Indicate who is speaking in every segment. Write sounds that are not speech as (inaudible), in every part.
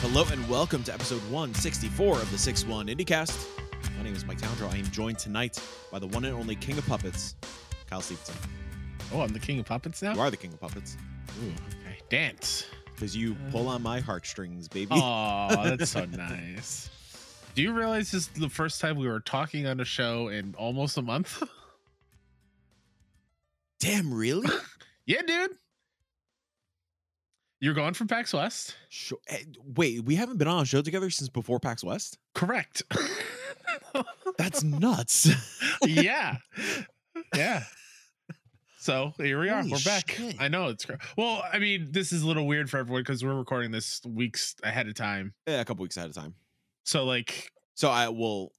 Speaker 1: Hello and welcome to episode 164 of the 6 1 IndieCast. My name is Mike Towndrell. I am joined tonight by the one and only King of Puppets, Kyle Stevenson.
Speaker 2: Oh, I'm the king of puppets now.
Speaker 1: You are the King of Puppets
Speaker 2: Ooh, Uh. okay.
Speaker 1: (laughs)
Speaker 2: Dance.
Speaker 1: because you pull on my heartstrings, baby.
Speaker 2: Oh, that's so nice. Do you realize this is the first time we were talking on a show in almost a month? (laughs)
Speaker 1: Damn,
Speaker 2: (laughs)
Speaker 1: really?
Speaker 2: yeah, dude. You're gone from PAX West.
Speaker 1: Sure. eh, Wait, we haven't been on a show together since before PAX West?
Speaker 2: Correct. (laughs)
Speaker 1: That's nuts. (laughs)
Speaker 2: yeah. Yeah. So here we are.
Speaker 1: Holy
Speaker 2: we're back.
Speaker 1: shit.
Speaker 2: I know it's cr- well. I mean, this is a little weird for everyone because we're recording this weeks ahead of time.
Speaker 1: yeah, Eh, a couple weeks ahead of time.
Speaker 2: So like,
Speaker 1: So I will.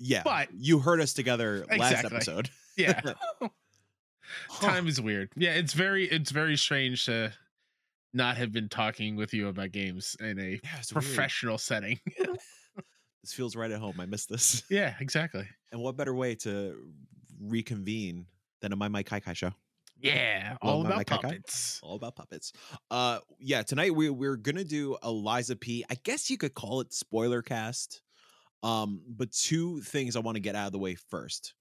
Speaker 1: Yeah.
Speaker 2: But-
Speaker 1: you heard us together last
Speaker 2: Exactly.
Speaker 1: episode. (laughs)
Speaker 2: yeah.
Speaker 1: Huh.
Speaker 2: time is weird yeah it's very it's very strange to not have been talking with you about games in a
Speaker 1: Yeah, it's weird.
Speaker 2: professional setting (laughs)
Speaker 1: This feels right at home. I missed this.
Speaker 2: yeah exactly
Speaker 1: And what better way to reconvene than a My My Kai Kai show?
Speaker 2: yeah
Speaker 1: Well,
Speaker 2: all
Speaker 1: not
Speaker 2: about
Speaker 1: like I got-
Speaker 2: puppets
Speaker 1: All about puppets. Uh yeah, tonight we we're gonna do Eliza P. I guess you could call it spoiler cast. Um, but two things I want to get out of the way first.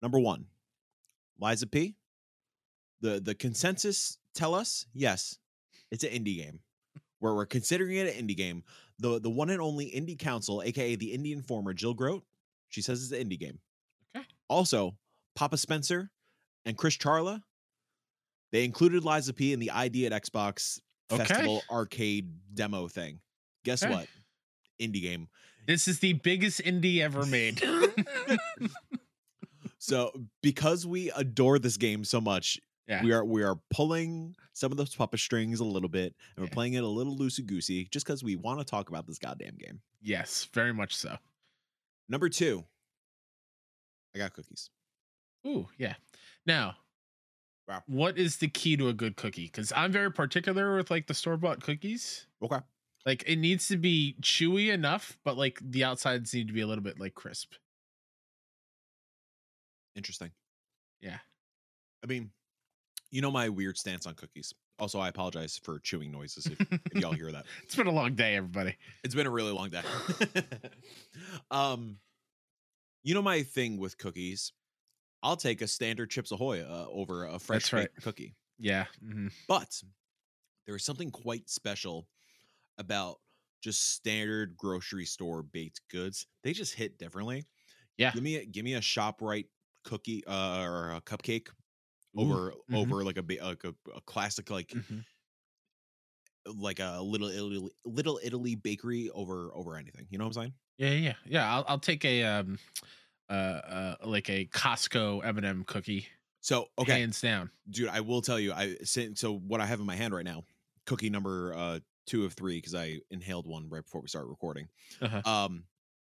Speaker 1: Number one, Liza P. The the consensus tell us, yes, it's an indie game. Where we're considering it an indie game. The the one and only indie council, aka the indie informer, Jill Grote, she says it's an indie game.
Speaker 2: Okay.
Speaker 1: Also, Papa Spencer and Chris Charla, they included Liza P in the ID at Xbox
Speaker 2: Okay.
Speaker 1: Festival arcade demo thing. Guess
Speaker 2: Okay.
Speaker 1: what? Indie game.
Speaker 2: this is the biggest indie
Speaker 1: (laughs)
Speaker 2: ever made (laughs)
Speaker 1: So because we adore this game so much,
Speaker 2: yeah
Speaker 1: we are we are pulling some of those puppet strings a little bit, and we're
Speaker 2: Yeah.
Speaker 1: playing it a little loosey goosey, just because we want to talk about this goddamn game.
Speaker 2: yes very much so
Speaker 1: Number two, I got cookies.
Speaker 2: ooh yeah now
Speaker 1: Wow.
Speaker 2: what is the key to a good cookie because i'm very particular with like the store-bought cookies
Speaker 1: Okay,
Speaker 2: like it needs to be chewy enough but like the outsides need to be a little bit like crisp (laughs)
Speaker 1: interesting.
Speaker 2: Yeah.
Speaker 1: I mean, you know my weird stance on cookies. Also, I apologize for chewing noises if, if y'all hear
Speaker 2: (laughs)
Speaker 1: that.
Speaker 2: it's been a long day everybody
Speaker 1: It's been a really long day. (laughs) um, you know my thing with cookies. I'll take a standard Chips Ahoy uh, over a fresh
Speaker 2: right.
Speaker 1: baked cookie.
Speaker 2: Yeah. mhm.
Speaker 1: But there is something quite special about just standard grocery store baked goods. They just hit differently.
Speaker 2: Yeah.
Speaker 1: Give me a, give me a Shoprite cookie uh, or a cupcake
Speaker 2: Ooh,
Speaker 1: over
Speaker 2: mhm.
Speaker 1: over like a ba- like a, a classic like
Speaker 2: Mhm. Mm.
Speaker 1: like a little Italy, little Italy bakery over over anything. You know what I'm saying?
Speaker 2: Yeah, yeah, yeah, yeah. I'll, I'll take a um, uh, uh, like a Costco M and m cookie.
Speaker 1: So okay,
Speaker 2: hands down.
Speaker 1: dude, I will tell you. I si- so what I have in my hand right now, cookie number uh two of three because I inhaled one right before we started recording.
Speaker 2: Uh-huh.
Speaker 1: Um,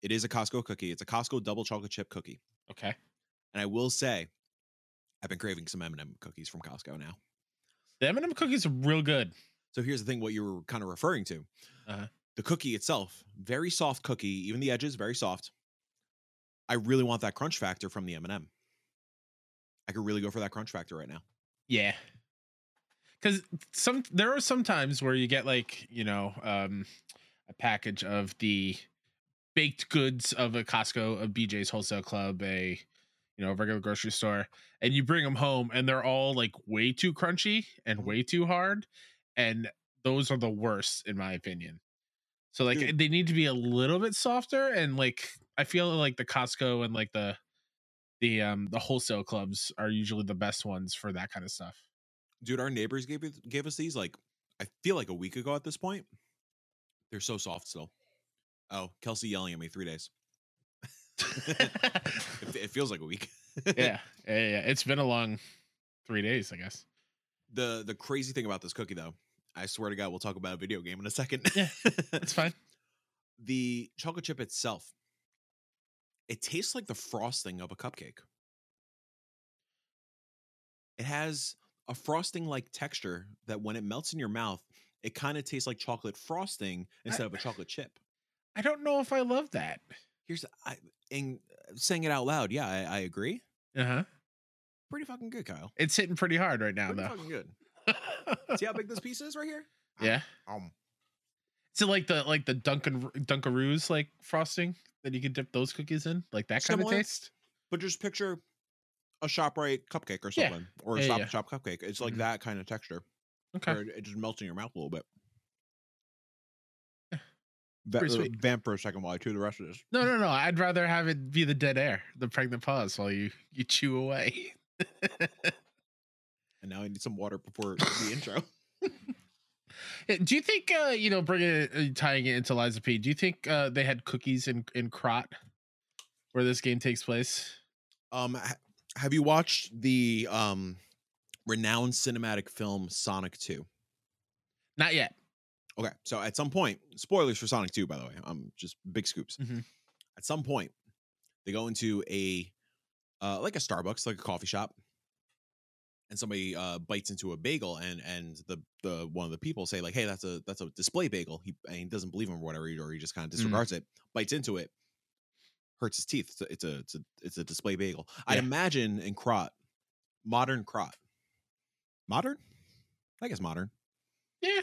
Speaker 1: it is a Costco cookie. It's a Costco double chocolate chip cookie,
Speaker 2: Okay.
Speaker 1: and I will say, I've been craving some M&M cookies from Costco now.
Speaker 2: The M and m cookies are real good.
Speaker 1: So here's the thing: what you were kind of referring to,
Speaker 2: Uh-huh.
Speaker 1: the cookie itself, very soft cookie, even the edges very soft. I really want that crunch factor from the M&M. I could really go for that crunch factor right now.
Speaker 2: Yeah. Because some there are some times where you get like you know um, a package of the baked goods of a Costco, a BJ's Wholesale Club, a you know regular grocery store, and you bring them home, and they're all like way too crunchy and way too hard, and those are the worst in my opinion. So like
Speaker 1: Dude.
Speaker 2: they need to be a little bit softer, and like I feel like the Costco and like the the um the wholesale clubs are usually the best ones for that kind of stuff.
Speaker 1: Dude, our neighbors gave us- gave us these like I feel like a week ago at this point. They're so soft still. Oh, Kelsey yelling at me 3 days. it, f- it feels like a week. (laughs)
Speaker 2: (laughs) yeah, yeah, yeah. It's been a long three days, I guess.
Speaker 1: The the crazy thing about this cookie though, I swear to god we'll talk about a video game in a second. (laughs)
Speaker 2: Yeah, It's fine.
Speaker 1: the chocolate chip itself it tastes like the frosting of a cupcake it has a frosting like texture that when it melts in your mouth it kind of tastes like chocolate frosting instead of a chocolate chip
Speaker 2: I don't know if I love that.
Speaker 1: here's i and saying it out loud yeah i, I agree
Speaker 2: Uh huh.
Speaker 1: pretty fucking good kyle
Speaker 2: It's hitting pretty hard right now,
Speaker 1: pretty
Speaker 2: though. (laughs)
Speaker 1: fucking good see how big this piece is right here
Speaker 2: yeah.
Speaker 1: um
Speaker 2: Is it like the like the Dunkin' Dunkaroos like frosting that you could dip those cookies in, like that kind
Speaker 1: Similar.
Speaker 2: of taste?
Speaker 1: But just picture a ShopRite cupcake or
Speaker 2: Yeah.
Speaker 1: something, or a
Speaker 2: Yeah,
Speaker 1: Stop
Speaker 2: yeah.
Speaker 1: and Shop cupcake. It's like
Speaker 2: Mhm.
Speaker 1: that kind of texture,
Speaker 2: Okay.
Speaker 1: where it it just melts in your mouth a little bit.
Speaker 2: Yeah.
Speaker 1: Va-
Speaker 2: Eh, Pretty
Speaker 1: uh,
Speaker 2: sweet.
Speaker 1: vamp for a second while I chew the rest of this.
Speaker 2: No, no, no. I'd rather have it be the dead air, the pregnant pause while you you chew away. (laughs)
Speaker 1: And now I need some water before the intro. (laughs)
Speaker 2: Yeah, Do you think uh you know bringing it uh, tying it into Liza P? Do you think uh they had cookies in in Crot where this game takes place?
Speaker 1: Um, ha- have you watched the um renowned cinematic film Sonic Two?
Speaker 2: Not yet.
Speaker 1: Okay, so at some point, spoilers for Sonic 2, by the way. I'm just big scoops.
Speaker 2: Mhm.
Speaker 1: At some point, they go into a uh, like a Starbucks, like a coffee shop, and somebody uh, bites into a bagel, and and the the one of the people say like, "Hey, that's a that's a display bagel." He and he doesn't believe him or whatever, or he just kind of disregards it, bites into it, hurts his teeth. It's a it's a it's a, it's a display bagel. I'd
Speaker 2: Yeah.
Speaker 1: imagine in Crot, modern Crot, modern, I guess modern,
Speaker 2: Yeah.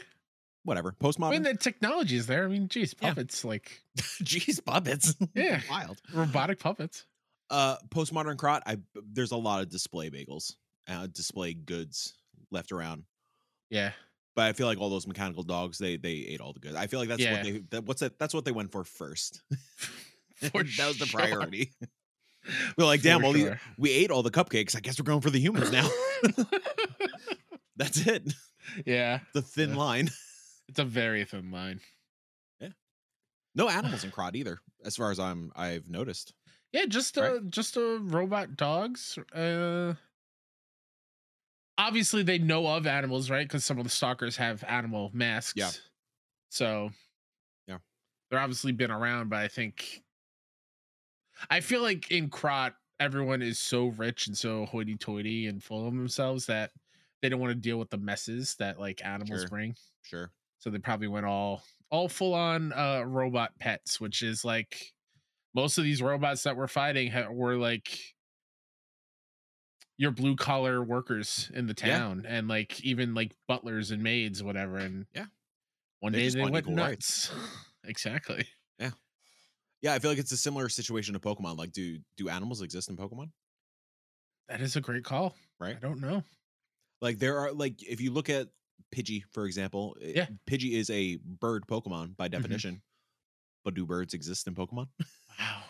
Speaker 1: whatever, postmodern.
Speaker 2: I mean the technology is there. I mean, geez,
Speaker 1: Um, Yeah.
Speaker 2: puppets like
Speaker 1: (laughs) Jeez, puppets.
Speaker 2: Yeah.
Speaker 1: wild.
Speaker 2: robotic puppets.
Speaker 1: Uh, postmodern crot. I there's a lot of display bagels, uh, display goods left around. (laughs)
Speaker 2: Yeah.
Speaker 1: But I feel like all those mechanical dogs, they they ate all the goods. I feel like that's
Speaker 2: Yeah.
Speaker 1: what they that, what's that that's what they went for first. (laughs)
Speaker 2: For
Speaker 1: that was the
Speaker 2: sure. (laughs)
Speaker 1: priority. (laughs) We're like, damn,
Speaker 2: For
Speaker 1: all these
Speaker 2: sure.
Speaker 1: we ate all the cupcakes. I guess we're going for the humans
Speaker 2: (laughs)
Speaker 1: now. (laughs) that's it. (laughs)
Speaker 2: yeah.
Speaker 1: The thin
Speaker 2: Yeah.
Speaker 1: line. (laughs)
Speaker 2: It's a very thin line.
Speaker 1: No animals in crot either, as far as I'm I've noticed.
Speaker 2: Yeah, just uh
Speaker 1: Right?
Speaker 2: just uh robot dogs. Uh obviously they know of animals, right? Because some of the stalkers have animal masks.
Speaker 1: Yeah.
Speaker 2: So
Speaker 1: Yeah.
Speaker 2: They're obviously been around, but I think I feel like in Crot, everyone is so rich and so hoity toity and full of themselves that they don't want to deal with the messes that like animals
Speaker 1: Sure.
Speaker 2: bring.
Speaker 1: Sure.
Speaker 2: So they probably went all all full on uh robot pets, which is like most of these robots that we're fighting ha- were like your blue collar workers in the
Speaker 1: Yeah.
Speaker 2: town and like even like butlers and maids whatever and
Speaker 1: Yeah.
Speaker 2: one
Speaker 1: They
Speaker 2: day
Speaker 1: just
Speaker 2: they
Speaker 1: want
Speaker 2: went
Speaker 1: equal
Speaker 2: nuts (laughs) exactly
Speaker 1: Yeah, I feel like it's a similar situation to Pokemon. Like, do do animals exist in Pokemon?
Speaker 2: that is a great call
Speaker 1: Right.
Speaker 2: i don't know
Speaker 1: Like there are like if you look at Pidgey, for example, i-
Speaker 2: Yeah.
Speaker 1: Pidgey is a bird Pokemon by definition. But do birds exist in Pokemon?
Speaker 2: wow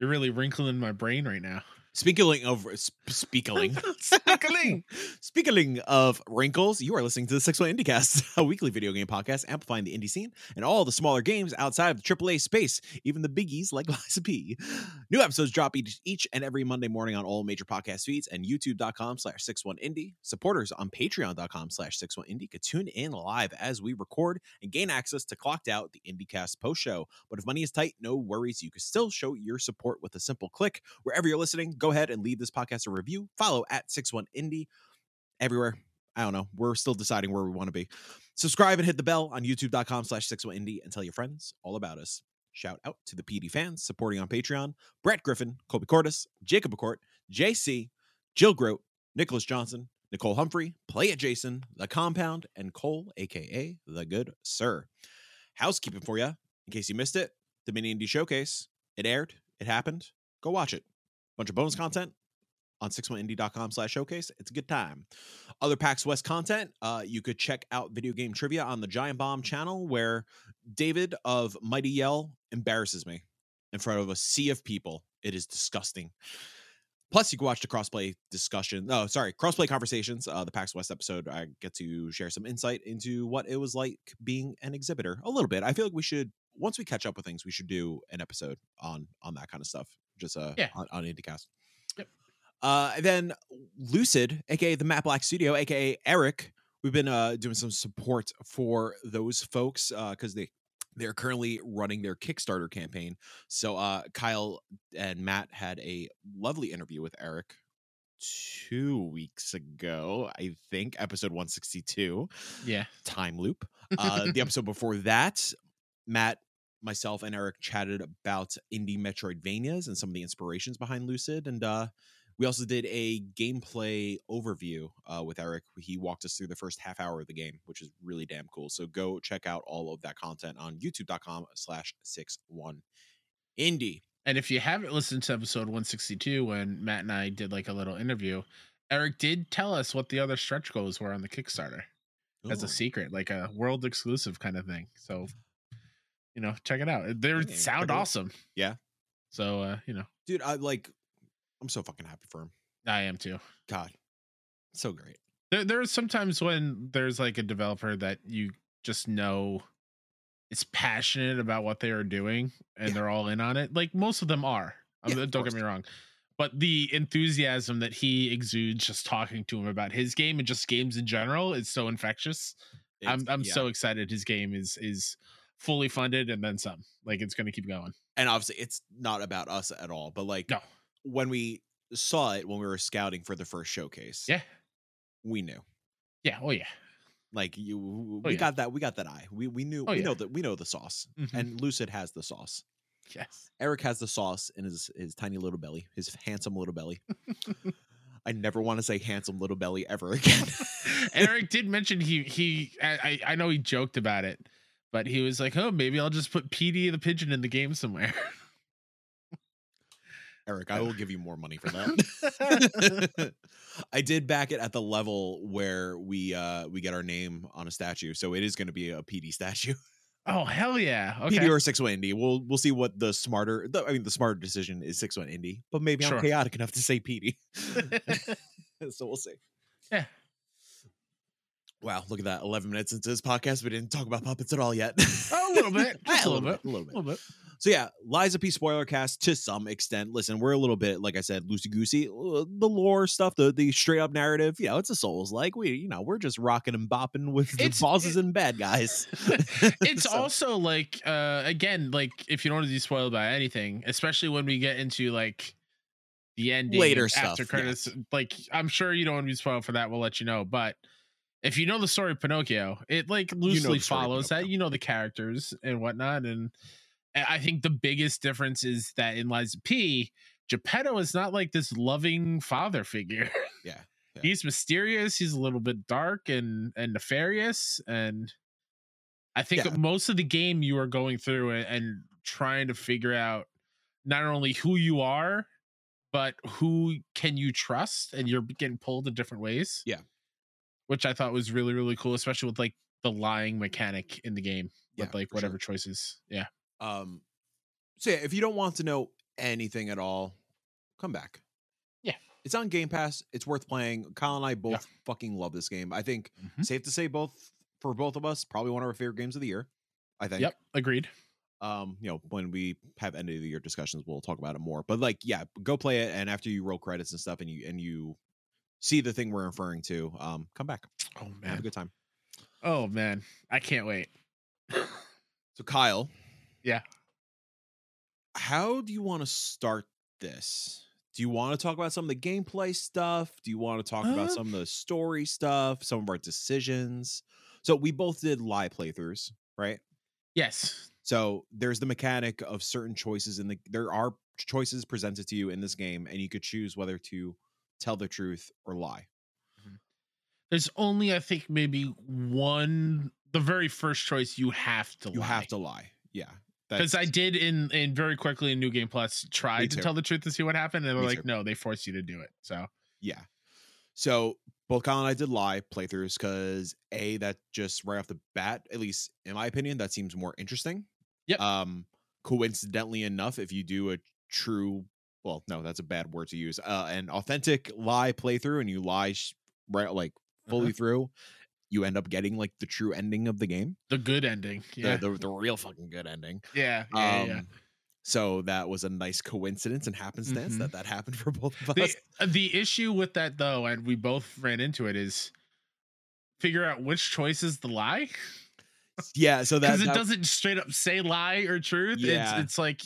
Speaker 2: you're really wrinkling my brain
Speaker 1: (laughs)
Speaker 2: right now
Speaker 1: Speaking of sp- speaking, (laughs)
Speaker 2: Speckling.
Speaker 1: speaking of wrinkles, you are listening to the Six Way IndieCast, (laughs) a weekly video game podcast amplifying the indie scene and all the smaller games outside of the AAA space, even the biggies like (laughs) Liza P. New episodes drop each, each and every Monday morning on all major podcast feeds and youtube.com slash 61indie. Supporters on patreon.com slash 61indie can tune in live as we record and gain access to Clocked Out, the IndieCast post show. But if money is tight, no worries. You can still show your support with a simple click. Wherever you're listening, go ahead and leave this podcast a review. Follow at 61indie everywhere. I don't know. We're still deciding where we want to be. Subscribe and hit the bell on youtube.com slash 61indie and tell your friends all about us. Shout out to the PD fans supporting on Patreon Brett Griffin, Colby Cortis, Jacob Accord, JC, Jill Grote, Nicholas Johnson, Nicole Humphrey, Play It Jason, The Compound, and Cole, aka The Good Sir. Housekeeping for you, in case you missed it, the Mini Indie Showcase. It aired, it happened. Go watch it. Bunch of bonus content on 61indie.com slash showcase. It's a good time other PAX West content, uh, you could check out video game trivia on the Giant Bomb channel, where David of Mighty Yell embarrasses me in front of a sea of people. It is disgusting. Plus, you can watch the crossplay discussion. Oh, sorry, crossplay conversations. Uh, the PAX West episode. I get to share some insight into what it was like being an exhibitor a little bit. I feel like we should once we catch up with things, we should do an episode on on that kind of stuff. Just uh,
Speaker 2: Yeah.
Speaker 1: on, on IndieCast.
Speaker 2: Yep.
Speaker 1: Uh, and then Lucid, aka the Matt Black Studio, aka Eric. We've been uh, doing some support for those folks because they they're currently running their Kickstarter campaign. So uh, Kyle and Matt had a lovely interview with Eric two weeks ago, I think, episode one sixty two
Speaker 2: yeah
Speaker 1: time loop. Uh,
Speaker 2: (laughs)
Speaker 1: the episode before that, Matt, myself, and Eric chatted about indie Metroidvanias and some of the inspirations behind Lucid, and uh, We also did a gameplay overview uh, with Eric. He walked us through the first half hour of the game, which is really damn cool. So go check out all of that content on youtube.com slash six one indie.
Speaker 2: And if you haven't listened to episode 162, when Matt and I did like a little interview, Eric did tell us what the other stretch goals were on the Kickstarter as a secret, like a world exclusive kind of thing. So, you know, check it out. They
Speaker 1: Okay, check
Speaker 2: sound
Speaker 1: it out.
Speaker 2: awesome.
Speaker 1: Yeah.
Speaker 2: So, uh, you know,
Speaker 1: Dude, I like I'm so fucking happy for him.
Speaker 2: I am too.
Speaker 1: God. So great.
Speaker 2: There, there's sometimes when there's like a developer that you just know is passionate about what they are doing and
Speaker 1: Yeah.
Speaker 2: they're all in on it. Like most of them are. I
Speaker 1: Yeah,
Speaker 2: mean,
Speaker 1: of
Speaker 2: don't get
Speaker 1: course.
Speaker 2: me wrong. But the enthusiasm that he exudes just talking to him about his game and just games in general is so infectious. I'm
Speaker 1: It's-
Speaker 2: I'm
Speaker 1: yeah.
Speaker 2: so excited his game is is fully funded and then some. Like it's gonna keep going.
Speaker 1: and obviously it's not about us at all, but like
Speaker 2: No.
Speaker 1: when we saw it when we were scouting for the first showcase,
Speaker 2: Yeah.
Speaker 1: we knew.
Speaker 2: Yeah. Oh yeah.
Speaker 1: Like you we
Speaker 2: Oh, yeah.
Speaker 1: got that we got that eye. We we knew
Speaker 2: Oh,
Speaker 1: we
Speaker 2: yeah.
Speaker 1: know that we know the sauce.
Speaker 2: And
Speaker 1: And Lucid has the sauce.
Speaker 2: Mm-hmm. yes.
Speaker 1: Eric has the sauce in his his tiny little belly, his handsome little belly.
Speaker 2: (laughs)
Speaker 1: I never want to say handsome little belly ever (laughs) again.
Speaker 2: Eric did mention he he I I I know he joked about it, but he was like, "Oh, maybe I'll just put PD the pigeon in the game somewhere."
Speaker 1: (laughs)
Speaker 2: (laughs)
Speaker 1: Eric, I will give you more money for
Speaker 2: (laughs)
Speaker 1: that. (laughs) I did back it at the level where we uh we get our name on a statue, so it is going to be a PD statue.
Speaker 2: Oh hell yeah! Okay.
Speaker 1: PD or six one indie. We'll we'll see what the smarter. The, I mean, the smarter decision is six one indie, but maybe
Speaker 2: Sure.
Speaker 1: I'm chaotic enough to say
Speaker 2: (laughs)
Speaker 1: PD, (laughs) so we'll see.
Speaker 2: Yeah.
Speaker 1: Wow, look at that! Eleven minutes into this podcast, we didn't talk about puppets at all yet.
Speaker 2: Oh, a
Speaker 1: (laughs)
Speaker 2: little bit, just
Speaker 1: a
Speaker 2: a
Speaker 1: little
Speaker 2: little
Speaker 1: bit, a little bit.
Speaker 2: little
Speaker 1: (laughs)
Speaker 2: bit.
Speaker 1: So yeah, Liza P spoiler cast to some extent. Listen, we're a little bit, like I said, loosey goosey. The lore stuff, the the straight up narrative, you know, it's a Souls like we, you know, we're just rocking and bopping with the
Speaker 2: It's-
Speaker 1: bosses
Speaker 2: it-
Speaker 1: and bad guys.
Speaker 2: (laughs)
Speaker 1: (laughs)
Speaker 2: It's
Speaker 1: So-
Speaker 2: also like uh again, like if you don't want to be spoiled by anything, especially when we get into like the ending
Speaker 1: Later
Speaker 2: and
Speaker 1: stuff,
Speaker 2: after Curtis, like I'm sure you don't want to be spoiled for that. We'll let you know, but. If you know the story of Pinocchio, it like
Speaker 1: know the
Speaker 2: loosely
Speaker 1: story of
Speaker 2: follows that
Speaker 1: Pinocchio.
Speaker 2: you know the characters and whatnot, and I I think the biggest difference is that in Liza P, Geppetto is not like this loving father figure. (laughs)
Speaker 1: Yeah, yeah.
Speaker 2: He's mysterious, he's a little bit dark and and nefarious and I think
Speaker 1: Yeah.
Speaker 2: most of the game you are going through and, and trying to figure out not only who you are, but who can you trust and you're getting pulled in different ways.
Speaker 1: Yeah.
Speaker 2: Which I thought was really really cool, especially with like the lying mechanic in the game
Speaker 1: Yeah,
Speaker 2: with like
Speaker 1: for sure.
Speaker 2: whatever choices. Yeah.
Speaker 1: Um, so yeah, if you don't want to know anything at all, come back.
Speaker 2: Yeah.
Speaker 1: it's on Game Pass. It's worth playing. Kyle and I both fucking love this game. I think
Speaker 2: Hmm?
Speaker 1: safe to say both for both of us, probably one of our favorite games of the year. I think.
Speaker 2: Yep, agreed.
Speaker 1: um you know when we have end of the year discussions we'll talk about it more but like yeah go play it and after you roll credits and stuff and you and you see the thing we're referring to um come back
Speaker 2: Oh
Speaker 1: have a
Speaker 2: man.
Speaker 1: good time
Speaker 2: Oh man. I can't wait.
Speaker 1: so kyle
Speaker 2: Yeah.
Speaker 1: how do you want to start this do you want to talk about some of the gameplay stuff do you want to talk about
Speaker 2: Uh,
Speaker 1: some of the story stuff some of our decisions so we both did live playthroughs right
Speaker 2: Yes.
Speaker 1: So there's the mechanic of certain choices in the there are choices presented to you in this game, and you could choose whether to tell the truth or lie.
Speaker 2: There's only I think maybe one the very first choice you have to
Speaker 1: You have to lie. Yeah.
Speaker 2: because I
Speaker 1: that's-
Speaker 2: did in in very quickly in New Game Plus
Speaker 1: Me
Speaker 2: try to
Speaker 1: too.
Speaker 2: tell the truth and see what happened and they're
Speaker 1: Me
Speaker 2: like
Speaker 1: too.
Speaker 2: no they force you to do it so
Speaker 1: Yeah. So both Colin and I did lie playthroughs because a that just right off the bat, at least in my opinion, that seems more interesting.
Speaker 2: Yep.
Speaker 1: Um, coincidentally enough, if you do a true, well, no, that's a bad word to use, uh, an authentic lie playthrough, and you lie sh- right like fully
Speaker 2: Uh-huh.
Speaker 1: through, you end up getting like the true ending of the game,
Speaker 2: (laughs) the good ending
Speaker 1: the-
Speaker 2: yeah
Speaker 1: the, the real fucking good ending.
Speaker 2: yeah
Speaker 1: Um.
Speaker 2: yeah, yeah.
Speaker 1: So that was a nice coincidence and happenstance
Speaker 2: Mhm.
Speaker 1: that that happened for (laughs) both of us.
Speaker 2: the, uh, the issue with that though and we both ran into it is figure out which choice is the lie
Speaker 1: yeah,
Speaker 2: (laughs)
Speaker 1: so that,
Speaker 2: because it
Speaker 1: that
Speaker 2: doesn't straight up say lie or truth.
Speaker 1: Yeah.
Speaker 2: It's it's like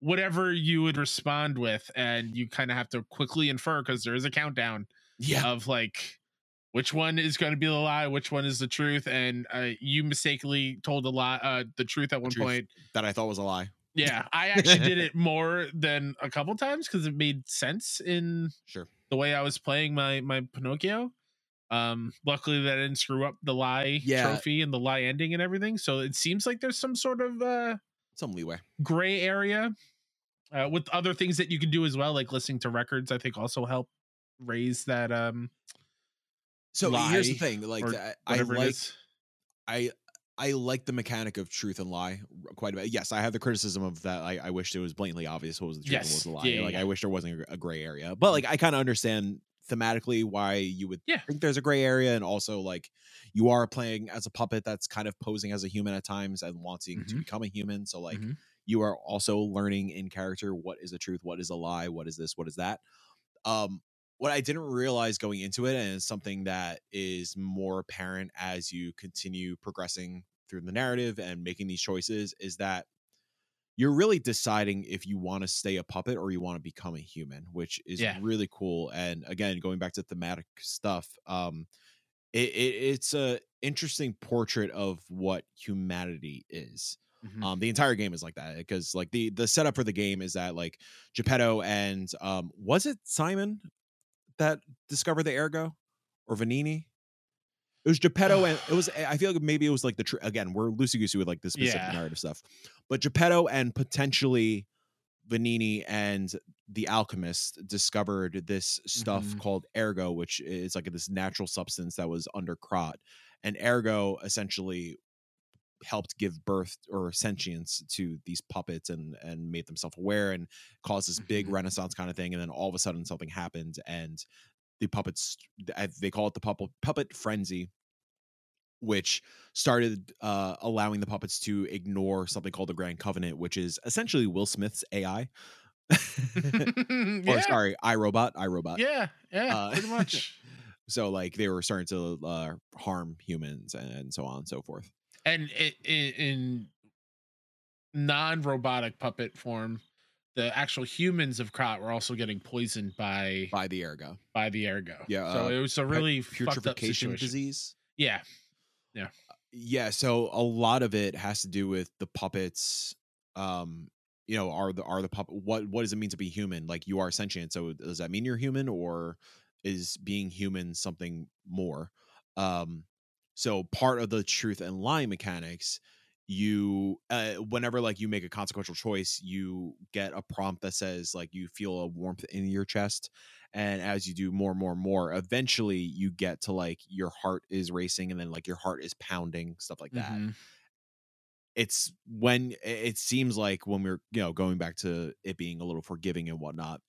Speaker 2: whatever you would respond with, and you kind of have to quickly infer because there is a countdown
Speaker 1: yeah,
Speaker 2: of like which one is going to be the lie, which one is the truth, and uh, you mistakenly told the lie, uh, the truth at one
Speaker 1: truth.
Speaker 2: point.
Speaker 1: that I thought was a lie.
Speaker 2: Yeah, I actually
Speaker 1: (laughs)
Speaker 2: did it more than a couple times because it made sense in
Speaker 1: Sure.
Speaker 2: the way I was playing my my Pinocchio. Um, luckily that I didn't screw up the lie
Speaker 1: Yeah.
Speaker 2: trophy and the lie ending and everything. So it seems like there's some sort of uh
Speaker 1: Some leeway.
Speaker 2: gray area uh, with other things that you can do as well, like listening to records. I think also help raise that um
Speaker 1: So here's the
Speaker 2: Lie
Speaker 1: thing. Like
Speaker 2: or
Speaker 1: I, I
Speaker 2: whatever it
Speaker 1: like
Speaker 2: is.
Speaker 1: I I like the mechanic of truth and lie r- quite a bit. Yes, I have the criticism of that. I, I wished it was blatantly obvious what was the truth and what was
Speaker 2: Yes,
Speaker 1: the lie.
Speaker 2: yeah, yeah,
Speaker 1: like
Speaker 2: yeah.
Speaker 1: I wish there wasn't a gr- a gray area, but like I kind of understand thematically why you would
Speaker 2: Yeah.
Speaker 1: think there's a gray area, and also like you are playing as a puppet that's kind of posing as a human at times and wanting to
Speaker 2: Mhm.
Speaker 1: become a human. So like
Speaker 2: Mhm.
Speaker 1: you are also learning in character what is the truth, what is a lie, what is this, what is that. Um, what I didn't realize going into it, and it's something that is more apparent as you continue progressing through the narrative and making these choices, is that you're really deciding if you want to stay a puppet or you want to become a human, which is
Speaker 2: Yeah.
Speaker 1: really cool. And again, going back to thematic stuff, um, it, it, it's a interesting portrait of what humanity is.
Speaker 2: Mhm.
Speaker 1: Um, the entire game is like that because like the the setup for the game is that like Geppetto and um was it Simon that discovered the ergo or Vanini? It was Geppetto and it was I feel like maybe it was like the tr- again we're loosey goosey with like the specific
Speaker 2: Yeah.
Speaker 1: narrative stuff, but Geppetto and potentially Vanini and the alchemist discovered this stuff
Speaker 2: Mhm.
Speaker 1: called ergo, which is like this natural substance that was under Krot, and ergo essentially helped give birth or sentience to these puppets and and made them self-aware and caused this big
Speaker 2: Mhm.
Speaker 1: renaissance kind of thing and then all of a sudden something happened and the puppets I- they call it the puppet puppet frenzy which started uh, allowing the puppets to ignore something called the grand covenant which is essentially will smith's ai (laughs) or
Speaker 2: (laughs) yeah,
Speaker 1: Mm-hmm. sorry irobot irobot
Speaker 2: yeah, yeah,
Speaker 1: Uh,
Speaker 2: pretty much.
Speaker 1: so like they were starting to uh, harm humans and so on and so forth
Speaker 2: and it, it, in non-robotic puppet form the actual humans of Krot were also getting poisoned by by,
Speaker 1: by the ergo
Speaker 2: the ergo
Speaker 1: yeah,
Speaker 2: so
Speaker 1: uh,
Speaker 2: it was a really fucked up
Speaker 1: putrefaction
Speaker 2: situation
Speaker 1: disease
Speaker 2: yeah
Speaker 1: yeah so a lot of it has to do with the puppets um you know are the are the puppet what what does it mean to be human like you are sentient so does that mean you're human or is being human something more um so part of the truth and lie mechanics you uh whenever like you make a consequential choice you get a prompt that says like you feel a warmth in your chest and as you do more and more and more eventually you get to like your heart is racing and then like your heart is pounding stuff like that
Speaker 2: Mhm.
Speaker 1: it's when i- it seems like when we're you know going back to it being a little forgiving and whatnot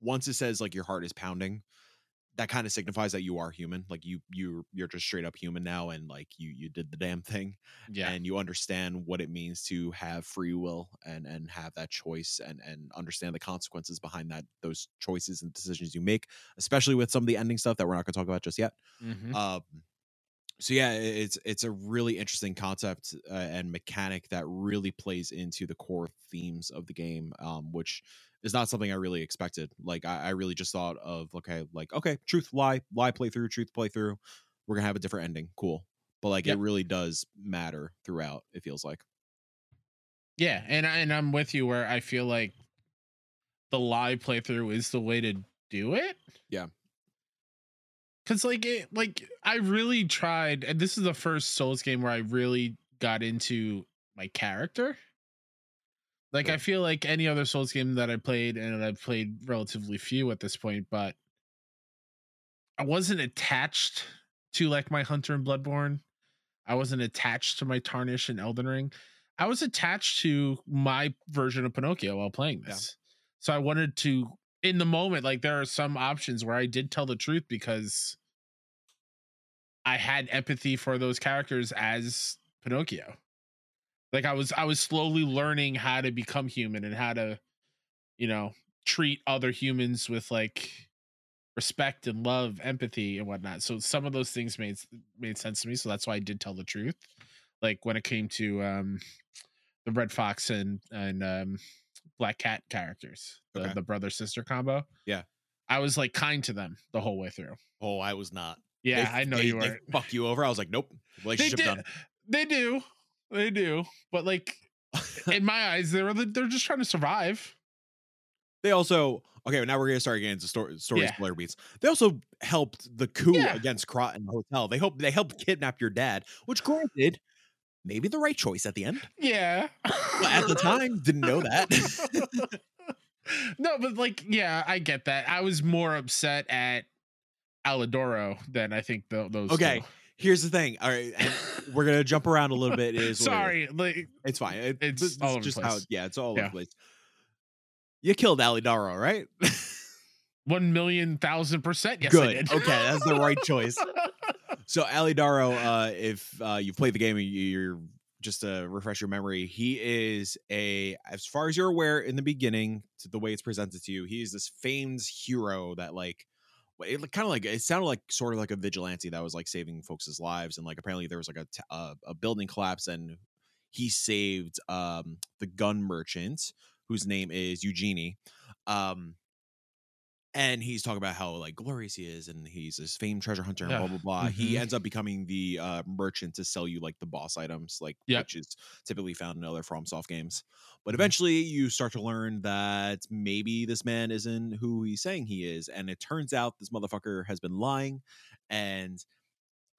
Speaker 1: once it says like your heart is pounding that kind of signifies that you are human like you you you're just straight up human now and like you you did the damn thing
Speaker 2: yeah
Speaker 1: and you understand what it means to have free will and and have that choice and and understand the consequences behind that those choices and decisions you make especially with some of the ending stuff that we're not going to talk about just yet
Speaker 2: Mhm.
Speaker 1: um so yeah i- it's it's a really interesting concept uh, and mechanic that really plays into the core themes of the game um which is not something i really expected like i, I really just thought of okay like okay truth lie lie playthrough truth playthrough we're gonna have a different ending cool but like
Speaker 2: Yep.
Speaker 1: it really does matter throughout it feels like
Speaker 2: yeah and, I, and i'm with you where i feel like the live playthrough is the way to do it
Speaker 1: Yeah.
Speaker 2: because like it like i really tried and this is the first souls game where i really got into my character like
Speaker 1: Sure.
Speaker 2: i feel like any other souls game that i played and i've played relatively few at this point but i wasn't attached to like my hunter in bloodborne i wasn't attached to my tarnish in elden ring i was attached to my version of pinocchio while playing
Speaker 1: Yeah.
Speaker 2: this so i wanted to in the moment like there are some options where i did tell the truth because i had empathy for those characters as pinocchio like i was i was slowly learning how to become human and how to you know treat other humans with like respect and love empathy and whatnot so some of those things made made sense to me so that's why i did tell the truth like when it came to um the red fox and and um black cat characters the,
Speaker 1: Okay.
Speaker 2: the brother sister combo
Speaker 1: Yeah.
Speaker 2: i was like kind to them the whole way through
Speaker 1: oh i was not They-
Speaker 2: yeah i know
Speaker 1: they-
Speaker 2: you
Speaker 1: they
Speaker 2: were
Speaker 1: fuck you over i was like nope
Speaker 2: they
Speaker 1: relationship
Speaker 2: did,
Speaker 1: done
Speaker 2: They do. They do. But like in my eyes, they're they're just trying to survive.
Speaker 1: They also okay. Now we're gonna start getting into story, story
Speaker 2: Yeah.
Speaker 1: spoiler beats. They also helped the coup
Speaker 2: Yeah.
Speaker 1: against Krat in the hotel. They hope they helped kidnap your dad, which granted, maybe the right choice at the end.
Speaker 2: Yeah.
Speaker 1: But at the time, didn't know that.
Speaker 2: (laughs)
Speaker 1: (laughs)
Speaker 2: no, but like, yeah, I get that. I was more upset at Alidoro than I think tho- those.
Speaker 1: Okay, Here's the thing. All right,
Speaker 2: two.
Speaker 1: and we're gonna jump around a little bit.
Speaker 2: (laughs)
Speaker 1: It is what it is.
Speaker 2: Sorry, like,
Speaker 1: it's fine. It-
Speaker 2: It's
Speaker 1: this- this
Speaker 2: all
Speaker 1: is
Speaker 2: over the
Speaker 1: just
Speaker 2: place.
Speaker 1: how yeah, it's all over
Speaker 2: Yeah.
Speaker 1: the place. You killed Alidaro, right?
Speaker 2: one million thousand percent. Yes, I
Speaker 1: Good.
Speaker 2: did.
Speaker 1: Okay, that's the right
Speaker 2: (laughs)
Speaker 1: choice. So Ali Darrow, uh, if uh, you've played the game, you- you're just to refresh your memory. He is a, as far as you're aware, in the beginning, to the way it's presented to you, he is this famed hero that like, wa- it kind of like it sounded like sort of like a vigilante that was like saving folks' lives, and like apparently there was like a t- a, a building collapse, and he saved um the gun merchant whose name is Eugenie. Um, and he's talking about how like glorious he is, and he's this famed treasure hunter, and
Speaker 2: Yeah.
Speaker 1: blah blah blah. He
Speaker 2: Mhm.
Speaker 1: ends up becoming the uh, merchant to sell you like the boss items, like
Speaker 2: Yep.
Speaker 1: which is typically found in other FromSoft games. But
Speaker 2: Mm-hmm.
Speaker 1: eventually, you start to learn that maybe this man isn't who he's saying he is, and it turns out this motherfucker has been lying, and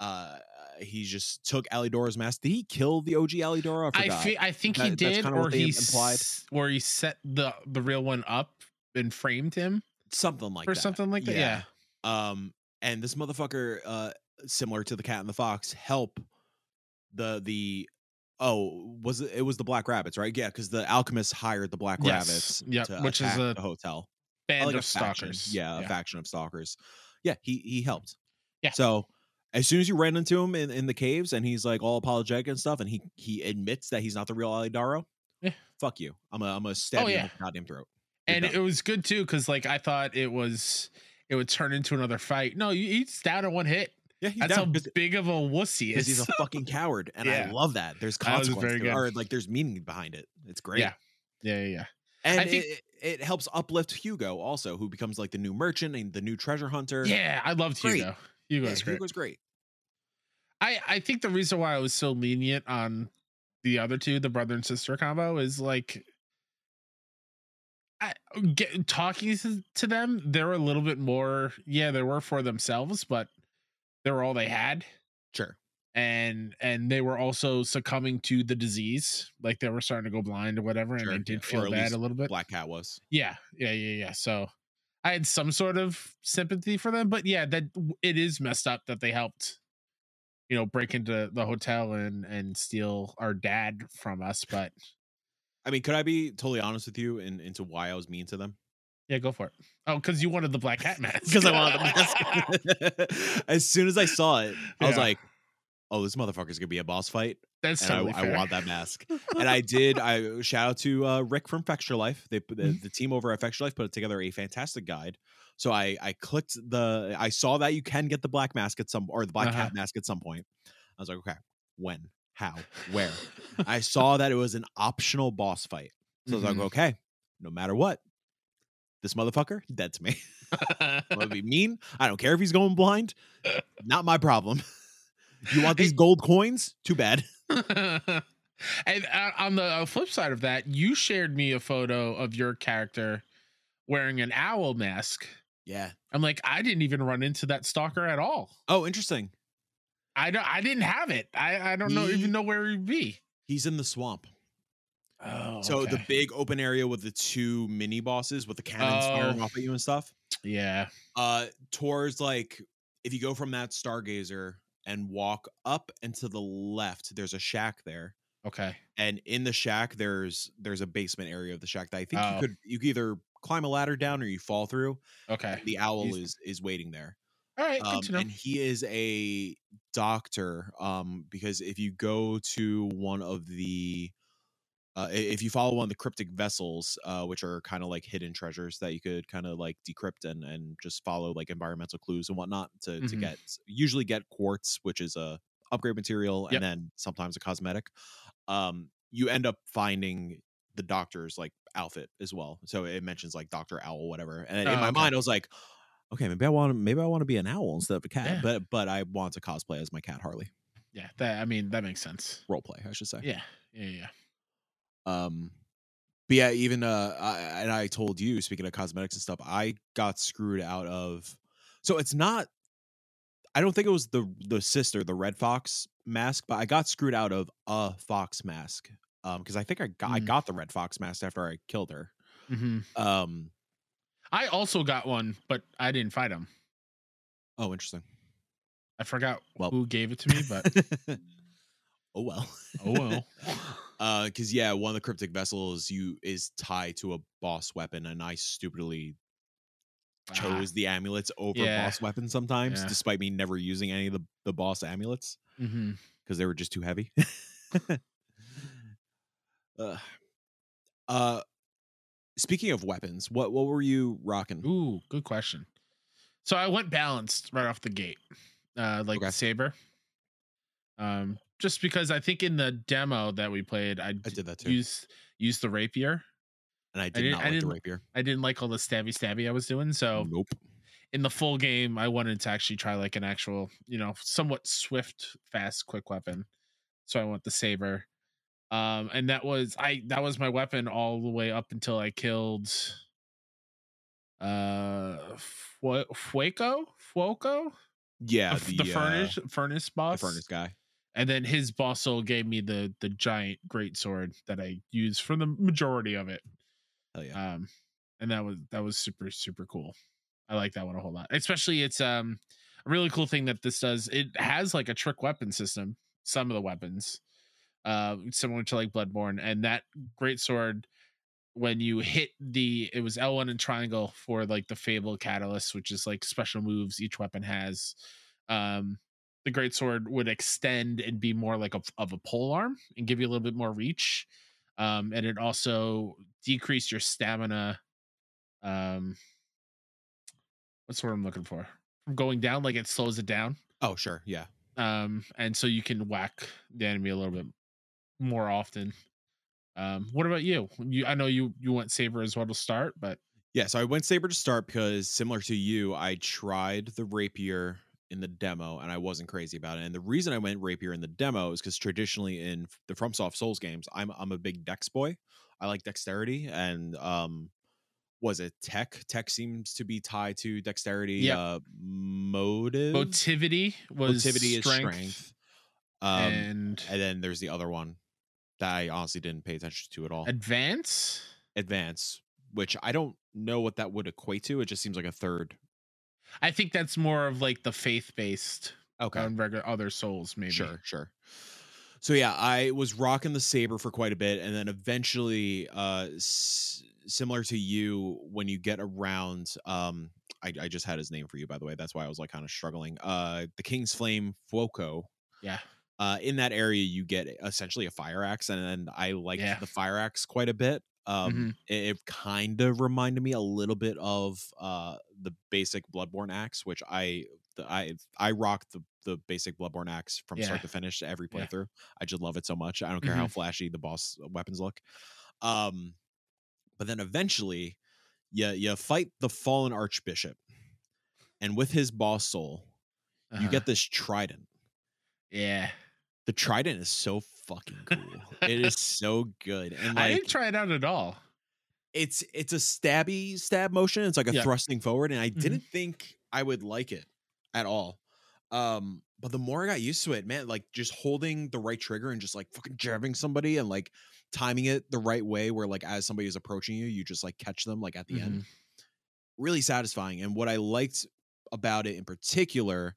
Speaker 1: uh, he just took Alidora's mask. Did he kill the OG Alidora?
Speaker 2: I
Speaker 1: forgot.
Speaker 2: fe- I think he
Speaker 1: That- that's
Speaker 2: did,
Speaker 1: kinda what
Speaker 2: or
Speaker 1: they
Speaker 2: he
Speaker 1: implied.
Speaker 2: s- or he set the the real one up and framed him
Speaker 1: something like
Speaker 2: or
Speaker 1: that.
Speaker 2: something like that. Yeah.
Speaker 1: Um, and this motherfucker, uh, similar to the Cat and the Fox, help the the oh was it, it was the Black Rabbits right? Yeah, because the alchemists hired the Black
Speaker 2: Yes.
Speaker 1: Rabbits,
Speaker 2: Yep,
Speaker 1: to
Speaker 2: which is
Speaker 1: attack
Speaker 2: a
Speaker 1: the hotel,
Speaker 2: Band
Speaker 1: like
Speaker 2: of
Speaker 1: faction,
Speaker 2: stalkers.
Speaker 1: Yeah, a faction of stalkers. Yeah, he he helped.
Speaker 2: Yeah.
Speaker 1: So as soon as you ran into him in, in the caves and he's like all apologetic and stuff, and he he admits that he's not the real Alidaro.
Speaker 2: Yeah. Oh,
Speaker 1: Fuck you. I'm a I'm a stab you in
Speaker 2: yeah.
Speaker 1: the goddamn throat. You're
Speaker 2: and
Speaker 1: done.
Speaker 2: it was good too because like I thought it was it would turn into another fight. No, you, he's down in one hit.
Speaker 1: yeah, he's
Speaker 2: That's
Speaker 1: down
Speaker 2: how
Speaker 1: 'cause-
Speaker 2: big of a wuss he
Speaker 1: because
Speaker 2: is.
Speaker 1: he's a fucking
Speaker 2: (laughs)
Speaker 1: coward, and I
Speaker 2: Yeah.
Speaker 1: love that. There's
Speaker 2: That was
Speaker 1: consequences,
Speaker 2: very
Speaker 1: to it,
Speaker 2: good.
Speaker 1: or like there's meaning behind it. It's great.
Speaker 2: Yeah. yeah, yeah, yeah.
Speaker 1: and
Speaker 2: I think-
Speaker 1: it, it it helps uplift Hugo also, who becomes like the new merchant and the new treasure hunter.
Speaker 2: Yeah, I loved
Speaker 1: Great.
Speaker 2: Hugo. Hugo's
Speaker 1: yeah,
Speaker 2: great.
Speaker 1: Hugo's great.
Speaker 2: I I think the reason why I was so lenient on the other two, the brother and sister combo, is like. I, get, talking to, to them, they're a little bit more. Yeah, they were for themselves, but they were all they had.
Speaker 1: Sure.
Speaker 2: and and they were also succumbing to the disease like they were starting to go blind or whatever and
Speaker 1: Sure,
Speaker 2: i
Speaker 1: yeah,
Speaker 2: did
Speaker 1: or
Speaker 2: feel
Speaker 1: at
Speaker 2: bad
Speaker 1: least
Speaker 2: a little bit
Speaker 1: Black Cat was.
Speaker 2: yeah yeah yeah yeah so i had some sort of sympathy for them but yeah that it is messed up that they helped you know break into the hotel and and steal our dad from us but
Speaker 1: I mean, could I be totally honest with you in, into why I was mean to
Speaker 2: (laughs)
Speaker 1: them?
Speaker 2: yeah go for it oh because you wanted the black
Speaker 1: (laughs)
Speaker 2: hat mask
Speaker 1: Because I
Speaker 2: (laughs)
Speaker 1: wanted the mask. (laughs) as soon as I saw it, I was
Speaker 2: Yeah.
Speaker 1: like, "Oh, this motherfucker's gonna be a boss fight,
Speaker 2: that's
Speaker 1: and I-
Speaker 2: totally
Speaker 1: I,
Speaker 2: fair.
Speaker 1: want that mask." and I
Speaker 2: (laughs)
Speaker 1: did. I shout out to uh, Rick from Fexture Life. They put the,
Speaker 2: Mhm.
Speaker 1: the team over at Fexture Life put together a fantastic guide. So I I clicked the I saw that you can get the black mask at some or the black
Speaker 2: Uh-huh.
Speaker 1: cat mask at some point. I was like, okay, when, how, where? I saw that it was an optional boss fight. So I was
Speaker 2: Mhm.
Speaker 1: like, okay, no matter what, this motherfucker dead to me. (laughs) I'm gonna (laughs) be mean. I don't care if he's going blind. Not my problem. (laughs) You want these gold coins? Too bad.
Speaker 2: (laughs)
Speaker 1: (laughs)
Speaker 2: and uh, on the uh, flip side of that, you shared me a photo of your character wearing an owl mask.
Speaker 1: Yeah.
Speaker 2: I'm like, I didn't even run into that stalker at all.
Speaker 1: Oh, interesting.
Speaker 2: I don't. I didn't have it. I I don't know
Speaker 1: Ye-
Speaker 2: even know where he'd be.
Speaker 1: He's in the swamp.
Speaker 2: Oh,
Speaker 1: So the big open area with the two mini bosses with the cannons firing
Speaker 2: Oh.
Speaker 1: off at you and stuff.
Speaker 2: yeah,
Speaker 1: Uh towards like if you go from that stargazer and walk up and to the left, there's a shack there.
Speaker 2: okay,
Speaker 1: And in the shack there's there's a basement area of the shack that I think
Speaker 2: Oh.
Speaker 1: you could you could either climb a ladder down or you fall through.
Speaker 2: okay,
Speaker 1: The owl
Speaker 2: He's-
Speaker 1: is is waiting there.
Speaker 2: all right,
Speaker 1: Um,
Speaker 2: good to know.
Speaker 1: and he is a doctor um, because if you go to one of the uh, i- if you follow one of the cryptic vessels uh, which are kind of like hidden treasures that you could kind of like decrypt and and just follow like environmental clues and whatnot to, to
Speaker 2: Mhm.
Speaker 1: get usually get quartz which is a upgrade material
Speaker 2: Yep.
Speaker 1: and then sometimes a cosmetic um you end up finding the doctor's like outfit as well so it mentions like dr owl whatever and in
Speaker 2: Oh,
Speaker 1: my
Speaker 2: okay.
Speaker 1: mind i was like okay maybe i want to maybe i want to be an owl instead of a cat
Speaker 2: Yeah.
Speaker 1: but but i want to cosplay as my cat harley
Speaker 2: yeah, that I mean that makes sense.
Speaker 1: role play i should say
Speaker 2: Yeah, yeah, yeah.
Speaker 1: Um, but yeah, even uh, I, and I told you speaking of cosmetics and stuff, I got screwed out of. So it's not. I don't think it was the the sister, the red fox mask, but I got screwed out of a fox mask. Um, because I think I got I
Speaker 2: Mm.
Speaker 1: got the red fox mask after I killed her.
Speaker 2: Mhm.
Speaker 1: Um,
Speaker 2: I also got one, but I didn't fight him.
Speaker 1: oh, interesting. (laughs)
Speaker 2: I forgot
Speaker 1: Well.
Speaker 2: who gave it to me,
Speaker 1: (laughs)
Speaker 2: but
Speaker 1: oh well. (laughs)
Speaker 2: oh well.
Speaker 1: Uh, because yeah, one of the cryptic vessels you is tied to a boss weapon, and I stupidly chose the amulets over
Speaker 2: Ah. Yeah.
Speaker 1: boss weapons sometimes,
Speaker 2: Yeah.
Speaker 1: despite me never using any of the, the boss amulets
Speaker 2: Ah, mhm.
Speaker 1: because they were just too heavy. (laughs) uh, uh, speaking of weapons, what what were you rocking?
Speaker 2: Ooh, good question. So I went balanced right off the gate, uh, like
Speaker 1: Okay.
Speaker 2: the saber. Um, just because I think in the demo that we played, I,
Speaker 1: I
Speaker 2: d-
Speaker 1: did that too,
Speaker 2: used used the rapier.
Speaker 1: and I did
Speaker 2: didn't-
Speaker 1: not
Speaker 2: I
Speaker 1: like the
Speaker 2: didn't-
Speaker 1: rapier.
Speaker 2: I didn't like all the stabby stabby I was doing. So
Speaker 1: Nope.
Speaker 2: in the full game, I wanted to actually try like an actual, you know, somewhat swift, fast, quick weapon. So I went the saber. Um, and that was I that was my weapon all the way up until I killed uh Fue- Fueco? Fuoco?
Speaker 1: Yeah,
Speaker 2: (laughs) the, the
Speaker 1: uh,
Speaker 2: furnace furnace
Speaker 1: the
Speaker 2: boss.
Speaker 1: furnace guy.
Speaker 2: And then his boss soul gave me the the giant great sword that I used for the majority of it
Speaker 1: Hell yeah.
Speaker 2: um and that was that was super super cool i like that one a whole lot especially it's um a really cool thing that this does it has like a trick weapon system some of the weapons uh similar to like bloodborne and that great sword when you hit the it was l1 and triangle for like the fable catalyst which is like special moves each weapon has um the great sword would extend and be more like a, of a pole arm and give you a little bit more reach um and it also decreased your stamina um what's the word i'm looking for from going down like it slows it down
Speaker 1: oh sure, yeah.
Speaker 2: um and so you can whack the enemy a little bit more often um what about you you i know you you want saber as well to start but
Speaker 1: Yeah, so I went saber to start because similar to you, I tried the rapier in the demo and I wasn't crazy about it. And the reason I went rapier in the demo is because traditionally in f- the FromSoft Souls games, I'm I'm a big dex boy. I like dexterity and um, was it tech? Tech seems to be tied to dexterity.
Speaker 2: Yep.
Speaker 1: Uh, motive.
Speaker 2: motivity was
Speaker 1: Mm. Motivity
Speaker 2: strength,
Speaker 1: Um, and,
Speaker 2: and
Speaker 1: then there's the other one that I honestly didn't pay attention to at all.
Speaker 2: advance
Speaker 1: Advance, which I don't know what that would equate to. It just seems like a third.
Speaker 2: i think that's more of like the faith based
Speaker 1: Okay.
Speaker 2: on regular other souls maybe
Speaker 1: Sure, sure. So yeah, I was rocking the saber for quite a bit, and then eventually, uh, s- similar to you, when you get around, um, I, I just had his name for you, by the way. That's why I was like kind of struggling. Uh, the King's Flame Fuoco.
Speaker 2: yeah
Speaker 1: Uh, in that area, you get essentially a fire axe, and, and I liked
Speaker 2: Yeah. Mm-hmm.
Speaker 1: the fire axe quite a bit. Um, it, it kind of reminded me a little bit of uh the basic Bloodborne axe, which I the, I I rocked the the basic Bloodborne axe from start to
Speaker 2: Yeah.
Speaker 1: finish to every
Speaker 2: Yeah. Mm-hmm.
Speaker 1: playthrough. I just love it so much. I don't care how flashy the boss uh, weapons look. Um, but then eventually, you you fight the fallen archbishop, and with his boss soul, you
Speaker 2: Uh-huh.
Speaker 1: get this trident.
Speaker 2: yeah
Speaker 1: The trident is so fucking cool. it is so good. And
Speaker 2: I
Speaker 1: like,
Speaker 2: didn't try it out at all.
Speaker 1: it's it's a stabby stab motion. It's like a
Speaker 2: Yeah.
Speaker 1: thrusting forward, and I
Speaker 2: Mhm.
Speaker 1: didn't think I would like it at all. Um, but the more I got used to it, man, like just holding the right trigger and just like fucking jabbing somebody and like timing it the right way, where like as somebody is approaching you, you just like catch them like at the end. Really satisfying. And what I liked about it in particular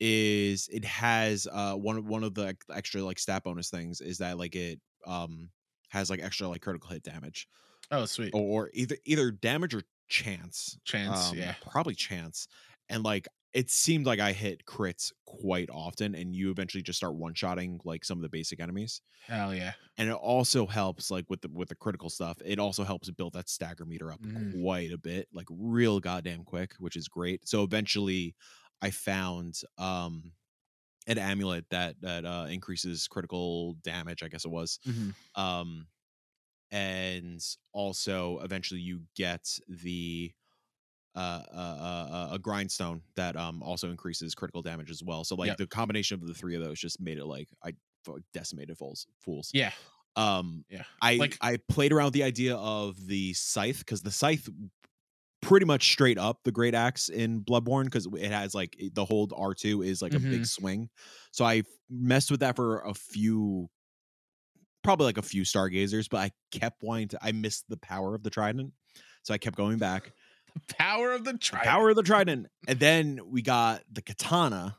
Speaker 1: is it has uh one of- one of the ex- extra like stat bonus things is that like it um has like extra like critical hit damage
Speaker 2: Oh, sweet.
Speaker 1: or either either damage or chance.
Speaker 2: Chance,
Speaker 1: um,
Speaker 2: yeah.
Speaker 1: Probably chance. And like it seemed like I hit crits quite often, and you eventually just start one shotting like some of the basic enemies.
Speaker 2: Hell yeah.
Speaker 1: And it also helps like with the with the critical stuff. It also helps build that stagger meter up
Speaker 2: Mm.
Speaker 1: quite a bit, like real goddamn quick, which is great. So eventually, I found um an amulet that that uh, increases critical damage. I guess it was um and also eventually you get the uh, uh, uh, uh, a grindstone that um also increases critical damage as well. So like
Speaker 2: Yep.
Speaker 1: the combination of the three of those just made it like I f- decimated fools. Fools.
Speaker 2: Yeah. (laughs)
Speaker 1: Um,
Speaker 2: Yeah.
Speaker 1: I
Speaker 2: Like-
Speaker 1: I played around with the idea of the scythe because the scythe pretty much straight up the great axe in Bloodborne because it has like it- the hold R two is like a
Speaker 2: Mm-hmm.
Speaker 1: big swing. So I messed with that for a few, probably like a few stargazers, but I kept wanting to. I missed the power of the trident, so I kept going back.
Speaker 2: Power of the
Speaker 1: The
Speaker 2: trident.
Speaker 1: power of the trident, and then we got the katana.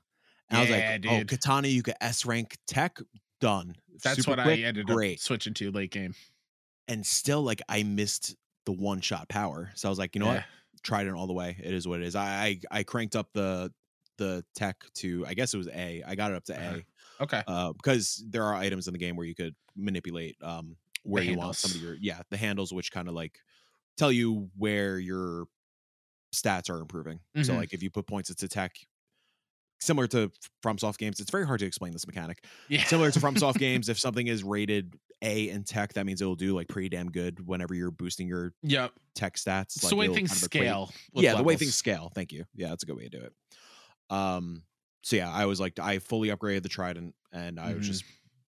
Speaker 1: And I was
Speaker 2: Yeah,
Speaker 1: like,
Speaker 2: dude.
Speaker 1: oh, katana, you could S rank tech. Done.
Speaker 2: That's
Speaker 1: Super
Speaker 2: what
Speaker 1: quick,
Speaker 2: I ended
Speaker 1: great
Speaker 2: up switching to late game.
Speaker 1: and still like I missed the one shot power. So I was like, you know
Speaker 2: yeah.
Speaker 1: what? Tried it all the way. It is what it is. I, I I cranked up the the tech to I guess it was A. I got it up to
Speaker 2: Uh-huh.
Speaker 1: A.
Speaker 2: Okay.
Speaker 1: Uh because there are items in the game where you could manipulate um where you want some of
Speaker 2: handles.
Speaker 1: your yeah, the handles which kind of like tell you where your stats are improving. So
Speaker 2: Mhm.
Speaker 1: like if you put points into tech similar to FromSoft games, it's very hard to explain this mechanic
Speaker 2: (laughs) Yeah.
Speaker 1: similar to FromSoft games, if something is rated A in tech, that means it'll do like pretty damn good whenever you're boosting your
Speaker 2: Yep.
Speaker 1: tech stats.
Speaker 2: It's
Speaker 1: like,
Speaker 2: the way
Speaker 1: it'll
Speaker 2: things
Speaker 1: kind of equate-
Speaker 2: scale. with
Speaker 1: Yeah, the way
Speaker 2: levels.
Speaker 1: things scale. Thank you. Yeah, that's a good way to do it. Um, so yeah, I was like, I fully upgraded the trident, and I was
Speaker 2: Mhm.
Speaker 1: just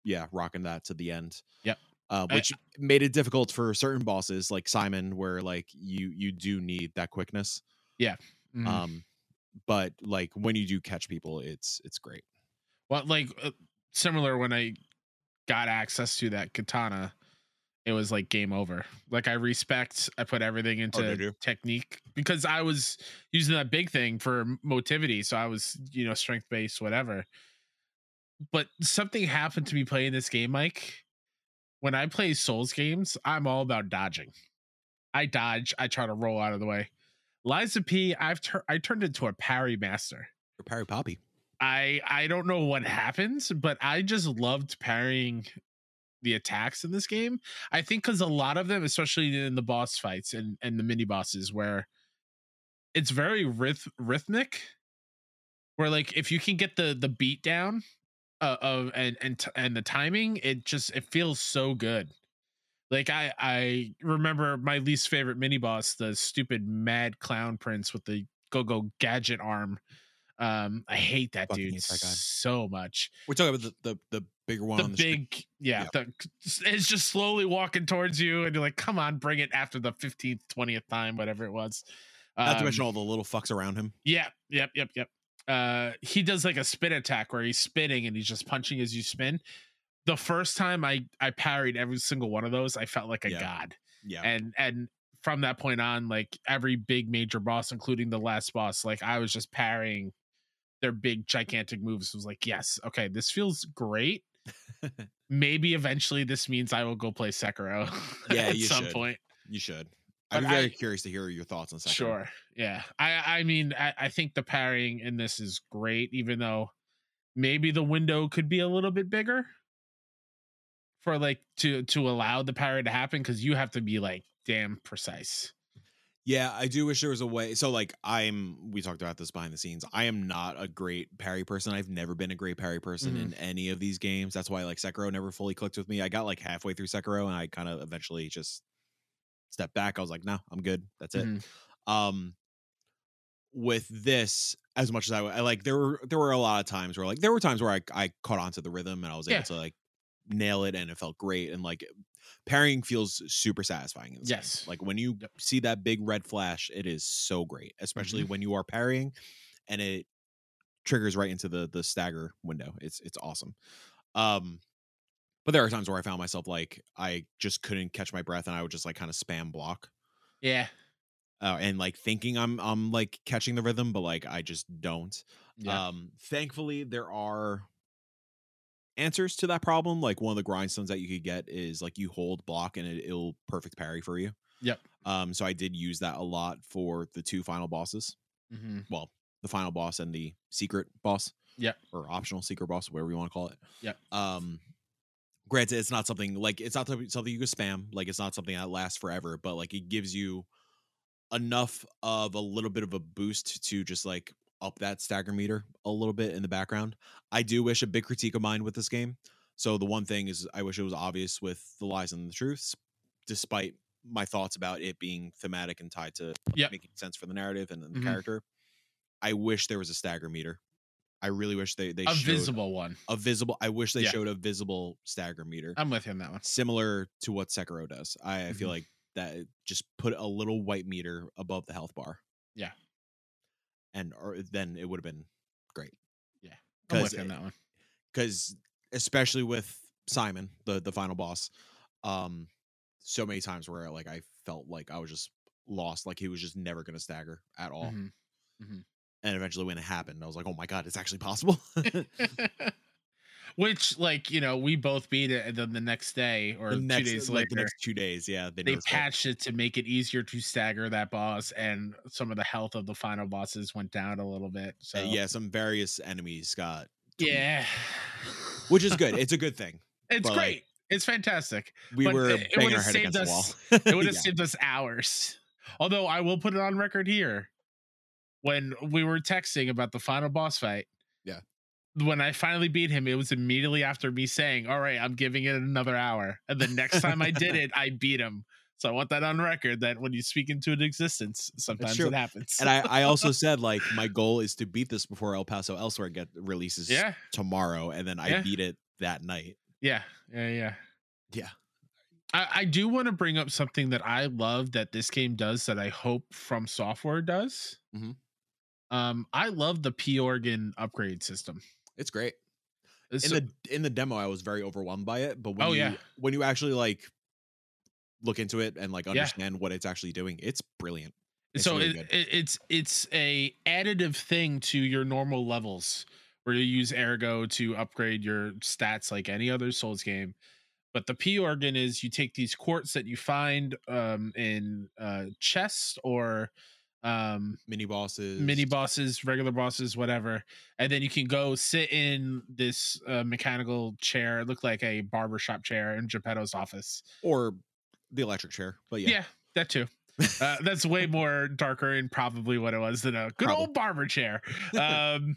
Speaker 1: yeah rocking that to the end.
Speaker 2: Yep.
Speaker 1: Uh,
Speaker 2: I-
Speaker 1: which made it difficult for certain bosses like Simon, where like you you do need that quickness.
Speaker 2: Mhm.
Speaker 1: Um, but like when you do catch people, it's it's great.
Speaker 2: Well, like uh, similar when I got access to that katana, it was like game over. Like I respect, I put everything
Speaker 1: Oh, did
Speaker 2: into
Speaker 1: you?
Speaker 2: technique because I was using that big thing for m- motivity, so I was you know strength based whatever. But something happened to me playing this game, Mike. When I play Souls games, I'm all about dodging. I dodge. I try to roll out of the way. Liza P, I've tur- I turned into a parry master.
Speaker 1: Or Parry Poppy.
Speaker 2: I I don't know what happens, but I just loved parrying the attacks in this game. I think because a lot of them, especially in the boss fights and and the mini bosses, where it's very ryth- rhythmic, where like if you can get the the beat down uh, of and and t- and the timing, it just it feels so good. Like I I remember my least favorite mini boss, the stupid mad clown prince with the go go gadget arm. Um, I hate that
Speaker 1: Fucking
Speaker 2: dude
Speaker 1: hate that guy.
Speaker 2: so much
Speaker 1: We're talking about the the, the bigger one.
Speaker 2: the,
Speaker 1: on the street.
Speaker 2: big yeah, The, it's just slowly walking towards you and you're like come on bring it after the 15th 20th time whatever it was
Speaker 1: Not to
Speaker 2: Um,
Speaker 1: mention all the little fucks around him.
Speaker 2: yep yep yep yep uh he does like a spin attack where he's spinning and he's just punching as you spin the first time i i parried every single one of those i felt like a
Speaker 1: Yeah.
Speaker 2: god
Speaker 1: Yeah.
Speaker 2: and and from that point on like every big major boss including the last boss like i was just parrying their big gigantic moves It was like yes okay this feels
Speaker 1: (laughs)
Speaker 2: great maybe eventually this means i will go play sekiro (laughs)
Speaker 1: Yeah,
Speaker 2: at
Speaker 1: you
Speaker 2: some
Speaker 1: should.
Speaker 2: point
Speaker 1: you should.
Speaker 2: But
Speaker 1: I'd be very
Speaker 2: I-
Speaker 1: curious to hear your thoughts on second.
Speaker 2: sure yeah i i mean I, I think the parrying in this is great even though maybe the window could be a little bit bigger for like to to allow the parry to happen because you have to be like damn precise
Speaker 1: Yeah, I do wish there was a way. So like I'm we talked about this behind the scenes. I am not a great parry person. I've never been a great parry person
Speaker 2: Mhm.
Speaker 1: in any of these games. That's why like Sekiro never fully clicked with me. I got like halfway through Sekiro and I kind of eventually just stepped back. I was like, no, I'm good. That's it.
Speaker 2: Mhm.
Speaker 1: um with this as much as I, I like there were there were a lot of times where like there were times where I I caught onto the rhythm and I was
Speaker 2: Yeah.
Speaker 1: able to like nail it and it felt great and like parrying feels super satisfying. in this game.
Speaker 2: Yes.
Speaker 1: Like when you
Speaker 2: Yep.
Speaker 1: see that big red flash, it is so great, especially when you are parrying and it triggers right into the the stagger window. It's it's awesome. Um but there are times where I found myself like I just couldn't catch my breath and I would just like kind of spam block
Speaker 2: yeah
Speaker 1: uh, and like thinking I'm I'm like catching the rhythm, but like I just don't.
Speaker 2: yeah
Speaker 1: Um, thankfully, there are answers to that problem. Like one of the grindstones that you could get is like you hold block and it, it'll perfect parry for you.
Speaker 2: Yep.
Speaker 1: Um, so I did use that a lot for the two final bosses.
Speaker 2: Mhm.
Speaker 1: Well, the final boss and the secret boss.
Speaker 2: Yep.
Speaker 1: Or optional secret boss, whatever you want to call it.
Speaker 2: Yep.
Speaker 1: Um, granted, it's not something like it's not something something you can spam. Like it's not something that lasts forever, but like it gives you enough of a little bit of a boost to just like up that stagger meter a little bit in the background. I do wish a big critique of mine with this game. So the one thing is I wish it was obvious with the lies and the truths, despite my thoughts about it being thematic and tied to like,
Speaker 2: Yep.
Speaker 1: making sense for the narrative and, and the
Speaker 2: Mhm.
Speaker 1: character. I wish there was a stagger meter I really wish they they
Speaker 2: a
Speaker 1: showed
Speaker 2: visible one.
Speaker 1: a visible. I wish they
Speaker 2: Yeah. Uh
Speaker 1: showed a visible stagger meter,
Speaker 2: I'm with him that one.
Speaker 1: similar to what Sekiro does. I, I feel
Speaker 2: Mhm.
Speaker 1: like that just put a little white meter above the health bar.
Speaker 2: Yeah.
Speaker 1: and or then it would have been great
Speaker 2: I'm
Speaker 1: 'Cause
Speaker 2: with him
Speaker 1: it-
Speaker 2: that one.
Speaker 1: because especially with Simon, the the final boss, um, so many times where like I felt like I was just lost, like he was just never gonna stagger at all.
Speaker 2: Mhm.
Speaker 1: And eventually, when it happened, I was like, "Oh my god, it's actually possible!"
Speaker 2: Which, like, you know, we both beat it, and then the next day or
Speaker 1: the next,
Speaker 2: two days
Speaker 1: like the
Speaker 2: later,
Speaker 1: next two days, yeah,
Speaker 2: they
Speaker 1: nerfed it.
Speaker 2: patched it to make it easier to stagger that boss, and some of the health of the final bosses went down a little bit. So
Speaker 1: Uh, yeah, some various enemies got,
Speaker 2: yeah,
Speaker 1: which is good. It's a good thing.
Speaker 2: it's
Speaker 1: but,
Speaker 2: great.
Speaker 1: like,
Speaker 2: it's fantastic.
Speaker 1: We
Speaker 2: But
Speaker 1: were
Speaker 2: it- it
Speaker 1: banging
Speaker 2: would've
Speaker 1: our head
Speaker 2: saved
Speaker 1: against the
Speaker 2: us-
Speaker 1: wall. (laughs)
Speaker 2: It would have
Speaker 1: Yeah.
Speaker 2: saved us hours. Although I will put it on record here, when we were texting about the final boss fight.
Speaker 1: Yeah.
Speaker 2: When I finally beat him, it was immediately after me saying, "All right, I'm giving it another hour." And the next time I did it, I beat him. So I want that on record that when you speak into an existence, sometimes
Speaker 1: true.
Speaker 2: it happens.
Speaker 1: And I, I
Speaker 2: (laughs)
Speaker 1: also said like my goal is to beat this before El Paso Elsewhere get releases
Speaker 2: yeah,
Speaker 1: tomorrow, and then I
Speaker 2: Yeah.
Speaker 1: beat it that night.
Speaker 2: yeah, yeah, yeah.
Speaker 1: Yeah.
Speaker 2: I, I do want to bring up something that I love that this game does that I hope From Software does.
Speaker 1: Mhm.
Speaker 2: Um, I love the P organ upgrade system.
Speaker 1: It's great.
Speaker 2: It's
Speaker 1: in
Speaker 2: so-
Speaker 1: the in the demo i was very overwhelmed by it but when
Speaker 2: Oh,
Speaker 1: you
Speaker 2: yeah.
Speaker 1: when you actually like look into it and like
Speaker 2: Yeah.
Speaker 1: understand what it's actually doing it's brilliant it's
Speaker 2: so
Speaker 1: really
Speaker 2: it,
Speaker 1: good.
Speaker 2: it, it's it's a additive thing to your normal levels where you use ergo to upgrade your stats like any other souls game but the p organ is you take these quartz that you find um in uh chests or um
Speaker 1: mini bosses
Speaker 2: mini bosses, regular bosses, whatever. And then you can go sit in this uh, mechanical chair, it looked like a barbershop chair in Geppetto's office.
Speaker 1: or the electric chair but
Speaker 2: Yeah,
Speaker 1: yeah,
Speaker 2: that too. Uh,
Speaker 1: (laughs)
Speaker 2: that's way more darker and probably what it was than a good
Speaker 1: Probably.
Speaker 2: old
Speaker 1: (laughs)
Speaker 2: barber chair. Um,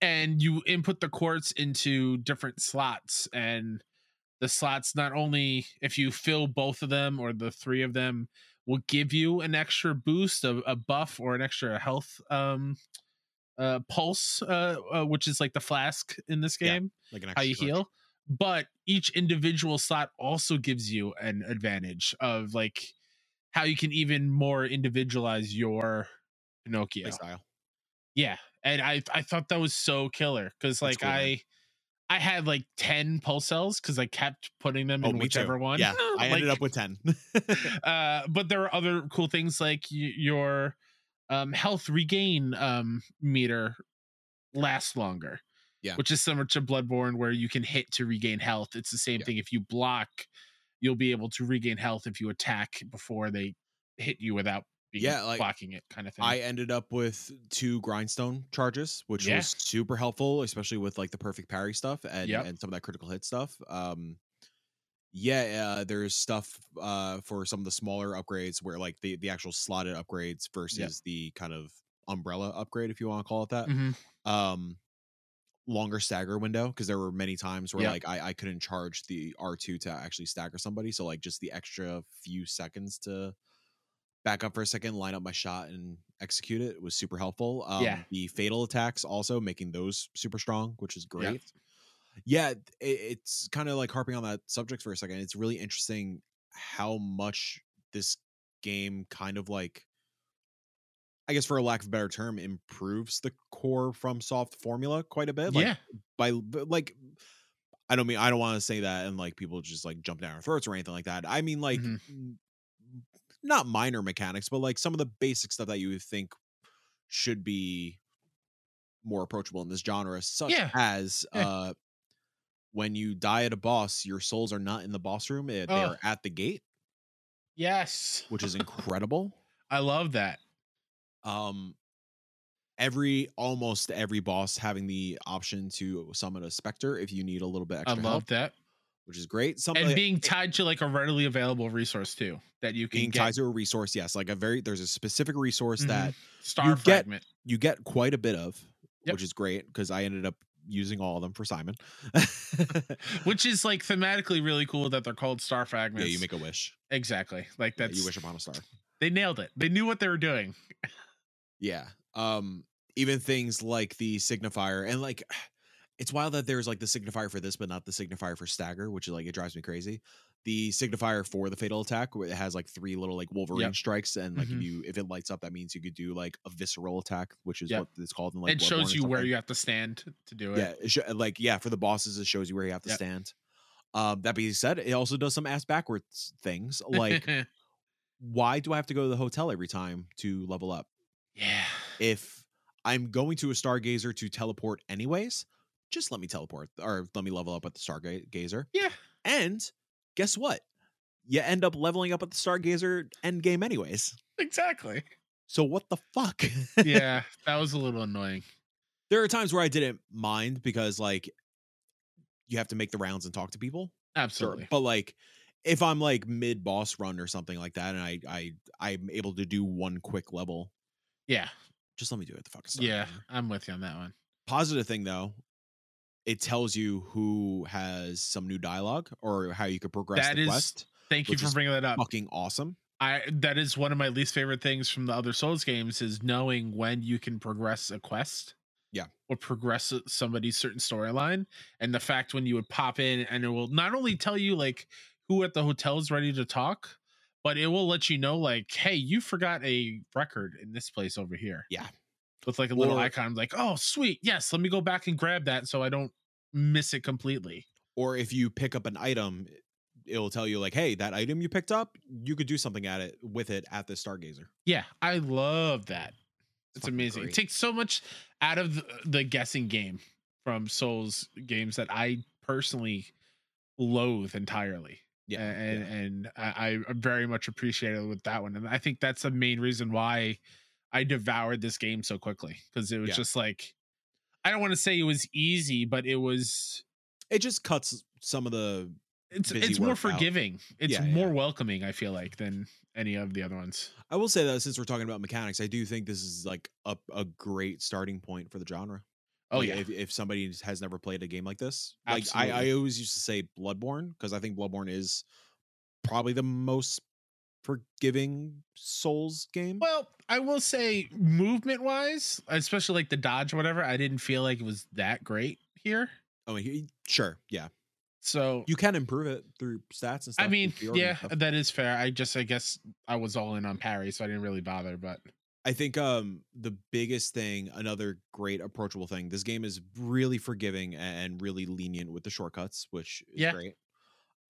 Speaker 2: and you input the quartz into different slots, and the slots not only if you fill both of them or the three of them will give you an extra boost, a, a buff, or an extra health um, uh, pulse, uh, uh, which is like the flask in this
Speaker 1: Yeah.
Speaker 2: game
Speaker 1: like an
Speaker 2: how
Speaker 1: extra
Speaker 2: you
Speaker 1: charge.
Speaker 2: heal. But each individual slot also gives you an advantage of like how you can even more individualize your Pinocchio.
Speaker 1: playstyle
Speaker 2: Yeah, and I I thought that was so killer because like
Speaker 1: cool, man.
Speaker 2: I I had like ten pulse cells because I kept putting them
Speaker 1: oh
Speaker 2: in
Speaker 1: me too
Speaker 2: whichever one. (laughs)
Speaker 1: yeah i ended
Speaker 2: Like,
Speaker 1: up with
Speaker 2: (laughs)
Speaker 1: 10
Speaker 2: uh, but there are other cool things like y- your um, health regain um, meter lasts longer.
Speaker 1: Yeah.
Speaker 2: Which is similar to Bloodborne, where you can hit to regain health. It's the same
Speaker 1: Yeah.
Speaker 2: thing. If you block, you'll be able to regain health if you attack before they hit you without being
Speaker 1: Yeah, like,
Speaker 2: blocking it, kind of
Speaker 1: (laughs)
Speaker 2: thing.
Speaker 1: i ended up with two grindstone charges which
Speaker 2: Yeah.
Speaker 1: was super helpful especially with like the perfect parry stuff and
Speaker 2: Yep.
Speaker 1: and some of that critical hit stuff um yeah uh, there's stuff uh for some of the smaller upgrades where like the the actual slotted upgrades versus the kind of umbrella upgrade if you want to call it that
Speaker 2: Mhm.
Speaker 1: um longer stagger window because there were many times where
Speaker 2: Yep.
Speaker 1: like I, I couldn't charge the r2 to actually stagger somebody so like just the extra few seconds to back up for a second line up my shot and execute it was super helpful um
Speaker 2: Yeah.
Speaker 1: the fatal attacks also making those super strong which is
Speaker 2: Yeah.
Speaker 1: great yeah it, it's kind of like harping on that subject for a second it's really interesting how much this game kind of like I guess for a lack of a better term, improves the core from soft formula quite a bit. Like
Speaker 2: yeah.
Speaker 1: by but, like I don't mean I don't want to say that and like people just like jump down our throats or anything like that. I mean like
Speaker 2: Mhm.
Speaker 1: m- not minor mechanics, but like some of the basic stuff that you would think should be more approachable in this genre, such
Speaker 2: Yeah.
Speaker 1: as
Speaker 2: Yeah.
Speaker 1: uh when you die at a boss, your souls are not in the boss room. eh, They
Speaker 2: Oh.
Speaker 1: are at the gate,
Speaker 2: Yes.
Speaker 1: which
Speaker 2: (laughs)
Speaker 1: is incredible.
Speaker 2: I love that.
Speaker 1: um every almost every boss having the option to summon a specter if you need a little bit
Speaker 2: I
Speaker 1: extra Oh, help,
Speaker 2: love that.
Speaker 1: which is great something
Speaker 2: And
Speaker 1: like
Speaker 2: being tied to like a readily available resource too that you can
Speaker 1: being
Speaker 2: get
Speaker 1: tied to a resource yes like a very there's a specific resource
Speaker 2: Mhm.
Speaker 1: that
Speaker 2: star
Speaker 1: you get-
Speaker 2: fragment.
Speaker 1: you get quite a bit of
Speaker 2: Yep.
Speaker 1: which is great because i ended up using all of them for simon
Speaker 2: (laughs) which is like thematically really cool that they're called
Speaker 1: (laughs)
Speaker 2: star
Speaker 1: yeah
Speaker 2: fragments.
Speaker 1: you make a wish
Speaker 2: exactly like
Speaker 1: Yeah,
Speaker 2: that's
Speaker 1: you wish upon a star
Speaker 2: they nailed it. They knew what they were doing.
Speaker 1: yeah um even things like the signifier and like (sighs) it's wild that there's like the signifier for this but not the signifier for stagger which is like it drives me crazy the signifier for the fatal attack where it has like three little like wolverine
Speaker 2: Yep.
Speaker 1: strikes and like
Speaker 2: Mhm.
Speaker 1: if you if it lights up that means you could do like a visceral attack which is
Speaker 2: Yep.
Speaker 1: what it's called in like
Speaker 2: it
Speaker 1: Bloodborne
Speaker 2: shows
Speaker 1: and
Speaker 2: you
Speaker 1: stuff
Speaker 2: where
Speaker 1: like-
Speaker 2: you have to stand to do it.
Speaker 1: yeah it sho- like yeah for the bosses it shows you where you have to
Speaker 2: Yep.
Speaker 1: stand um that being said it also does some ass backwards
Speaker 2: (laughs)
Speaker 1: things like why do i have to go to the hotel every time to level up
Speaker 2: yeah.
Speaker 1: if I'm going to a stargazer to teleport anyways, just let me teleport or let me level up at the stargazer.
Speaker 2: Yeah.
Speaker 1: And guess what? You end up leveling up at the stargazer end game anyways.
Speaker 2: (laughs)
Speaker 1: (laughs)
Speaker 2: Exactly.
Speaker 1: So what the fuck? (laughs)
Speaker 2: yeah, that was a little annoying.
Speaker 1: there are times where I didn't mind because like you have to make the rounds and talk to people. Sure.
Speaker 2: Absolutely.
Speaker 1: But like if I'm like mid boss run or something like that and I I I'm able to do one quick level,
Speaker 2: Yeah.
Speaker 1: just let me do it at the fucking start.
Speaker 2: Yeah.
Speaker 1: man.
Speaker 2: I'm with you on that one.
Speaker 1: positive thing though it tells you who has some new dialogue or how you could progress
Speaker 2: That
Speaker 1: the
Speaker 2: is
Speaker 1: quest
Speaker 2: Thank you
Speaker 1: Which
Speaker 2: for
Speaker 1: is
Speaker 2: bringing that up.
Speaker 1: fucking awesome
Speaker 2: I that is one of my least favorite things from the other Souls games is knowing when you can progress a quest.
Speaker 1: Yeah.
Speaker 2: Or progress a- somebody's certain storyline. And the fact when you would pop in and it will not only tell you like who at the hotel is ready to talk, but it will let you know like, hey, you forgot a record in this place over here.
Speaker 1: Yeah.
Speaker 2: With like a little
Speaker 1: Or-
Speaker 2: icon like, oh sweet, yes, let me go back and grab that so I don't miss it completely.
Speaker 1: or if you pick up an item it'll tell you like hey that item you picked up you could do something at it with it at the stargazer
Speaker 2: Yeah, I love that. It's
Speaker 1: fucking
Speaker 2: amazing.
Speaker 1: great.
Speaker 2: It takes so much out of the, the guessing game from Souls games that I personally loathe entirely.
Speaker 1: yeah
Speaker 2: A- and
Speaker 1: yeah.
Speaker 2: and I, I very much appreciate it with that one. And I think that's the main reason why I devoured this game so quickly because it was
Speaker 1: Yeah.
Speaker 2: just like I don't want to say it was easy, but it was
Speaker 1: it just cuts some of the
Speaker 2: it's
Speaker 1: Busy
Speaker 2: it's more
Speaker 1: work out.
Speaker 2: forgiving. It's
Speaker 1: Yeah, yeah,
Speaker 2: more
Speaker 1: yeah.
Speaker 2: welcoming. I feel like than any of the other ones.
Speaker 1: i will say that since we're talking about mechanics i do think this is like a, a great starting point for the genre
Speaker 2: Oh
Speaker 1: Like,
Speaker 2: yeah,
Speaker 1: if, if somebody has never played a game like this, like I, I
Speaker 2: Absolutely.
Speaker 1: always used to say Bloodborne because I think Bloodborne is probably the most forgiving Souls game.
Speaker 2: Well, I will say movement wise, especially like the dodge or whatever, I didn't feel like it was that great here.
Speaker 1: I mean, Oh, he- sure, yeah,
Speaker 2: So
Speaker 1: you can improve it through stats and stuff.
Speaker 2: I
Speaker 1: through
Speaker 2: mean,
Speaker 1: pre-order and
Speaker 2: yeah,
Speaker 1: stuff.
Speaker 2: that is fair. I just I guess I was all in on parry, so I didn't really bother, but
Speaker 1: I think um the biggest thing, another great approachable thing, this game is really forgiving a- and really lenient with the shortcuts, which is
Speaker 2: Yeah.
Speaker 1: great.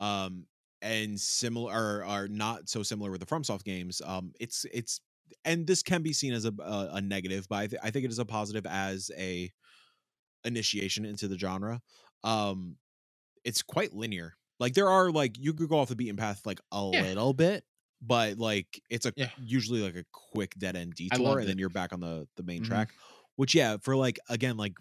Speaker 1: Um and similar are not so similar with the FromSoft games. Um it's it's and this can be seen as a a, a negative, but I, th- I think it is a positive as a initiation into the genre. Um it's quite linear. Like there are like you could go off the beaten path like a
Speaker 2: Yeah.
Speaker 1: little bit, but like it's a
Speaker 2: Yeah.
Speaker 1: usually like a quick dead end detour
Speaker 2: loved
Speaker 1: and then
Speaker 2: it.
Speaker 1: you're back on the the main
Speaker 2: Mhm.
Speaker 1: track which yeah for like again like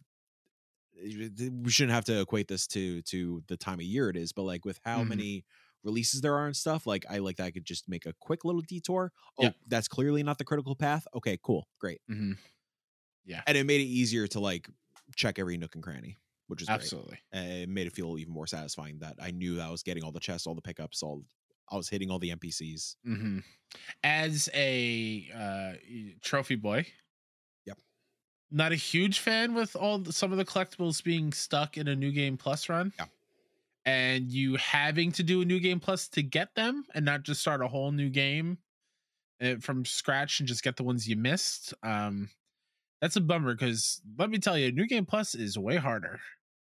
Speaker 1: eh, th- we shouldn't have to equate this to to the time of year it is but like with how
Speaker 2: Mhm.
Speaker 1: many releases there are and stuff like i like that i could just make a quick little detour oh
Speaker 2: Yeah.
Speaker 1: that's clearly not the critical path okay cool great
Speaker 2: mhm,
Speaker 1: and it made it easier to like check every nook and cranny which is great
Speaker 2: absolutely.
Speaker 1: uh, it made it feel even more satisfying that i knew that i was getting all the chests all the pickups all i was hitting all the npcs
Speaker 2: Mhm. As a uh, y- trophy boy,
Speaker 1: Yep.
Speaker 2: not a huge fan with all the, some of the collectibles being stuck in a new game plus run.
Speaker 1: Yeah.
Speaker 2: And you having to do a new game plus to get them, and not just start a whole new game uh, from scratch and just get the ones you missed. Um, that's a bummer because let me tell you, new game plus is way harder.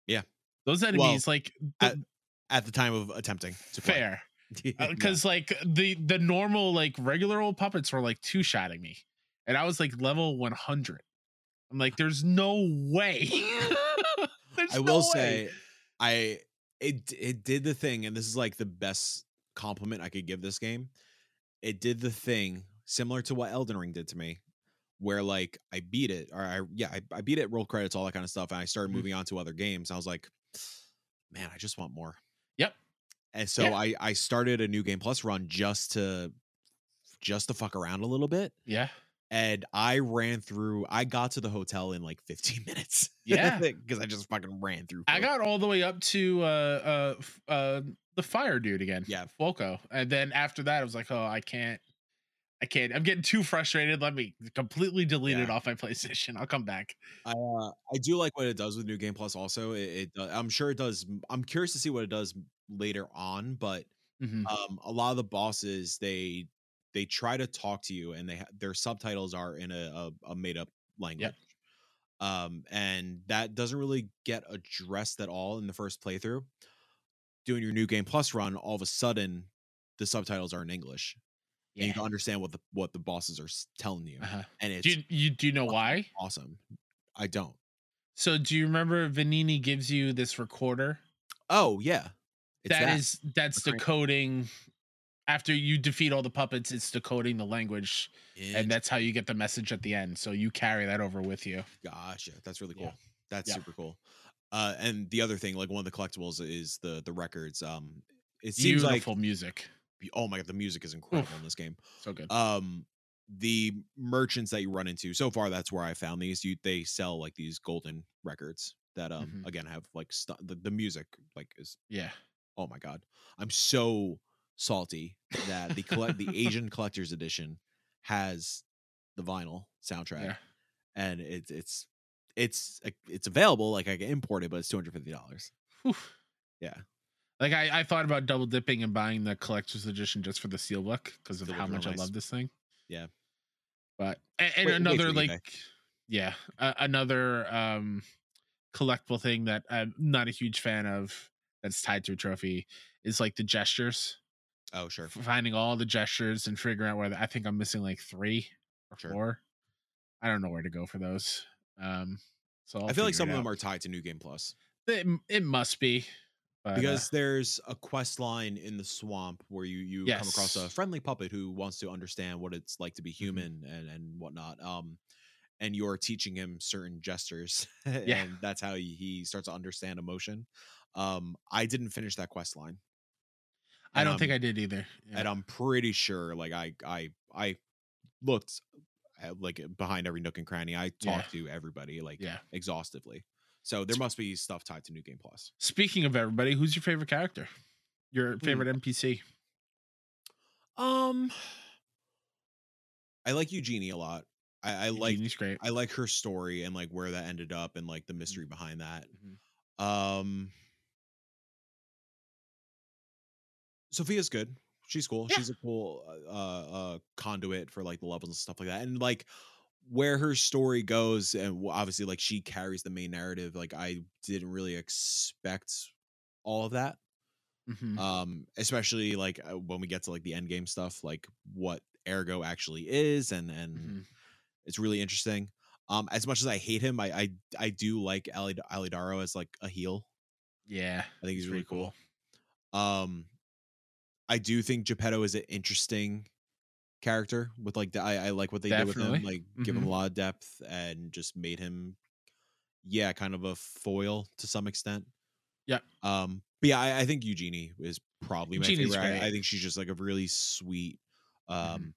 Speaker 1: Yeah.
Speaker 2: those enemies like the-
Speaker 1: at- at the time of attempting to play. (laughs)
Speaker 2: fair uh,
Speaker 1: Yeah.
Speaker 2: because like the the normal like regular old puppets were like two shotting me and i was like level 100 i'm like there's no way (laughs) There's
Speaker 1: I
Speaker 2: no
Speaker 1: will
Speaker 2: way.
Speaker 1: say, I it it did the thing, and this is like the best compliment I could give this game. It did the thing similar to what Elden Ring did to me, where like I beat it, or I yeah, I, I beat it, roll credits, all that kind of stuff, and I started
Speaker 2: Mhm.
Speaker 1: moving on to other games. I was like, man, I just want more.
Speaker 2: Yep.
Speaker 1: And so
Speaker 2: Yeah.
Speaker 1: I I started a new game plus run just to just to fuck around a little bit.
Speaker 2: yeah
Speaker 1: And I ran through, I got to the hotel in like 15 (laughs) minutes.
Speaker 2: Yeah.
Speaker 1: Because I just fucking ran through.
Speaker 2: i
Speaker 1: first.
Speaker 2: got all the way up to uh uh f- uh the fire dude again
Speaker 1: Yeah.
Speaker 2: Volko. and then after that i was like oh i can't i I can't. I'm getting too frustrated. Let me completely delete it
Speaker 1: Yeah.
Speaker 2: off my (laughs) PlayStation. I'll come back.
Speaker 1: I uh, I do like what it does with New Game Plus. Also, it, it do- I'm sure it does. I'm curious to see what it does later on, but
Speaker 2: Mhm.
Speaker 1: um, a lot of the bosses they they try to talk to you, and they ha- their subtitles are in a a, a made up language. Um, and that doesn't really get addressed at all in the first playthrough. Doing your New Game Plus run, all of a sudden, the subtitles are in English, and you
Speaker 2: Yeah.
Speaker 1: can understand what the what the bosses are s- telling you, (laughs)
Speaker 2: Uh-huh.
Speaker 1: and it's
Speaker 2: Do you, you do you know
Speaker 1: fucking
Speaker 2: why?
Speaker 1: awesome. I don't.
Speaker 2: So do you remember Vanini gives you this recorder?
Speaker 1: Oh yeah,
Speaker 2: that is that's
Speaker 1: That's right.
Speaker 2: decoding after you defeat all the puppets, it's decoding the language, and that's how you get the message at the end. So you carry that over with you.
Speaker 1: gotcha. That's really cool.
Speaker 2: Yeah.
Speaker 1: That's
Speaker 2: Yeah.
Speaker 1: super cool. Uh, and the other thing, like one of the collectibles, is the the records. Um, it seems
Speaker 2: Beautiful music.
Speaker 1: like oh my god, the music is incredible in this game.
Speaker 2: So good.
Speaker 1: Um, the merchants that you run into so far, that's where I found these. You they sell like these golden records that um
Speaker 2: Mhm.
Speaker 1: again have like stu- the the music like is
Speaker 2: yeah.
Speaker 1: oh my god, I'm so salty that the collect the
Speaker 2: (laughs)
Speaker 1: Asian collector's edition has the vinyl soundtrack.
Speaker 2: Yeah.
Speaker 1: and it's it's it's like, it's available. Like I can import it, but it's two hundred fifty dollars.
Speaker 2: Whew.
Speaker 1: Yeah.
Speaker 2: Like I, I thought about double dipping and buying the collector's edition just for the seal book because of
Speaker 1: The
Speaker 2: how
Speaker 1: original
Speaker 2: much I
Speaker 1: nice.
Speaker 2: love this thing.
Speaker 1: Yeah.
Speaker 2: But and, and
Speaker 1: Wait, wait
Speaker 2: another
Speaker 1: for eBay.
Speaker 2: like yeah, uh, another um collectible thing that I'm not a huge fan of that's tied to a trophy is like the gestures.
Speaker 1: Oh sure,
Speaker 2: Finding all the gestures and figuring out where the, I think I'm missing like 3 or
Speaker 1: Sure.
Speaker 2: 4. I don't know where to go for those. Um so I'll
Speaker 1: i feel like
Speaker 2: figure
Speaker 1: some
Speaker 2: it
Speaker 1: of them
Speaker 2: out.
Speaker 1: are tied to New Game Plus
Speaker 2: it, it must be but, uh,
Speaker 1: because there's a quest line in the swamp where you you come across a
Speaker 2: Yes.
Speaker 1: friendly puppet who wants to understand what it's like to be human and and whatnot. Um, and you're teaching him certain gestures, (laughs)
Speaker 2: Yeah.
Speaker 1: and that's how he- he starts to understand emotion. Um, I didn't finish that quest line.
Speaker 2: I
Speaker 1: and
Speaker 2: don't
Speaker 1: I'm-
Speaker 2: think I did either. Yeah.
Speaker 1: and I'm pretty sure like I I I looked at, like uh, behind every nook and cranny. I
Speaker 2: Yeah.
Speaker 1: talked to everybody like
Speaker 2: yeah.
Speaker 1: exhaustively. So there must be stuff tied to New Game Plus.
Speaker 2: Speaking of everybody, who's your favorite character? Your
Speaker 1: Hmm.
Speaker 2: favorite NPC?
Speaker 1: Um, I like Eugenie a lot. I, I like
Speaker 2: Eugenie's great.
Speaker 1: I like her story and like where that ended up and
Speaker 2: Mm.
Speaker 1: like the mystery behind that.
Speaker 2: Mhm.
Speaker 1: Um, Sophia's good. She's cool.
Speaker 2: Yeah.
Speaker 1: She's a cool uh, uh, conduit for like the levels and stuff like that. And like where her story goes, and wh- obviously like she carries the main narrative. Like I didn't really expect all of that.
Speaker 2: Mhm.
Speaker 1: Um, especially like uh, when we get to like the end game stuff, like what Ergo actually is, and and
Speaker 2: Mhm.
Speaker 1: it's really interesting. Um, as much as I hate him, I I, I do like Ali Alidaro as like a heel.
Speaker 2: Yeah.
Speaker 1: I think he's really
Speaker 2: pretty
Speaker 1: cool. Um, I do think Geppetto is an interesting character with like the, I I like what they did with him,
Speaker 2: Definitely.
Speaker 1: like give him
Speaker 2: Mhm.
Speaker 1: a lot of depth and just made him, yeah, kind of a foil to some extent.
Speaker 2: Yeah.
Speaker 1: Um. But yeah, I, I think Eugenie is probably my
Speaker 2: Eugenie's
Speaker 1: favorite. I, I
Speaker 2: great. Mm-hmm.
Speaker 1: think she's just like a really sweet, um,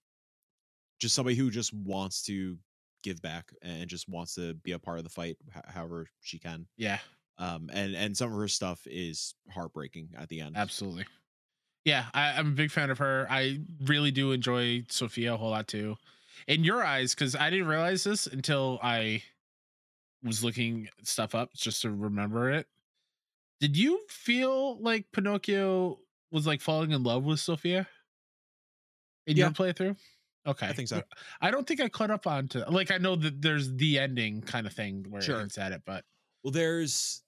Speaker 1: just somebody who just wants to give back and just wants to be a part of the fight, h- however she can
Speaker 2: Yeah,
Speaker 1: um and and some of her stuff is heartbreaking at the end
Speaker 2: absolutely. Yeah, I, I'm a big fan of her. I really do enjoy Sophia a whole lot too. In your eyes, because I didn't realize this until I was looking stuff up just to remember it. Did you feel like Pinocchio was like falling in love with Sophia in your
Speaker 1: Yeah.
Speaker 2: playthrough? Okay,
Speaker 1: i think so
Speaker 2: I don't think I caught up on to like I know that there's the ending kind of thing where
Speaker 1: Sure.
Speaker 2: it hints at it, but
Speaker 1: well there's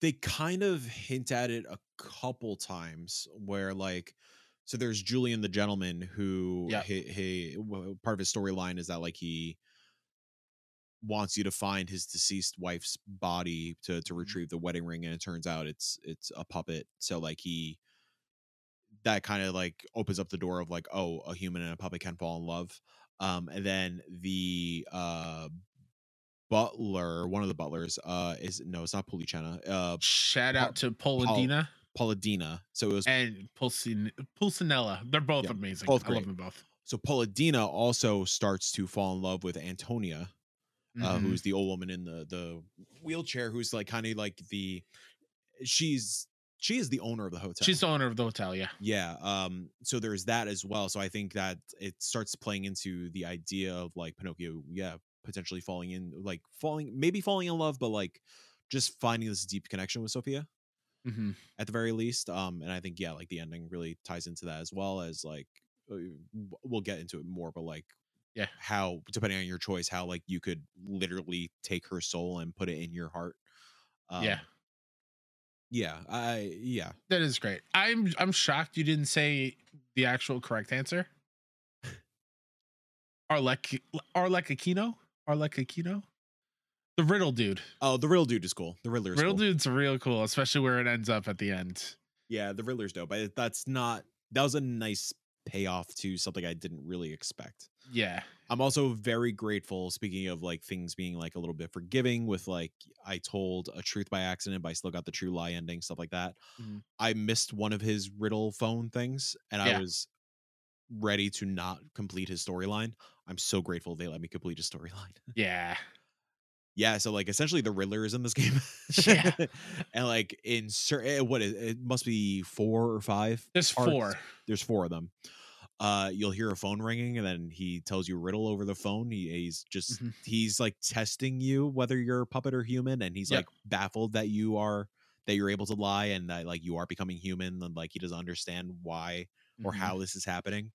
Speaker 1: they kind of hint at it a couple times where like so there's julian the gentleman who
Speaker 2: Yeah.
Speaker 1: he, he w- part of his storyline is that like he wants you to find his deceased wife's body to to
Speaker 2: Mhm.
Speaker 1: retrieve the wedding ring and it turns out it's it's a puppet so like he that kind of like opens up the door of like oh a human and a puppet can fall in love um and then the uh butler one of the butlers uh is no it's not Policena uh
Speaker 2: shout
Speaker 1: Paul-
Speaker 2: out to Polandina
Speaker 1: Paladina so it was
Speaker 2: and Pulsin- Pulsinella. They're both
Speaker 1: Yeah,
Speaker 2: amazing.
Speaker 1: both
Speaker 2: I love
Speaker 1: great.
Speaker 2: them both.
Speaker 1: so Paladina also starts to fall in love with Antonia uh,
Speaker 2: Mhm.
Speaker 1: who's the old woman in the the wheelchair who's like kind of like the she's she is the owner of the hotel.
Speaker 2: She's the owner of the hotel. Yeah.
Speaker 1: yeah. Um. So there's that as well. So I think that it starts playing into the idea of like Pinocchio. Yeah, potentially falling in, like falling, maybe falling in love, but like just finding this deep connection with Sophia
Speaker 2: Mm-hmm.
Speaker 1: at the very least. Um. And I think yeah, like the ending really ties into that as well as like uh, w- we'll get into it more, but like
Speaker 2: Yeah.
Speaker 1: how depending on your choice, how like you could literally take her soul and put it in your heart. Um,
Speaker 2: yeah.
Speaker 1: Yeah. I yeah.
Speaker 2: That is great. I'm I'm shocked you didn't say the actual correct answer. Arlec Arlec Aquino? Arlec Aquino? The riddle dude.
Speaker 1: Oh, the real dude is cool. The Riddler is
Speaker 2: riddle
Speaker 1: cool.
Speaker 2: dude's real cool, especially where it ends up at the end.
Speaker 1: Yeah, the Riddler's dope. I, that's not that was a nice payoff to something I didn't really expect.
Speaker 2: Yeah.
Speaker 1: I'm also very grateful. Speaking of like things being like a little bit forgiving, with like I told a truth by accident, but I still got the true lie ending, stuff like that.
Speaker 2: Mhm.
Speaker 1: I missed one of his riddle phone things, and I
Speaker 2: Yeah.
Speaker 1: was ready to not complete his storyline. I'm so grateful they let me complete his storyline. (laughs)
Speaker 2: Yeah.
Speaker 1: Yeah, so like essentially the Riddler is in this game.
Speaker 2: Yeah.
Speaker 1: (laughs) and like in certain what is it must be four or five
Speaker 2: There's
Speaker 1: Arts.
Speaker 2: four.
Speaker 1: there's four of them. Uh, you'll hear a phone ringing, and then he tells you a riddle over the phone. He, he's just
Speaker 2: Mhm.
Speaker 1: he's like testing you whether you're a puppet or human, and he's
Speaker 2: Yep.
Speaker 1: like baffled that you are that you're able to lie and that like you are becoming human, and like he doesn't understand why or
Speaker 2: Mhm.
Speaker 1: how this is happening.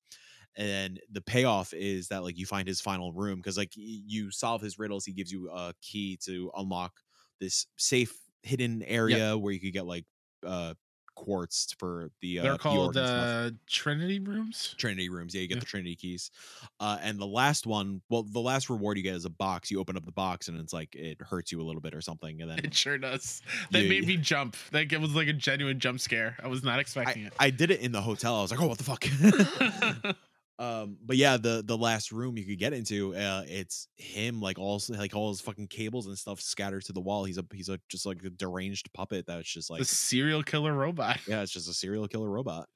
Speaker 1: And the payoff is that like you find his final room because like y- you solve his riddles, he gives you a key to unlock this safe hidden area where you could get like uh quartz for the uh,
Speaker 2: They're
Speaker 1: the
Speaker 2: called
Speaker 1: organs left.
Speaker 2: uh, Trinity rooms.
Speaker 1: Trinity rooms. Yeah, you get
Speaker 2: Yeah.
Speaker 1: the Trinity keys. Uh, and the last one, well, the last reward you get is a box. You open up the box and it's like it hurts you a little bit or something. And then
Speaker 2: (laughs) It sure does. That
Speaker 1: You-
Speaker 2: made me jump. Like it was like a genuine jump scare. I was not expecting
Speaker 1: (laughs)
Speaker 2: (laughs)
Speaker 1: I, I did it in the hotel. I was like, oh, what the fuck? (laughs)
Speaker 2: it.
Speaker 1: um, but yeah, the the last room you could get into, uh, it's him like all s- like all his fucking cables and stuff scattered to the wall. He's a he's a just like a deranged puppet that's just like
Speaker 2: the serial killer robot.
Speaker 1: (laughs)
Speaker 2: (laughs)
Speaker 1: yeah, it's just a serial killer robot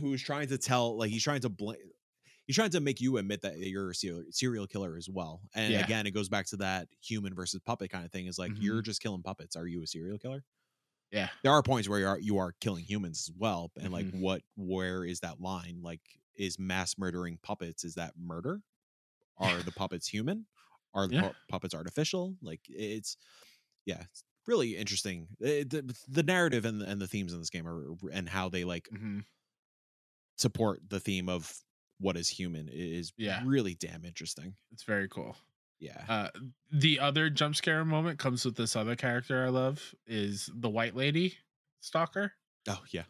Speaker 1: who's trying to tell like he's trying to blame he's trying to make you admit that you're a serial, serial killer as well. And
Speaker 2: Yeah.
Speaker 1: again, it goes back to that human versus puppet kind of thing. Is like you're just killing puppets. Are you a serial killer?
Speaker 2: Yeah.
Speaker 1: There are points where you are you are killing humans as well, and like
Speaker 2: Mhm.
Speaker 1: what where is that line? Like is mass murdering puppets is that murder? Are the puppets human? Are the
Speaker 2: Yeah.
Speaker 1: pu- puppets artificial? Like it's yeah, it's really interesting. Uh, The, the narrative and and the themes in this game are and how they like
Speaker 2: Mhm.
Speaker 1: support the theme of what is human i- is
Speaker 2: Yeah.
Speaker 1: really damn interesting.
Speaker 2: It's very cool.
Speaker 1: Yeah.
Speaker 2: Uh, the other jump scare moment comes with this other character I love is the white lady stalker.
Speaker 1: oh yeah.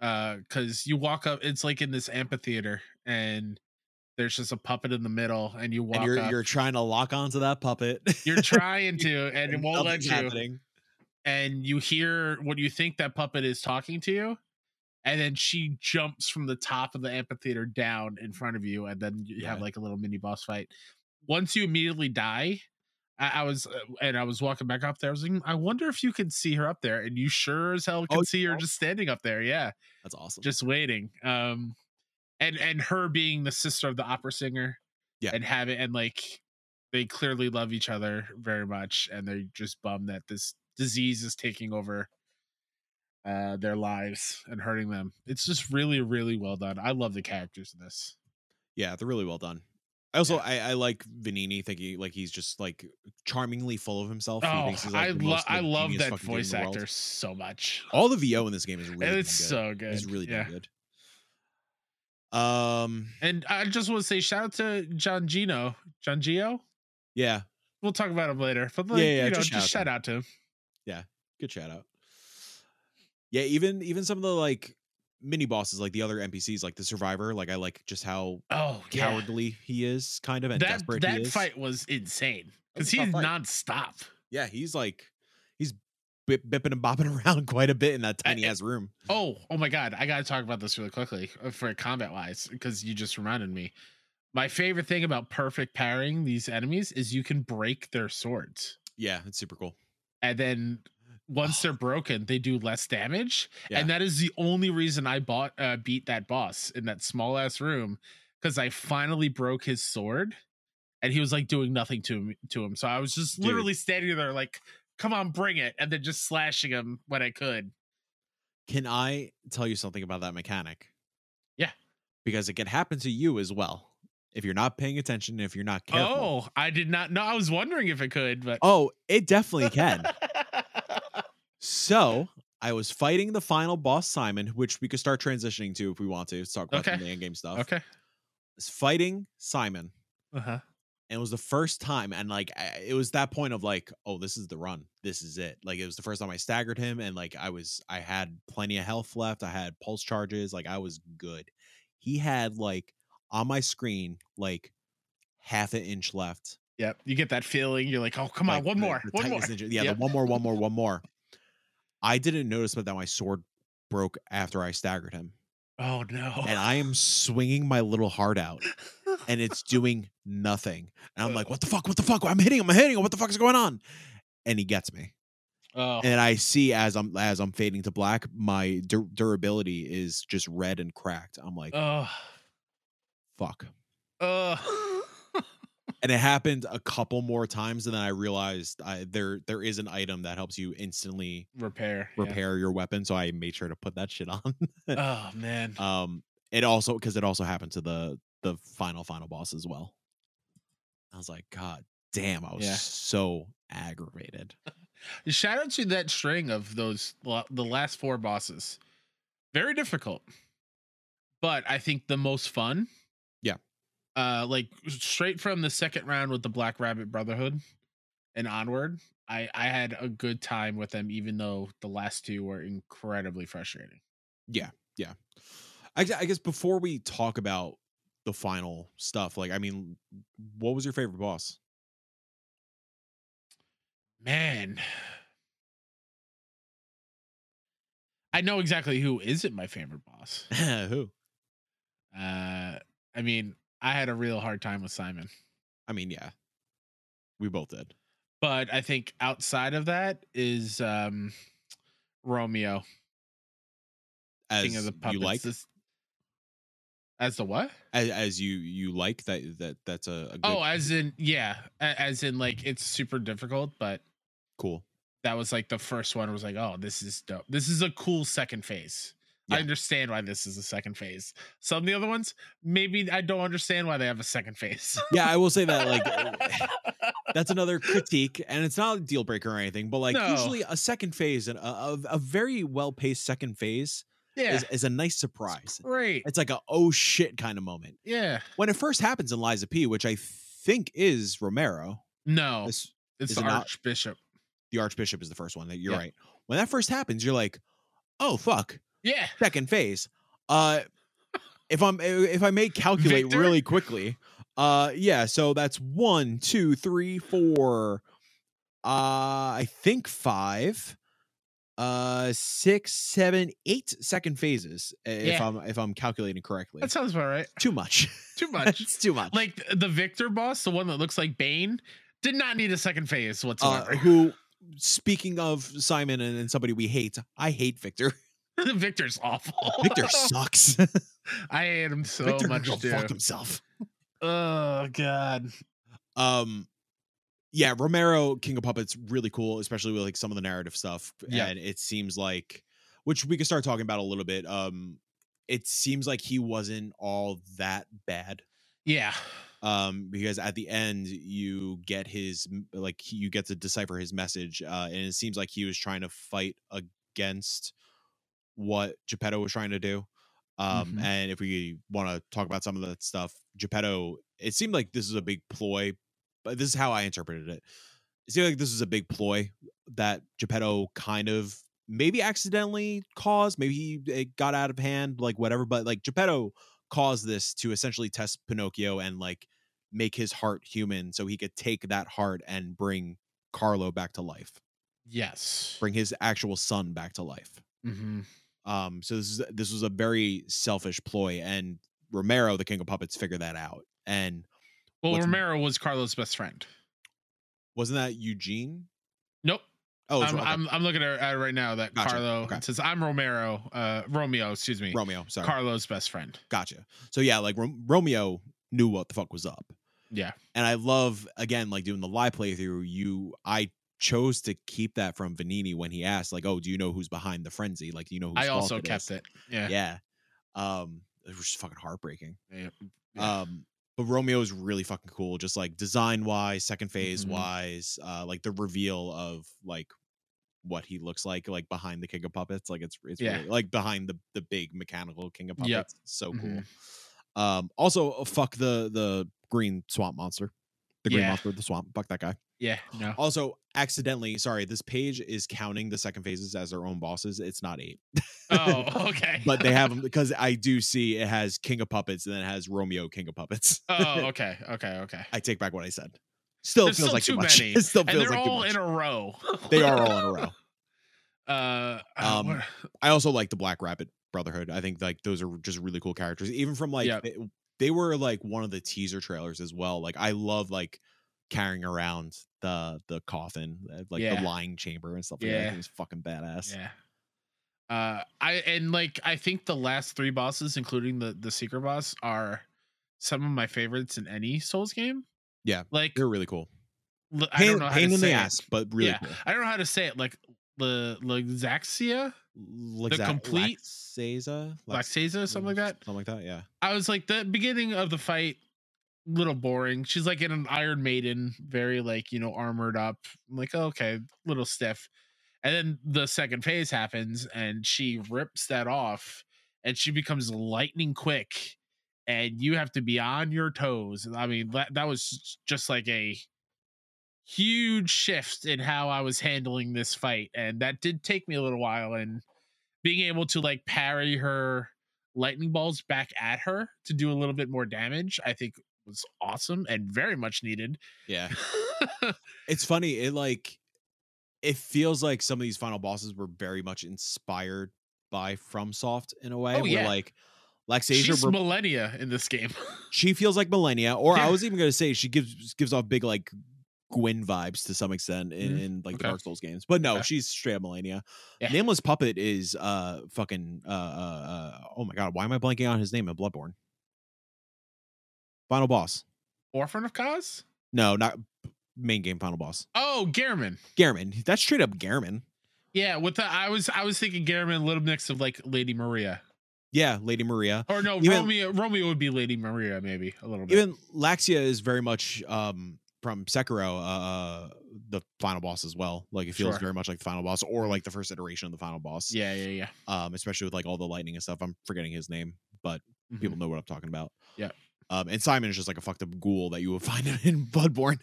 Speaker 2: Uh, cause you walk up, it's like in this amphitheater, and there's just a puppet in the middle, and you walk
Speaker 1: And you're
Speaker 2: up.
Speaker 1: you're
Speaker 2: You're,
Speaker 1: trying to lock onto that puppet. (laughs)
Speaker 2: trying to, and it won't let
Speaker 1: nothing's
Speaker 2: you.
Speaker 1: happening.
Speaker 2: And you hear what you think that puppet is talking to you, and then she jumps from the top of the amphitheater down in front of you, and then you have
Speaker 1: Yeah.
Speaker 2: like a little mini boss fight. once you immediately die, I, I was uh, and I was walking back up there. I was like, "Hmm, I wonder if you can see her up there, and you sure as hell
Speaker 1: Oh,
Speaker 2: can
Speaker 1: you
Speaker 2: see her
Speaker 1: know?
Speaker 2: just standing up there. Yeah,
Speaker 1: That's awesome.
Speaker 2: just waiting. Um, and and her being the sister of the opera singer.
Speaker 1: Yeah.
Speaker 2: and have it and like they clearly love each other very much, and they're just bummed that this disease is taking over uh their lives and hurting them it's just really really well done i love the characters in this
Speaker 1: yeah, they're really well done. I also I, I like Vanini thinking like he's just like charmingly full of himself. He
Speaker 2: oh
Speaker 1: thinks he's, like,
Speaker 2: i
Speaker 1: the
Speaker 2: love
Speaker 1: most,
Speaker 2: i
Speaker 1: like,
Speaker 2: love
Speaker 1: genius
Speaker 2: that
Speaker 1: fucking dude in
Speaker 2: voice
Speaker 1: the world.
Speaker 2: actor so much
Speaker 1: All the VO in this
Speaker 2: (laughs)
Speaker 1: game is really damn
Speaker 2: it's
Speaker 1: good.
Speaker 2: so good.
Speaker 1: It's really damn
Speaker 2: yeah.
Speaker 1: good. Um
Speaker 2: And I just want to say shout out to John Gino. John Gio.
Speaker 1: yeah,
Speaker 2: We'll talk about him later. But like,
Speaker 1: Yeah, yeah,
Speaker 2: you know,
Speaker 1: just
Speaker 2: just,
Speaker 1: shout out to
Speaker 2: shout out to him.
Speaker 1: good shout out. Yeah, even even some of the like mini bosses, like the other NPCs, like the survivor, like I like just how
Speaker 2: Oh yeah.
Speaker 1: cowardly he is, kind of, and
Speaker 2: That
Speaker 1: desperate he
Speaker 2: that
Speaker 1: is.
Speaker 2: fight was insane.
Speaker 1: That's
Speaker 2: Because
Speaker 1: a tough
Speaker 2: he's
Speaker 1: fight.
Speaker 2: nonstop.
Speaker 1: yeah, he's like he's bip, bipping and bopping (laughs) around quite a bit in that
Speaker 2: I-
Speaker 1: tiny ass room.
Speaker 2: Oh, oh my god. I gotta talk about this really quickly uh, for combat wise, because you just reminded me. My favorite thing about perfect parrying these enemies is you can break their swords.
Speaker 1: Yeah, it's super cool.
Speaker 2: And then once
Speaker 1: Oh.
Speaker 2: they're broken, they do less damage.
Speaker 1: Yeah.
Speaker 2: And that is the only reason I bought uh, beat that boss in that small ass room because I finally broke his sword, and he was like doing nothing to him. To him, so I was just
Speaker 1: Dude.
Speaker 2: literally standing there like, "Come on, bring it!" and then just slashing him when I could.
Speaker 1: Can I tell you something about that mechanic?
Speaker 2: Yeah.
Speaker 1: Because it can happen to you as well if you're not paying attention, if you're not careful.
Speaker 2: Oh, I did not know. I was wondering if it could, but
Speaker 1: Oh, it definitely
Speaker 2: (laughs)
Speaker 1: can. so I was fighting the final boss, Simon, which we could start transitioning to if we want to. Let's talk about some
Speaker 2: Okay.
Speaker 1: of the end game stuff.
Speaker 2: okay.
Speaker 1: I was fighting Simon,
Speaker 2: Uh huh.
Speaker 1: and it was the first time, and like I, it was that point of like, oh, this is the run, this is it. Like it was the first time I staggered him, and like I was, I had plenty of health left. I had pulse charges, like I was good. He had like on my screen like half an inch left.
Speaker 2: Yep. You get that feeling. You're like, oh, come on,
Speaker 1: like,
Speaker 2: one
Speaker 1: the-
Speaker 2: more,
Speaker 1: the
Speaker 2: one more.
Speaker 1: tightness
Speaker 2: (laughs)
Speaker 1: in your- yeah,
Speaker 2: Yep.
Speaker 1: the one more, one more, one more. I didn't notice but that my sword broke after I staggered him,
Speaker 2: Oh no.
Speaker 1: and I am swinging my little heart out, and it's doing nothing. And I'm like, "What the fuck? What the fuck? I'm hitting him! I'm hitting him! What the fuck is going on?" And he gets me,
Speaker 2: oh.
Speaker 1: and I see as I'm as I'm fading to black, my du- durability is just red and cracked. I'm like,
Speaker 2: Oh.
Speaker 1: "Fuck."
Speaker 2: Oh.
Speaker 1: (laughs) And it happened a couple more times, and then I realized I, there there is an item that helps you instantly
Speaker 2: Repair. yeah.
Speaker 1: repair your weapon so i made sure to put that shit (laughs) on
Speaker 2: (laughs) Oh man.
Speaker 1: um it also because it also happened to the the final final boss as well i was like god damn i was
Speaker 2: Yeah.
Speaker 1: so aggravated
Speaker 2: Shout out to that string of those la- the last four bosses. Very difficult, but I think the most fun.
Speaker 1: Yeah.
Speaker 2: Uh, like straight from the second round with the Black Rabbit Brotherhood, and onward, I I had a good time with them, even though the last two were incredibly frustrating.
Speaker 1: yeah yeah I, gu- I guess before we talk about the final stuff like i mean what was your favorite
Speaker 2: (laughs)
Speaker 1: boss
Speaker 2: Man. I know exactly who isn't my favorite boss.
Speaker 1: who
Speaker 2: Uh, I mean, I had a real hard time with Simon.
Speaker 1: i mean yeah we both did
Speaker 2: but I think outside of that is um Romeo,
Speaker 1: as
Speaker 2: King of the Puppets.
Speaker 1: you like
Speaker 2: This- as the what?
Speaker 1: as, as you you like that that that's a, a good
Speaker 2: Oh, as in yeah, a- as in like it's super difficult, but
Speaker 1: cool
Speaker 2: that was like the first one was like, oh, this is dope. This is a cool second phase. I
Speaker 1: Yeah.
Speaker 2: understand why this is a second phase. Some of the other ones, maybe I don't understand why they have a second phase. (laughs)
Speaker 1: yeah i will say that like eh, (laughs) that's another critique and it's not a deal breaker or anything but like
Speaker 2: No.
Speaker 1: usually a second phase and a, a, a very well-paced second phase
Speaker 2: yeah,
Speaker 1: is, is a nice
Speaker 2: it's
Speaker 1: surprise
Speaker 2: great.
Speaker 1: it's like a oh shit kind of moment
Speaker 2: Yeah,
Speaker 1: when it first happens in liza p which i think is romero
Speaker 2: no, it's,
Speaker 1: this- is
Speaker 2: the
Speaker 1: it not-
Speaker 2: Archbishop.
Speaker 1: the archbishop is the first one that you're
Speaker 2: Yeah.
Speaker 1: right when that first happens you're like oh fuck
Speaker 2: Yeah,
Speaker 1: second phase uh if i'm if i
Speaker 2: (laughs)
Speaker 1: may calculate
Speaker 2: Victor?
Speaker 1: really quickly uh yeah so that's one two three four uh i think five uh six seven eight second phases i- if
Speaker 2: Yeah.
Speaker 1: i'm if i'm calculating correctly
Speaker 2: that sounds about right.
Speaker 1: too much (laughs)
Speaker 2: Too much.
Speaker 1: that's too much
Speaker 2: (laughs) like the Victor boss, the one that looks like Bane, did not need a second phase
Speaker 1: uh,
Speaker 2: (laughs) whatsoever.
Speaker 1: who speaking of simon and, and somebody we hate i hate victor (laughs)
Speaker 2: Victor's awful. (laughs)
Speaker 1: victor sucks
Speaker 2: I hate him so
Speaker 1: victor
Speaker 2: much
Speaker 1: can go
Speaker 2: too.
Speaker 1: fuck himself
Speaker 2: Oh god.
Speaker 1: um yeah romero king of puppets really cool especially with like some of the narrative stuff
Speaker 2: Yeah.
Speaker 1: and it seems like which we could start talking about a little bit um it seems like he wasn't all that bad
Speaker 2: Yeah.
Speaker 1: um because at the end you get his m- like he- you get to decipher his message uh and it seems like he was trying to fight against what geppetto was trying to do um
Speaker 2: Mhm.
Speaker 1: and if we want to talk about some of that stuff geppetto it seemed like this is a big ploy but this is how i interpreted it it seemed like this was a big ploy that geppetto kind of maybe accidentally caused maybe he it got out of hand like whatever but like geppetto cause this to essentially test Pinocchio and like make his heart human so he could take that heart and bring Carlo back to life,
Speaker 2: Yes.
Speaker 1: bring his actual son back to life.
Speaker 2: hmm
Speaker 1: Um, so this is this was a very selfish ploy, and Romero, the King of Puppets, figured that out. And
Speaker 2: Well,
Speaker 1: What's-
Speaker 2: Romero was Carlos' best friend.
Speaker 1: wasn't that Eugene?
Speaker 2: Nope.
Speaker 1: Oh, it's
Speaker 2: I'm,
Speaker 1: Ro- okay,
Speaker 2: I'm I'm looking at at it right now that
Speaker 1: Gotcha.
Speaker 2: Carlo
Speaker 1: Okay.
Speaker 2: it says I'm Romero, uh Romeo, excuse me.
Speaker 1: Romeo. Sorry,
Speaker 2: Carlos' best friend.
Speaker 1: gotcha. So yeah, like Rom- Romeo knew what the fuck was up.
Speaker 2: Yeah.
Speaker 1: and I love again like doing the live playthrough. You, I chose to keep that from Vanini when he asked, like, "Oh, do you know who's behind the frenzy? Like, do you know." Who's
Speaker 2: I also kept it. Yeah.
Speaker 1: Yeah. Um, it was just fucking heartbreaking.
Speaker 2: Yeah.
Speaker 1: Um, but Romeo is really fucking cool, just like design wise, second phase
Speaker 2: Mhm.
Speaker 1: wise, uh, like the reveal of like what he looks like, like behind the King of Puppets, like it's it's
Speaker 2: Yeah.
Speaker 1: really, like behind the the big mechanical King of Puppets.
Speaker 2: Yep.
Speaker 1: So
Speaker 2: Mm-hmm.
Speaker 1: cool. Um, also uh, fuck the the green swamp monster, the green
Speaker 2: Yeah. Oh.
Speaker 1: monster of the swamp. Fuck that guy.
Speaker 2: Yeah.
Speaker 1: (laughs)
Speaker 2: No.
Speaker 1: Also, accidentally, sorry, this page is counting the second phases as their own bosses. It's not eight,
Speaker 2: Oh, (laughs) okay.
Speaker 1: but they have them because I do see it has King of Puppets and then it has Romeo King of Puppets.
Speaker 2: Oh, okay. Okay. Okay.
Speaker 1: I take back what I said. Still
Speaker 2: There's
Speaker 1: feels
Speaker 2: still
Speaker 1: like too
Speaker 2: too
Speaker 1: much.
Speaker 2: many,
Speaker 1: It (laughs) still
Speaker 2: And
Speaker 1: feels
Speaker 2: they're
Speaker 1: like too
Speaker 2: all in
Speaker 1: much.
Speaker 2: a row.
Speaker 1: They are all in a row.
Speaker 2: (laughs) Uh,
Speaker 1: (laughs) Um,
Speaker 2: um,
Speaker 1: I also like the Black Rabbit Brotherhood. I think like those are just really cool characters. Even from like
Speaker 2: Yep.
Speaker 1: they, they were like one of the teaser trailers as well. Like I love like carrying around the the coffin, uh, like
Speaker 2: Yeah.
Speaker 1: the lying chamber and stuff like that. I
Speaker 2: Yeah.
Speaker 1: think it's fucking badass.
Speaker 2: yeah. Uh, I and like I think the last three bosses, including the the secret boss, are some of my favorites in any Souls game.
Speaker 1: Yeah.
Speaker 2: Like
Speaker 1: They're really cool.
Speaker 2: l- I
Speaker 1: Pain,
Speaker 2: don't know how
Speaker 1: pain
Speaker 2: to
Speaker 1: in
Speaker 2: say
Speaker 1: the
Speaker 2: it.
Speaker 1: ass, but really
Speaker 2: Yeah.
Speaker 1: cool.
Speaker 2: I don't know how to say it. Like the Lexaxia,
Speaker 1: Lexa-
Speaker 2: complete-
Speaker 1: Laxaza? Lax-
Speaker 2: Lexaza, something like that.
Speaker 1: Mm, Something like that. Yeah.
Speaker 2: I was like the beginning of the fight, little boring. She's like in an Iron Maiden, very like you know armored up. I'm like "Oh, okay, little stiff. And then the second phase happens, and she rips that off, and she becomes lightning quick, and you have to be on your toes. I mean that that was just like a huge shift in how I was handling this fight, and that did take me a little while. And being able to like parry her lightning balls back at her to do a little bit more damage, I think was awesome and very
Speaker 1: (laughs)
Speaker 2: much needed.
Speaker 1: Yeah. It's funny. It like it feels like some of these final bosses were very much inspired by FromSoft in a way.
Speaker 2: Oh,
Speaker 1: where
Speaker 2: yeah.
Speaker 1: like Lexasia,
Speaker 2: She's
Speaker 1: re-
Speaker 2: millennia in this game. (laughs)
Speaker 1: she feels like Millennia, or I
Speaker 2: Yeah.
Speaker 1: was even gonna say she gives gives off big like Gwen vibes to some extent in,
Speaker 2: Mhm.
Speaker 1: in like the
Speaker 2: Okay.
Speaker 1: Dark Souls games. But no,
Speaker 2: Okay.
Speaker 1: she's straight up Millennia.
Speaker 2: Yeah.
Speaker 1: Nameless Puppet is uh fucking uh, uh uh oh my god, why am I blanking on his name in Bloodborne? Final boss.
Speaker 2: Orphan of Cause?
Speaker 1: No, not main game final boss.
Speaker 2: Oh, Garmin.
Speaker 1: Garmin. That's straight up Garmin.
Speaker 2: Yeah, with the I was I was thinking Garmin a little mix of like Lady Maria.
Speaker 1: Yeah, Lady Maria.
Speaker 2: Or no,
Speaker 1: Even-
Speaker 2: Romeo Romeo would be Lady Maria maybe a little bit.
Speaker 1: Even Laxia is very much um from Sekiro, uh the final boss as well. Like it feels
Speaker 2: Sure.
Speaker 1: very much like the final boss or like the first iteration of the final boss.
Speaker 2: yeah, yeah, yeah.
Speaker 1: Um, especially with like all the lightning and stuff. I'm forgetting his name, but
Speaker 2: Mhm.
Speaker 1: people know what I'm talking about.
Speaker 2: Yeah.
Speaker 1: Um, and Simon is just like a fucked up ghoul that you would (laughs) find in Bloodborne.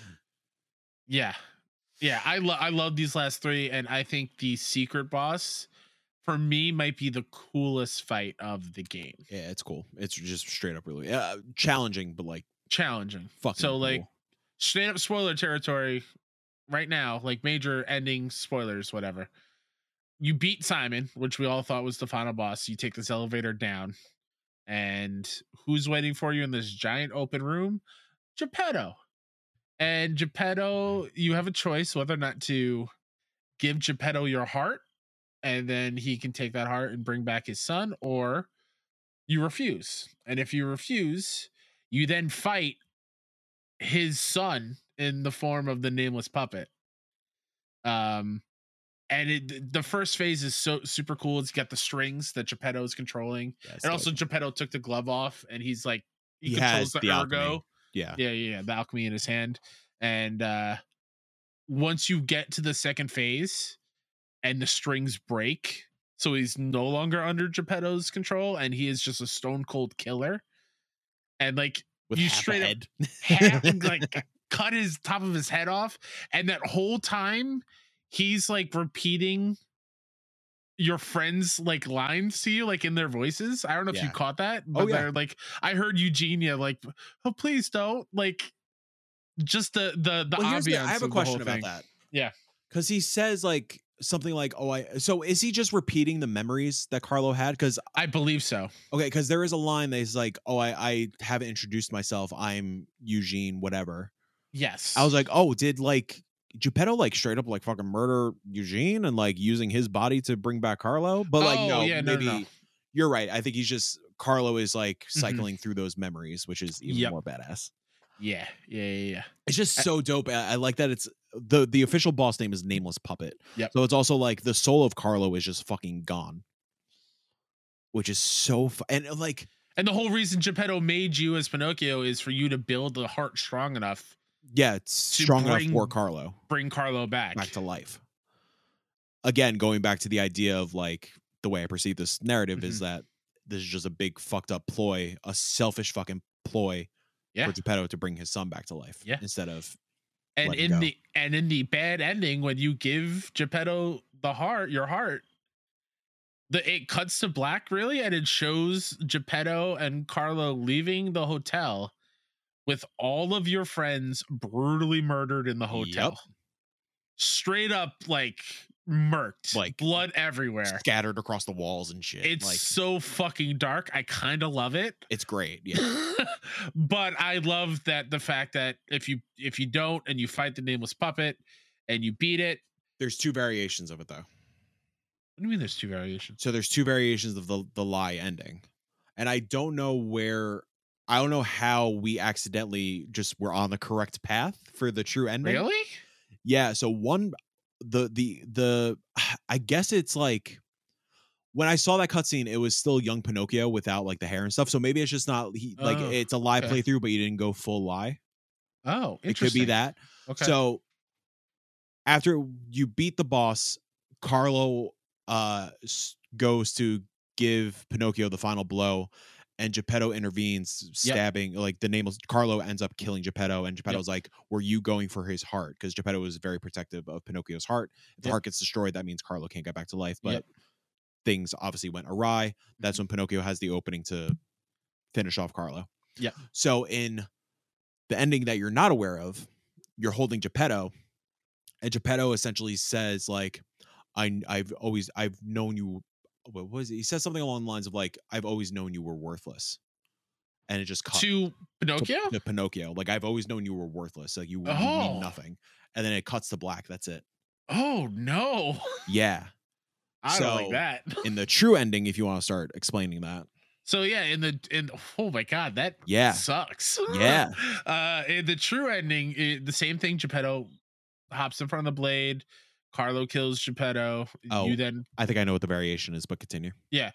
Speaker 1: (laughs)
Speaker 2: Yeah. Yeah, I love I love these last three, and I think the secret boss for me might be the coolest fight of the game.
Speaker 1: yeah, it's cool. It's just straight up really uh, challenging, but like
Speaker 2: Challenging.
Speaker 1: fucking.
Speaker 2: So, like,
Speaker 1: cool.
Speaker 2: straight up spoiler territory right now, like major ending spoilers, whatever. You beat Simon, which we all thought was the final boss. You take this elevator down, and who's waiting for you in this giant open room? Geppetto. And Geppetto, you have a choice whether or not to give Geppetto your heart, and then he can take that heart and bring back his son, or you refuse. And if you refuse, you then fight his son in the form of the nameless puppet. Um, and it, the first phase is so super cool. It's got the strings that Geppetto is controlling,
Speaker 1: Yeah, it's
Speaker 2: and
Speaker 1: dope.
Speaker 2: also Geppetto took the glove off, and he's like he,
Speaker 1: He has
Speaker 2: controls the,
Speaker 1: the
Speaker 2: ergo.
Speaker 1: alchemy. yeah,
Speaker 2: Yeah, yeah, yeah. The alchemy in his hand. And uh once you get to the second phase and the strings break, so he's no longer under Geppetto's control, and he is just a stone cold killer. And like
Speaker 1: with
Speaker 2: you
Speaker 1: half a
Speaker 2: straight up-
Speaker 1: head.
Speaker 2: (laughs) half, like cut his top of his head off and that whole time he's like repeating your friends like lines to you like in their voices i don't know if
Speaker 1: Yeah.
Speaker 2: you caught that but
Speaker 1: Oh, yeah.
Speaker 2: they're like i heard eugenia like oh please don't like just the the the
Speaker 1: Well,
Speaker 2: ambiance
Speaker 1: here's the- I have a
Speaker 2: of the
Speaker 1: question
Speaker 2: whole
Speaker 1: about
Speaker 2: thing.
Speaker 1: that.
Speaker 2: Yeah.
Speaker 1: Because he says like something like, "Oh, I." So is he just repeating the memories that Carlo had? Because
Speaker 2: i believe so
Speaker 1: okay, because there is a line that is like, "Oh, I I haven't introduced myself. I'm Eugene, whatever."
Speaker 2: yes
Speaker 1: I was like, "Oh, did like." Geppetto like straight up like fucking murder Eugene and like using his body to bring back Carlo, but like
Speaker 2: Oh,
Speaker 1: no,
Speaker 2: yeah, no, no,
Speaker 1: maybe
Speaker 2: no.
Speaker 1: you're right. I think he's just Carlo is like cycling through those memories, which is even
Speaker 2: Yep.
Speaker 1: more badass.
Speaker 2: yeah yeah yeah, yeah.
Speaker 1: It's just
Speaker 2: I-
Speaker 1: so dope. I, I like that it's the the official boss name is Nameless Puppet.
Speaker 2: Yep.
Speaker 1: So it's also like the soul of Carlo is just fucking gone, which is so fu- and uh, like
Speaker 2: And the whole reason Geppetto made you as Pinocchio is for you to build a heart strong enough,
Speaker 1: yeah, it's
Speaker 2: To
Speaker 1: strong enough
Speaker 2: bring
Speaker 1: for Carlo
Speaker 2: bring Carlo back.
Speaker 1: back to life. Again, going back to the idea of like the way I perceive this narrative is
Speaker 2: Mhm.
Speaker 1: that this is just a big fucked up ploy, a selfish fucking ploy
Speaker 2: Yeah.
Speaker 1: for Geppetto to bring his son back to life
Speaker 2: Yeah.
Speaker 1: instead of
Speaker 2: and
Speaker 1: let it
Speaker 2: in
Speaker 1: go.
Speaker 2: the and in the bad ending when you give geppetto the heart your heart the it cuts to black really and it shows geppetto and carlo leaving the hotel with all of your friends brutally murdered in the hotel
Speaker 1: Yup.
Speaker 2: straight up like murked
Speaker 1: Like,
Speaker 2: blood everywhere
Speaker 1: scattered across the walls and shit.
Speaker 2: it's
Speaker 1: like
Speaker 2: so fucking dark i kind of love it
Speaker 1: it's great. Yeah.
Speaker 2: (laughs) but I love that the fact that if you if you don't and you fight the nameless puppet and you beat it.
Speaker 1: There's two variations of it though.
Speaker 2: What do you mean? There's two variations.
Speaker 1: So there's two variations of the the lie ending, and I don't know where, I don't know how we accidentally just were on the correct path for the true ending.
Speaker 2: Really?
Speaker 1: Yeah. So one, the the the, (sighs) I guess it's like, when I saw that cutscene, it was still young Pinocchio without like the hair and stuff. So maybe it's just not he, like
Speaker 2: Oh,
Speaker 1: it's a lie
Speaker 2: okay.
Speaker 1: playthrough, but you didn't go full lie.
Speaker 2: Oh,
Speaker 1: It could be
Speaker 2: interesting.
Speaker 1: that.
Speaker 2: Okay.
Speaker 1: So after you beat the boss, Carlo uh s- goes to give Pinocchio the final blow and Geppetto intervenes
Speaker 2: Yep.
Speaker 1: stabbing like the nameless Carlo ends up killing Geppetto and Geppetto's like were you going for his heart because Geppetto was very protective of Pinocchio's heart if the
Speaker 2: Yep.
Speaker 1: heart gets destroyed that means Carlo can't get back to life but
Speaker 2: Yep.
Speaker 1: things obviously went awry
Speaker 2: Mm-hmm.
Speaker 1: that's when Pinocchio has the opening to finish off Carlo
Speaker 2: Yeah.
Speaker 1: so in the ending that you're not aware of you're holding Geppetto and Geppetto essentially says like I I've always I've known you what was it? He says something along the lines of like I've always known you were worthless. And it just cut
Speaker 2: to Pinocchio.
Speaker 1: to Pinocchio. Like I've always known you were worthless. Like you, you
Speaker 2: Oh.
Speaker 1: mean nothing. And then it cuts to black. That's it.
Speaker 2: oh no! (laughs)
Speaker 1: Yeah.
Speaker 2: I don't
Speaker 1: So-
Speaker 2: like that.
Speaker 1: In the true ending, if you want to start explaining that.
Speaker 2: So yeah, in the in oh my god, that
Speaker 1: Yeah.
Speaker 2: sucks.
Speaker 1: Yeah.
Speaker 2: (laughs) Uh, in the true ending, it, the same thing. Geppetto hops in front of the blade. Carlo kills Geppetto.
Speaker 1: Oh.
Speaker 2: You then
Speaker 1: I think I know what the variation is, but continue.
Speaker 2: the,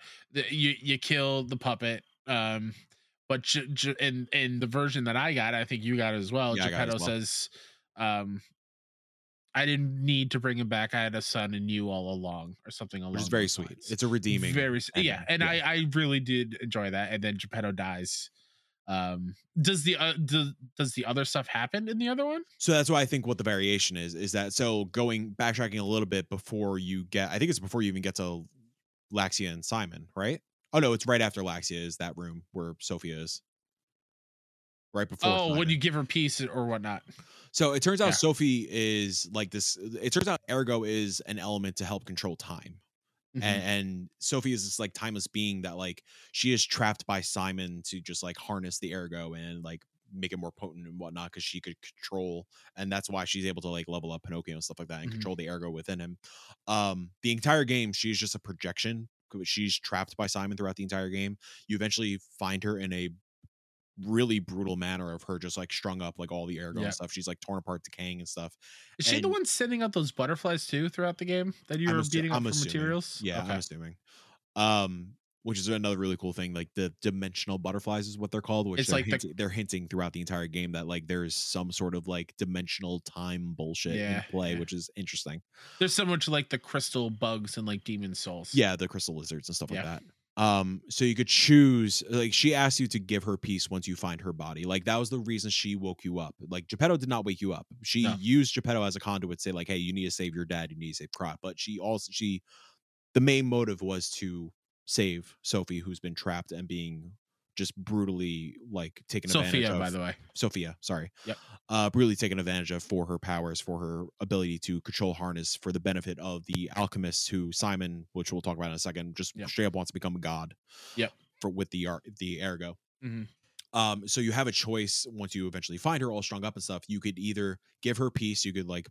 Speaker 2: you you kill the puppet um but j- j- in in the version that i got i think you got it as well
Speaker 1: Yeah, I got it
Speaker 2: geppetto
Speaker 1: as well.
Speaker 2: says um i didn't need to bring him back i had a son in you all along or something along
Speaker 1: Which is very
Speaker 2: those
Speaker 1: sweet.
Speaker 2: lines.
Speaker 1: It's a redeeming.
Speaker 2: very s- yeah
Speaker 1: ending,
Speaker 2: and i i really did enjoy that and then geppetto dies um does the uh, does, does the other stuff happen in the other one
Speaker 1: So that's why I think what the variation is is that so going backtracking a little bit before you get I think it's before you even get to Laxia and Simon, right? Oh no, it's right after Laxia is that room where Sophia is. Right before
Speaker 2: oh when
Speaker 1: Simon.
Speaker 2: you give her peace or whatnot
Speaker 1: So it turns out
Speaker 2: Yeah.
Speaker 1: Sophie is like this it turns out Ergo is an element to help control time
Speaker 2: Mhm.
Speaker 1: and, and Sophie is this like timeless being that like she is trapped by Simon to just like harness the ergo and like make it more potent and whatnot because she could control and that's why she's able to like level up Pinocchio and stuff like that and
Speaker 2: Mhm.
Speaker 1: control the ergo within him. Um, the entire game she's just a projection. 'cause She's trapped by Simon throughout the entire game. You eventually find her in a really brutal manner of her just like strung up like all the ergo
Speaker 2: Yeah.
Speaker 1: and stuff. She's like torn apart, decaying and stuff.
Speaker 2: is she the
Speaker 1: and-
Speaker 2: one sending out those butterflies too throughout the game that you
Speaker 1: I'm
Speaker 2: were
Speaker 1: assu-
Speaker 2: beating up
Speaker 1: I'm
Speaker 2: for
Speaker 1: assuming.
Speaker 2: materials
Speaker 1: Yeah,
Speaker 2: Okay.
Speaker 1: I'm assuming. Um, which is another really cool thing. Like the dimensional butterflies is what they're called. Which
Speaker 2: It's
Speaker 1: they're,
Speaker 2: like the-
Speaker 1: hinting, they're hinting throughout the entire game that like there's some sort of like dimensional time bullshit
Speaker 2: Yeah,
Speaker 1: in play,
Speaker 2: yeah.
Speaker 1: which is interesting.
Speaker 2: There's so much like the crystal bugs and like demon souls.
Speaker 1: Yeah, the crystal lizards and stuff like
Speaker 2: Yeah.
Speaker 1: that. Um, so you could choose. Like she asked you to give her peace once you find her body. Like that was the reason she woke you up. Like Geppetto did not wake you up. She
Speaker 2: No.
Speaker 1: used Geppetto as a conduit, to say like, hey, you need to save your dad, you need to save Krat. But she also she, the main motive was to save Sophie, who's been trapped and being just brutally like taken advantage
Speaker 2: Sophia,
Speaker 1: of.
Speaker 2: by the way.
Speaker 1: Sophia, sorry.
Speaker 2: Yep.
Speaker 1: Uh, really taken advantage of for her powers, for her ability to control harness for the benefit of the alchemists who Simon, which we'll talk about in a second, just
Speaker 2: Yep.
Speaker 1: straight up wants to become a god.
Speaker 2: Yep.
Speaker 1: For with the ar- the ergo.
Speaker 2: Mhm.
Speaker 1: Um, so you have a choice once you eventually find her all strung up and stuff. You could either give her peace, you could like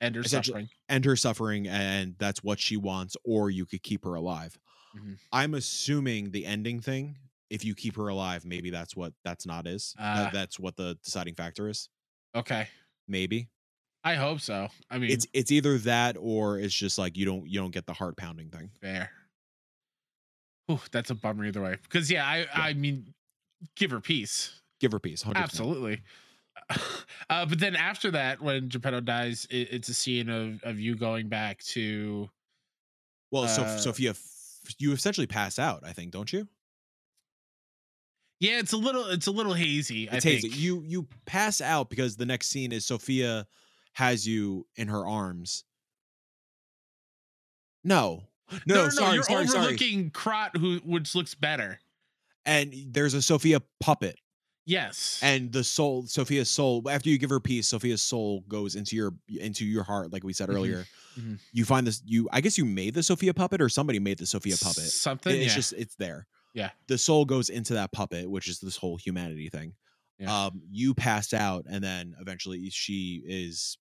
Speaker 2: And her
Speaker 1: Essentially-
Speaker 2: suffering.
Speaker 1: end her suffering and that's what she wants or you could keep her alive
Speaker 2: Mhm.
Speaker 1: i'm assuming the ending thing if you keep her alive maybe that's what that's not is That-
Speaker 2: Ah.
Speaker 1: that's what the deciding factor is
Speaker 2: Okay.
Speaker 1: maybe
Speaker 2: I hope so. I mean,
Speaker 1: It's it's either that or it's just like you don't you don't get the heart pounding thing.
Speaker 2: fair. Whew, that's a bummer either way. Because yeah, I I mean, give her peace.
Speaker 1: Give her peace. 100%.
Speaker 2: Absolutely. (laughs) Uh, but then after that, when Geppetto dies, it, it's a scene of of you going back to
Speaker 1: Well, so
Speaker 2: Uh,
Speaker 1: so if you have, you essentially pass out, I think, don't you?
Speaker 2: yeah. It's a little it's a little hazy. I
Speaker 1: It's hazy.
Speaker 2: think
Speaker 1: You you pass out because the next scene is Sophia has you in her arms. No. No,
Speaker 2: no, no, no,
Speaker 1: sorry,
Speaker 2: you're
Speaker 1: sorry, sorry.
Speaker 2: overlooking Krot, who which looks better.
Speaker 1: And there's a Sophia puppet,
Speaker 2: Yes.
Speaker 1: and the soul, Sophia's soul. After you give her peace, Sophia's soul goes into your into your heart, like we said
Speaker 2: Mhm,
Speaker 1: earlier.
Speaker 2: mhm.
Speaker 1: You find this. You, I guess, you made the Sophia puppet, or somebody made the Sophia puppet.
Speaker 2: Something.
Speaker 1: It's
Speaker 2: yeah.
Speaker 1: just it's there.
Speaker 2: Yeah.
Speaker 1: The soul goes into that puppet, which is this whole humanity thing.
Speaker 2: Yeah.
Speaker 1: Um, you pass out, and then eventually she is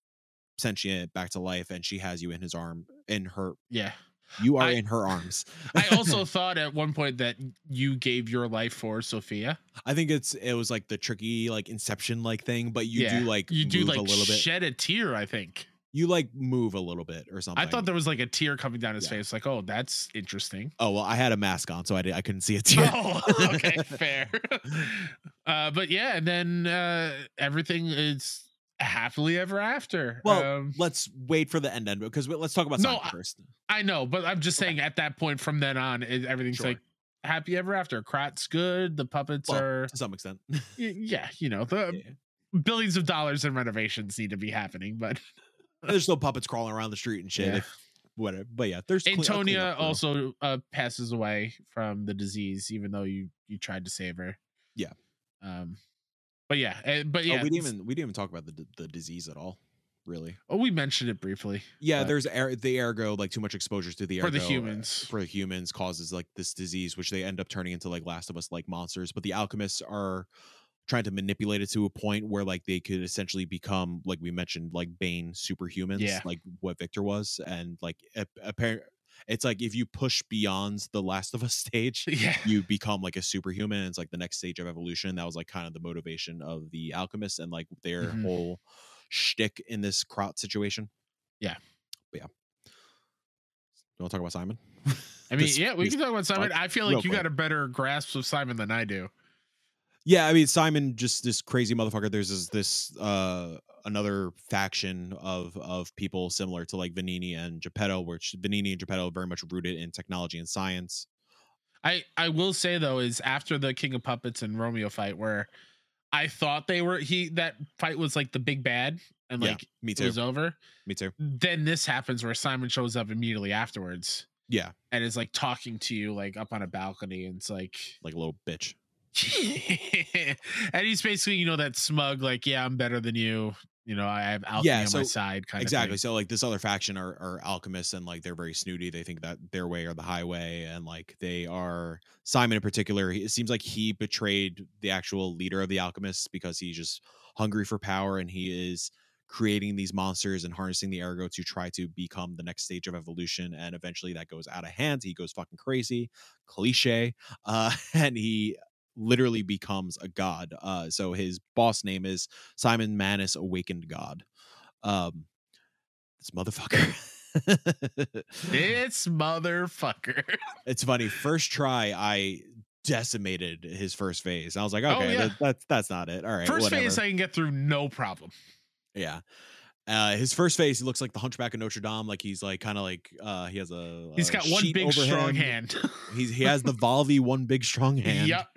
Speaker 1: sentient back to life, and she has you in his arm, in her.
Speaker 2: yeah.
Speaker 1: You are
Speaker 2: I-
Speaker 1: in
Speaker 2: (laughs)
Speaker 1: her arms.
Speaker 2: I
Speaker 1: (laughs)
Speaker 2: also thought at one point that you gave your life for Sophia.
Speaker 1: I think it's it was like the tricky like inception like thing, but you
Speaker 2: Yeah.
Speaker 1: do like
Speaker 2: you do
Speaker 1: move
Speaker 2: like
Speaker 1: a little bit.
Speaker 2: shed a tear. I think.
Speaker 1: You like move a little bit or something.
Speaker 2: I thought there was like a tear coming down his
Speaker 1: Yeah.
Speaker 2: face. Like, oh, that's
Speaker 1: (laughs)
Speaker 2: interesting.
Speaker 1: Oh well, I had a mask on, so I did, I couldn't see a tear.
Speaker 2: (laughs) Oh, okay, fair. (laughs) uh, but yeah, and then uh, everything is happily ever after.
Speaker 1: Well,
Speaker 2: um,
Speaker 1: (laughs) Let's wait for the end end because we- let's talk about
Speaker 2: No,
Speaker 1: Sonic
Speaker 2: I-
Speaker 1: first.
Speaker 2: I know, but I'm just
Speaker 1: okay.
Speaker 2: saying at that point, from then on, it, everything's
Speaker 1: Sure.
Speaker 2: like happy ever after. Krat's good. The puppets
Speaker 1: Well,
Speaker 2: are,
Speaker 1: to some
Speaker 2: (laughs)
Speaker 1: extent.
Speaker 2: y- yeah, you know, the
Speaker 1: Yeah.
Speaker 2: billions of dollars in renovations need to be happening. But
Speaker 1: there's still puppets crawling around the street and shit.
Speaker 2: Yeah.
Speaker 1: If, whatever. But yeah, there's clean- a cleanup
Speaker 2: Antonia
Speaker 1: crew.
Speaker 2: also uh, passes away from the disease, even though you you tried to save her.
Speaker 1: Yeah.
Speaker 2: Um. But yeah, eh, but yeah,
Speaker 1: oh, we didn't
Speaker 2: it's-
Speaker 1: even we didn't even talk about the d- the disease at all, really.
Speaker 2: oh, we mentioned it briefly. (laughs)
Speaker 1: Yeah,
Speaker 2: But-
Speaker 1: there's air, the ergo like too much exposure to the ergo
Speaker 2: For the
Speaker 1: uh,
Speaker 2: humans.
Speaker 1: for the humans causes like this disease, which they end up turning into like Last of Us like monsters. But the alchemists are trying to manipulate it to a point where like they could essentially become like we mentioned like Bane superhumans,
Speaker 2: Yeah.
Speaker 1: like what Victor was, and like apparent. It's like if you push beyond the Last of Us (laughs) stage,
Speaker 2: Yeah.
Speaker 1: you become like a superhuman and it's like the next stage of evolution that was like kind of the motivation of the alchemists and like their
Speaker 2: Mhm.
Speaker 1: whole shtick in this crowd situation
Speaker 2: Yeah.
Speaker 1: but yeah you want to talk about simon
Speaker 2: I mean,
Speaker 1: This-
Speaker 2: yeah, we
Speaker 1: this-
Speaker 2: can talk about Simon. I feel
Speaker 1: real
Speaker 2: like you
Speaker 1: quick.
Speaker 2: got a better grasp of Simon than I do.
Speaker 1: yeah i mean simon just this crazy motherfucker there's this, this uh another faction of of people similar to like vanini and geppetto which vanini and geppetto are very much rooted in technology and science
Speaker 2: I I will say though is after the King of Puppets and Romeo fight where I thought they were he that fight was like the big bad and
Speaker 1: Yeah,
Speaker 2: like
Speaker 1: me
Speaker 2: it
Speaker 1: too
Speaker 2: was over.
Speaker 1: me too
Speaker 2: Then this happens where Simon shows up immediately afterwards
Speaker 1: yeah
Speaker 2: and is like talking to you like up on a balcony and it's like (laughs)
Speaker 1: like a little bitch
Speaker 2: and he's basically you know that smug like yeah I'm better than you you know I have alchemy
Speaker 1: Yeah,
Speaker 2: on
Speaker 1: so-
Speaker 2: my side kind
Speaker 1: exactly
Speaker 2: of
Speaker 1: so like this other faction are, are alchemists and like they're very snooty they think that their way or the highway and like they are simon in particular he- it seems like he betrayed the actual leader of the alchemists because he's just hungry for power and he is creating these monsters and harnessing the ergo to try to become the next stage of evolution and eventually that goes out of hand he goes fucking crazy cliche uh (laughs) and he literally becomes a god uh so his boss name is simon manus awakened god um this
Speaker 2: thing.
Speaker 1: motherfucker (laughs)
Speaker 2: It's motherfucker.
Speaker 1: it's funny first try i decimated his first phase i was like okay
Speaker 2: Oh, yeah.
Speaker 1: that, that's that's not it all right
Speaker 2: First
Speaker 1: whatever.
Speaker 2: phase I can get through no problem.
Speaker 1: yeah uh his first phase he looks like the hunchback of notre dame like he's like kind of like uh he has a
Speaker 2: He's
Speaker 1: a
Speaker 2: got one
Speaker 1: sheet
Speaker 2: big
Speaker 1: over
Speaker 2: strong
Speaker 1: him.
Speaker 2: hand.
Speaker 1: he's he has the volvy one big strong
Speaker 2: (laughs)
Speaker 1: hand
Speaker 2: Yep.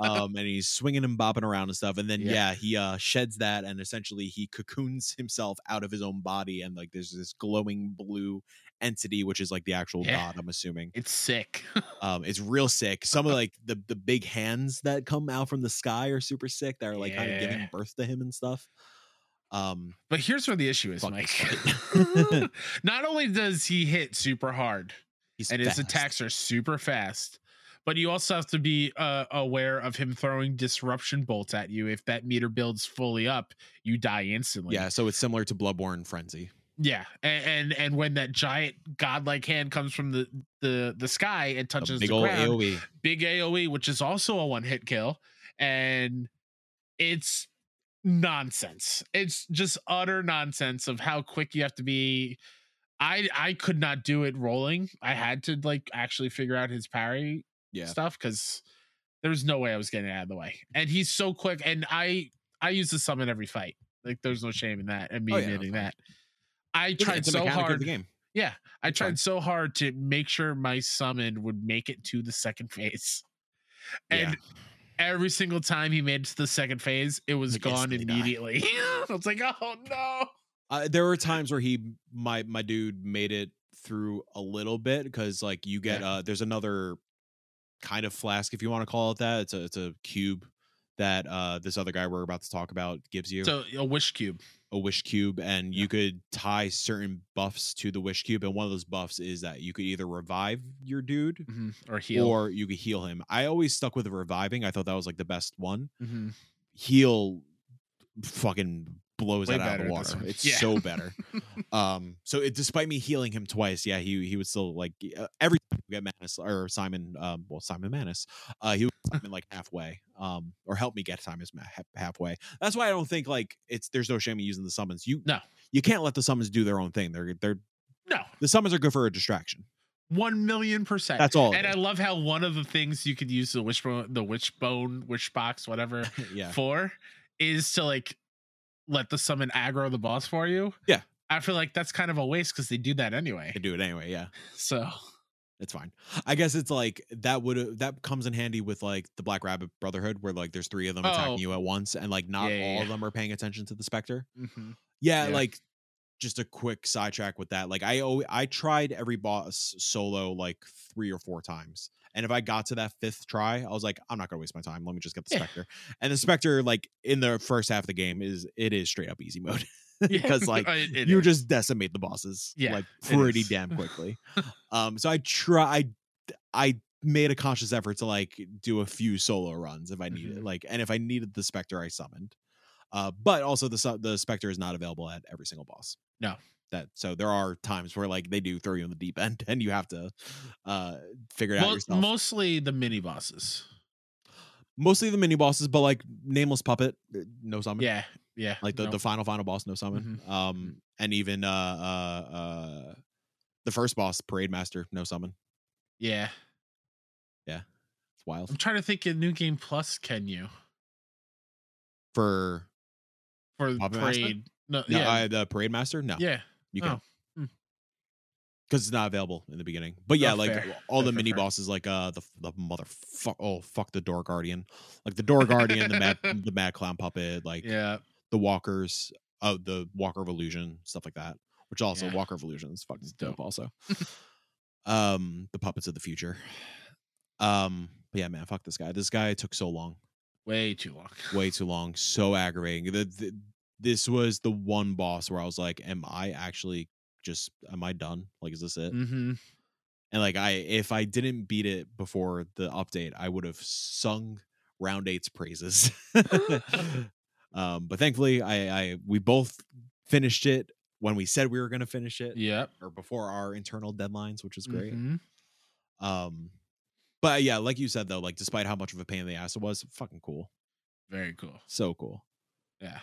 Speaker 1: um and he's swinging and bopping around and stuff and then yeah.
Speaker 2: Yeah.
Speaker 1: he uh sheds that and essentially he cocoons himself out of his own body and like there's this glowing blue entity which is like the actual
Speaker 2: Yeah.
Speaker 1: god i'm assuming
Speaker 2: it's sick.
Speaker 1: um it's real sick some
Speaker 2: (laughs)
Speaker 1: of like the the big hands that come out from the sky are super sick that are like kind of giving
Speaker 2: Yeah.
Speaker 1: birth to him and stuff um
Speaker 2: But here's where the issue is,
Speaker 1: Fuck
Speaker 2: Mike.
Speaker 1: this fight.
Speaker 2: (laughs) Not only does he hit super hard
Speaker 1: he's
Speaker 2: and his
Speaker 1: fast.
Speaker 2: attacks are super fast, but you also have to be uh, aware of him throwing disruption bolts at you. If that meter builds fully up, you die instantly.
Speaker 1: yeah so it's similar to bloodborne frenzy
Speaker 2: Yeah. And and, and when that giant godlike hand comes from the the, the sky and
Speaker 1: A E.
Speaker 2: touches
Speaker 1: big
Speaker 2: the
Speaker 1: old
Speaker 2: ground,
Speaker 1: aoe
Speaker 2: E, big AOE, which is also a one hit kill, and it's nonsense. It's just utter nonsense of how quick you have to be. I I could not do it rolling. I had to like actually figure out his parry
Speaker 1: Yeah.
Speaker 2: stuff because there was no way I was getting out of the way. And he's so quick. And I I use the summon every fight. Like there's no shame in that and me
Speaker 1: Oh, yeah,
Speaker 2: admitting
Speaker 1: okay.
Speaker 2: that. I
Speaker 1: Yeah,
Speaker 2: tried
Speaker 1: it's a
Speaker 2: so
Speaker 1: mechanic of
Speaker 2: hard.
Speaker 1: the game.
Speaker 2: Yeah, I
Speaker 1: It's
Speaker 2: tried
Speaker 1: fine.
Speaker 2: so hard to make sure my summon would make it to the second phase. And
Speaker 1: Yeah.
Speaker 2: every single time he made it to the second phase, it was
Speaker 1: Like,
Speaker 2: gone
Speaker 1: instantly die.
Speaker 2: immediately. (laughs) I was like, oh no.
Speaker 1: Uh, there were times where he, my my dude, made it through a little bit because like you get
Speaker 2: Yeah.
Speaker 1: uh, there's another kind of flask if you want to call it that. It's a it's a cube that uh this other guy we're about to talk about gives you
Speaker 2: So a wish cube.
Speaker 1: a wish cube, and
Speaker 2: Yeah.
Speaker 1: you could tie certain buffs to the wish cube, and one of those buffs is that you could either revive your dude
Speaker 2: Mhm. or heal.
Speaker 1: or you could heal him. I always stuck with reviving. I thought that was like the best one.
Speaker 2: Mhm.
Speaker 1: Heal fucking blows
Speaker 2: Way
Speaker 1: that out of the
Speaker 2: better at this
Speaker 1: water.
Speaker 2: one.
Speaker 1: It's
Speaker 2: Yeah.
Speaker 1: so
Speaker 2: (laughs)
Speaker 1: better. um so it, despite me healing him twice, yeah, he he was still like uh, every time we get Manus or Simon um well Simon Manus, uh
Speaker 2: (laughs)
Speaker 1: he was Simon like halfway. Um or help me get Simon's ma- ha- halfway. That's why I don't think like it's there's no shame in using the summons. You
Speaker 2: No.
Speaker 1: You can't let the summons do their own thing. They're they're
Speaker 2: No,
Speaker 1: the summons are good for a distraction. (laughs)
Speaker 2: one million percent.
Speaker 1: That's all. it
Speaker 2: and I
Speaker 1: is.
Speaker 2: love how one of the things you could use the wishbone, the wishbone, wish box, whatever,
Speaker 1: (laughs) yeah.
Speaker 2: for is to like let the summon aggro the boss for you.
Speaker 1: Yeah.
Speaker 2: I feel like that's kind of a waste because they do that anyway.
Speaker 1: I do it anyway, yeah.
Speaker 2: (laughs) So
Speaker 1: it's fine. I guess it's like that would that comes in handy with like the Black Rabbit Brotherhood, where like there's three of them
Speaker 2: Oh.
Speaker 1: attacking you at once, and like not
Speaker 2: Yeah, yeah,
Speaker 1: all of
Speaker 2: yeah.
Speaker 1: them are paying attention to the Spectre.
Speaker 2: mm-hmm.
Speaker 1: Yeah,
Speaker 2: Yeah.
Speaker 1: like just a quick sidetrack with that. Like I always, I tried every boss solo like three or four times, and if I got to that fifth try, I was like, I'm not gonna waste my time. Let me just get the
Speaker 2: Yeah.
Speaker 1: Spectre. And the Spectre, like in the first half of the game, is it is straight up easy
Speaker 2: (laughs)
Speaker 1: mode (laughs) because like
Speaker 2: it, it
Speaker 1: you
Speaker 2: is.
Speaker 1: just decimate the bosses
Speaker 2: Yeah,
Speaker 1: like
Speaker 2: it
Speaker 1: pretty
Speaker 2: is.
Speaker 1: damn quickly.
Speaker 2: (laughs)
Speaker 1: um, so I try, I, I made a conscious effort to like do a few solo runs if I needed,
Speaker 2: Mhm.
Speaker 1: like, and if I needed the Spectre, I summoned. Uh, but also the su- the Spectre is not available at every single boss.
Speaker 2: No.
Speaker 1: that so there are times where like they do throw you in the deep end (laughs) and you have to uh figure it out
Speaker 2: Mo-
Speaker 1: yourself.
Speaker 2: mostly the mini bosses.
Speaker 1: Mostly the mini bosses, but like nameless puppet, uh, no summon.
Speaker 2: Yeah, yeah.
Speaker 1: like the,
Speaker 2: no. Mm-hmm.
Speaker 1: the final final boss no summon um and even uh uh uh the first boss parade master no summon
Speaker 2: yeah.
Speaker 1: it's wild
Speaker 2: I'm trying to think. In New Game Plus, can you
Speaker 1: for
Speaker 2: for the
Speaker 1: Puppet Master?
Speaker 2: parade? No,
Speaker 1: no,
Speaker 2: yeah,
Speaker 1: uh, the parade master no
Speaker 2: yeah.
Speaker 1: you can't
Speaker 2: oh, hmm.
Speaker 1: because it's not available in the beginning but yeah
Speaker 2: Oh,
Speaker 1: like
Speaker 2: fair.
Speaker 1: all the
Speaker 2: Fair, fair,
Speaker 1: mini
Speaker 2: fair.
Speaker 1: bosses like uh the the motherfuck oh fuck the door guardian like
Speaker 2: (laughs)
Speaker 1: the door guardian the mad the mad clown puppet like
Speaker 2: Yeah,
Speaker 1: the walkers uh the walker of illusion stuff like that which also
Speaker 2: Yeah.
Speaker 1: walker of illusion is fucking
Speaker 2: It's
Speaker 1: dope,
Speaker 2: dope. (laughs)
Speaker 1: also um the puppets of the future um but yeah man fuck this guy this guy took so long
Speaker 2: way too
Speaker 1: (laughs)
Speaker 2: long.
Speaker 1: way too long so aggravating the, the, this was the one boss where i was like am i actually just am i done like is this
Speaker 2: (laughs)
Speaker 1: it
Speaker 2: hmm
Speaker 1: and like i if i didn't beat it before the update i would have sung round eight's praises (laughs) um but thankfully i i we both finished it when we said we were going to finish it
Speaker 2: Yep.
Speaker 1: or before our internal deadlines which is great
Speaker 2: Mhm.
Speaker 1: um but yeah like you said though like despite how much of a pain in the ass it was fucking cool
Speaker 2: Very cool.
Speaker 1: so cool
Speaker 2: Yeah.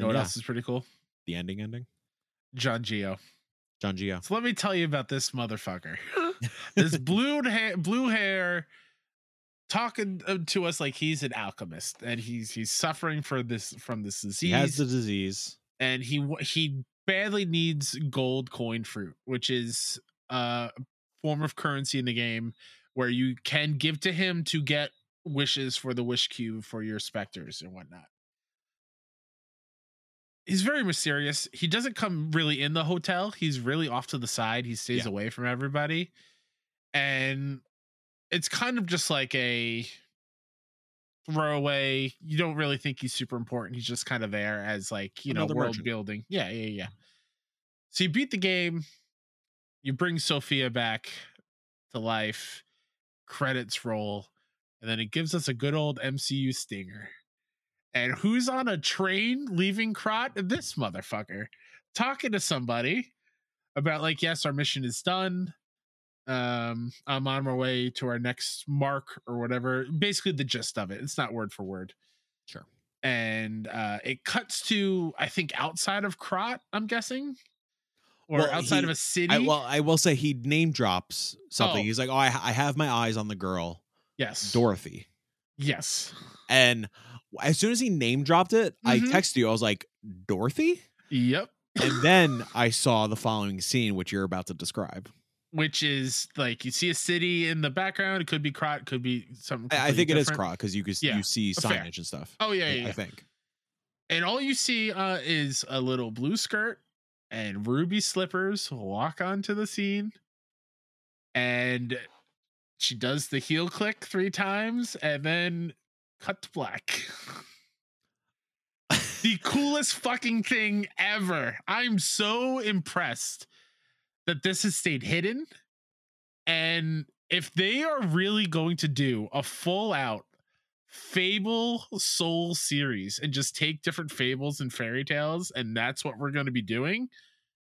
Speaker 1: And
Speaker 2: know what
Speaker 1: yeah,
Speaker 2: else is pretty cool?
Speaker 1: the ending ending
Speaker 2: John Geo.
Speaker 1: john geo
Speaker 2: So let me tell you about this
Speaker 1: (laughs)
Speaker 2: motherfucker. (laughs) this blue hair, blue hair, talking uh, to us like he's an alchemist, and he's he's suffering for this from this disease,
Speaker 1: he has the disease
Speaker 2: and he wa- he badly needs gold coin fruit, which is uh, a form of currency in the game where you can give to him to get wishes for the wish cube for your specters and whatnot. He's very mysterious. He doesn't come really in the hotel. He's really off to the side. He stays
Speaker 1: Yeah.
Speaker 2: away from everybody. And it's kind of just like a throwaway. You don't really think he's super important. He's just kind of there as like, you
Speaker 1: Another
Speaker 2: know, world
Speaker 1: merchant. Mm-hmm.
Speaker 2: building. Yeah, yeah, yeah. So you beat the game. You bring Sophia back to life. Credits roll and then it gives us a good old MCU stinger. And who's on a train leaving Crot? This motherfucker talking to somebody about like, yes, our mission is done. Um, I'm on my way to our next mark or whatever. Basically, the gist of it. It's not word for word.
Speaker 1: Sure.
Speaker 2: and uh, it cuts to I think outside of Crot, I'm guessing, or
Speaker 1: Well,
Speaker 2: outside
Speaker 1: he-
Speaker 2: of a city.
Speaker 1: I, well, I will say he name drops something.
Speaker 2: Oh.
Speaker 1: He's like, "Oh, I, I have my eyes on the girl,
Speaker 2: yes,
Speaker 1: Dorothy."
Speaker 2: yes,
Speaker 1: And as soon as he name dropped it, I
Speaker 2: Mhm.
Speaker 1: texted you. I was like, "Dorothy,"
Speaker 2: yep.
Speaker 1: and then I saw the following scene, which you're about to describe.
Speaker 2: Which is like you see a city in the background. It could be Crot, could be something.
Speaker 1: I, I think
Speaker 2: completely
Speaker 1: it is
Speaker 2: different.
Speaker 1: Craw because you can s-
Speaker 2: Yeah.
Speaker 1: you see
Speaker 2: Fair.
Speaker 1: signage and stuff.
Speaker 2: Oh yeah,
Speaker 1: I-
Speaker 2: yeah,
Speaker 1: I
Speaker 2: yeah.
Speaker 1: think. (laughs)
Speaker 2: and all you see uh, is a little blue skirt and ruby slippers walk onto the scene and she does the heel click three times and then cut to black (laughs) the coolest fucking thing ever i'm so impressed that this has stayed hidden and if they are really going to do a full out fable soul series and just take different fables and fairy tales and that's what we're going to be doing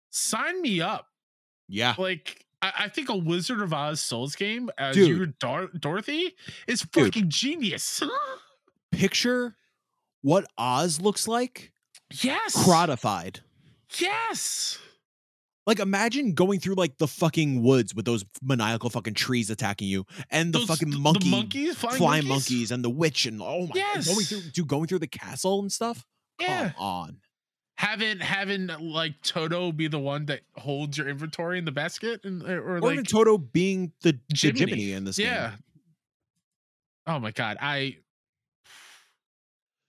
Speaker 2: sign me up Oh.
Speaker 1: Yeah.
Speaker 2: like I, I think a wizard of oz souls game as
Speaker 1: Dude.
Speaker 2: your Dor- dorothy is
Speaker 1: Dude.
Speaker 2: fucking genius (gasps)
Speaker 1: Picture what Oz looks like,
Speaker 2: yes
Speaker 1: crodified.
Speaker 2: yes
Speaker 1: Like imagine going through like the fucking woods with those maniacal fucking trees attacking you and the
Speaker 2: Those-
Speaker 1: fucking monkey
Speaker 2: monkeys flying,
Speaker 1: flying monkeys? and the witch and oh my god, going
Speaker 2: Yes.
Speaker 1: through dude, going through the castle and stuff.
Speaker 2: yeah
Speaker 1: Come on.
Speaker 2: having having like toto be the one that holds your inventory in the basket and uh, or,
Speaker 1: Or
Speaker 2: like
Speaker 1: even Toto being the Jiminy,
Speaker 2: Jiminy.
Speaker 1: the Jiminy in this
Speaker 2: yeah
Speaker 1: game.
Speaker 2: oh my god i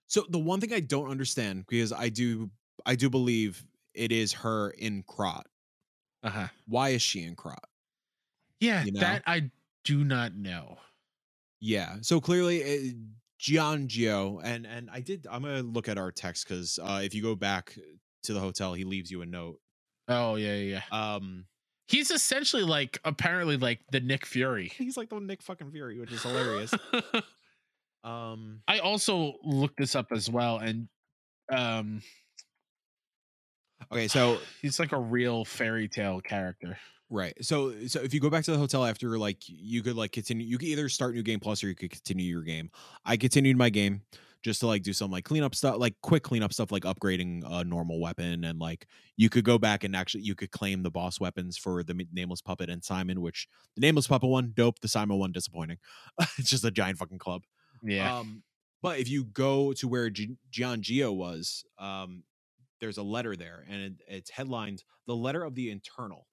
Speaker 1: So the one thing I don't understand, because I do I do believe it is her in Crot.
Speaker 2: uh-huh
Speaker 1: Why is she in Crot?
Speaker 2: Yeah,
Speaker 1: you know?
Speaker 2: that I do not know.
Speaker 1: Yeah. So clearly, it, Giangio and and I did. I'm gonna look at our text because uh, if you go back to the hotel, he leaves you a note.
Speaker 2: Oh yeah, yeah. yeah.
Speaker 1: Um, (laughs)
Speaker 2: He's essentially like apparently like the Nick Fury.
Speaker 1: he's like the Nick fucking Fury, which is (laughs) hilarious. um,
Speaker 2: I also looked this up as well, and um,
Speaker 1: okay. So
Speaker 2: he's like a real fairy tale character.
Speaker 1: right. So so if you go back to the hotel after, like you could like continue. You could either start new game plus or you could continue your game. I continued my game just to like do some like cleanup stuff, like quick cleanup stuff, like upgrading a normal weapon and like you could go back and actually you could claim the boss weapons for the M- nameless puppet and simon which the nameless puppet one dope the simon one disappointing (laughs) it's just a giant fucking club
Speaker 2: Yeah.
Speaker 1: um but if you go to where G- gian geo was um there's a letter there and it, it's headlined the letter of the internal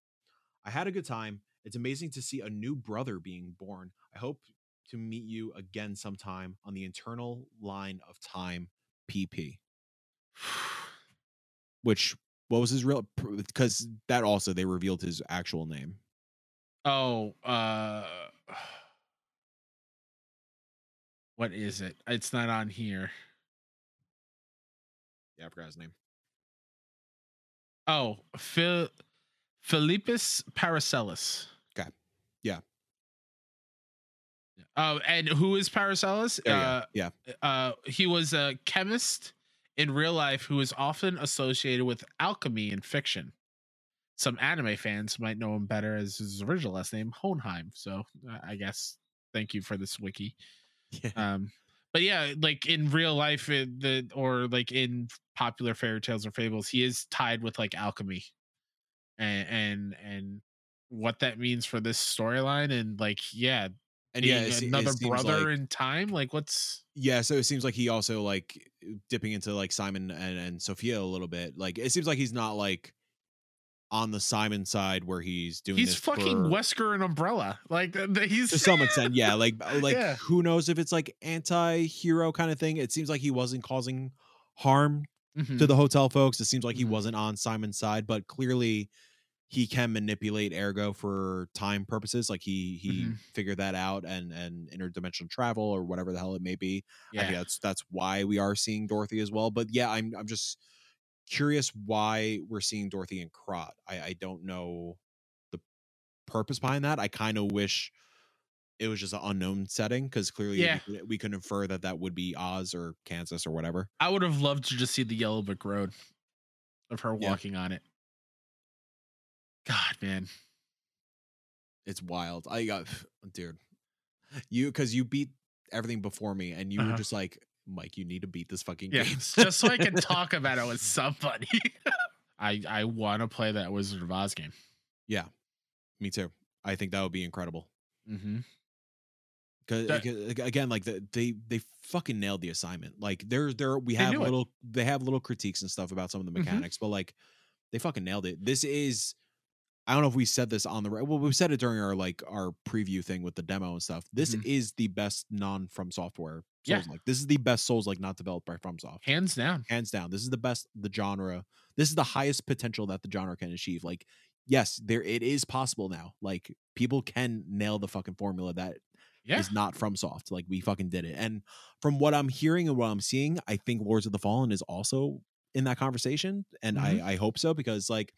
Speaker 1: i had a good time it's amazing to see a new brother being born i hope to meet you again sometime on the internal line of time pp Oh. (sighs)
Speaker 2: (sighs)
Speaker 1: which what was his real because that also they revealed his actual name
Speaker 2: oh. Uh. What is it? It's not on here.
Speaker 1: yeah i forgot his name
Speaker 2: Oh, Phil. Philippus Paracelsus.
Speaker 1: Okay. Yeah.
Speaker 2: Uh, and who is Paracelsus?
Speaker 1: there you
Speaker 2: uh,
Speaker 1: go. yeah
Speaker 2: uh, he was a chemist in real life who is often associated with alchemy in fiction. Some anime fans might know him better as his original last name, Honheim. So uh, I guess thank you for this wiki.
Speaker 1: yeah
Speaker 2: Um, but yeah, like in real life, it, the or like in popular fairy tales or fables, he is tied with like alchemy, and and and what that means for this storyline, and like yeah,
Speaker 1: and yeah
Speaker 2: being
Speaker 1: it se- it
Speaker 2: another
Speaker 1: seems
Speaker 2: brother
Speaker 1: like-
Speaker 2: in time, like what's
Speaker 1: yeah so it seems like he also like uh, dipping into like simon and, and sophia a little bit like it seems like he's not like on the simon side where he's doing
Speaker 2: he's
Speaker 1: this
Speaker 2: fucking
Speaker 1: for-
Speaker 2: Wesker and Umbrella. Like th- th- he's (laughs)
Speaker 1: to some extent yeah like uh, like
Speaker 2: Yeah.
Speaker 1: who knows if it's like anti-hero kind of thing it seems like he wasn't causing harm to
Speaker 2: Mhm.
Speaker 1: the hotel folks. It seems like he
Speaker 2: Mhm.
Speaker 1: wasn't on Simon's side, but clearly he can manipulate Ergo for time purposes. Like he he
Speaker 2: Mhm.
Speaker 1: figured that out and and interdimensional travel or whatever the hell it may be. I think
Speaker 2: yeah.
Speaker 1: that's that's why we are seeing Dorothy as well. But yeah, I'm I'm just curious why we're seeing Dorothy and Crot. I I don't know the purpose behind that. I kind of wish it was just an unknown setting because clearly
Speaker 2: Yeah.
Speaker 1: we, could- we can infer that that would be Oz or Kansas or whatever.
Speaker 2: I would have loved to just see the yellow brick road of her
Speaker 1: Yeah.
Speaker 2: walking on it. God, man.
Speaker 1: it's wild. (sighs) I got dude, you because you beat everything before me, and you were
Speaker 2: Uh-huh.
Speaker 1: just like, Mike, you need to beat this fucking
Speaker 2: Yeah,
Speaker 1: game. (laughs)
Speaker 2: just so I can talk about it with somebody. (laughs) I I want to play that Wizard of Oz game.
Speaker 1: Me too. I think that would be incredible.
Speaker 2: Mm-hmm.
Speaker 1: Cause,
Speaker 2: That-
Speaker 1: ag- again, like the, they they fucking nailed the assignment. Like there there we
Speaker 2: They
Speaker 1: have
Speaker 2: knew it.
Speaker 1: little they have little critiques and stuff about some of the
Speaker 2: Mhm.
Speaker 1: mechanics, but like they fucking nailed it. This is I don't know if we said this on the re- well we said it during our like our preview thing with the demo and stuff. This
Speaker 2: Mhm.
Speaker 1: is the best non from software.
Speaker 2: Yeah.
Speaker 1: Souls like this is the best Souls like not developed by FromSoft
Speaker 2: Hands down.
Speaker 1: hands down. This is the best the genre. This is the highest potential that the genre can achieve. Like, yes, there it is possible now. Like, people can nail the fucking formula that is
Speaker 2: Yeah.
Speaker 1: not from soft. Like, we fucking did it. And from what I'm hearing and what I'm seeing, I think Lords of the Fallen is also in that conversation, and
Speaker 2: Mm-hmm.
Speaker 1: I I hope so because like.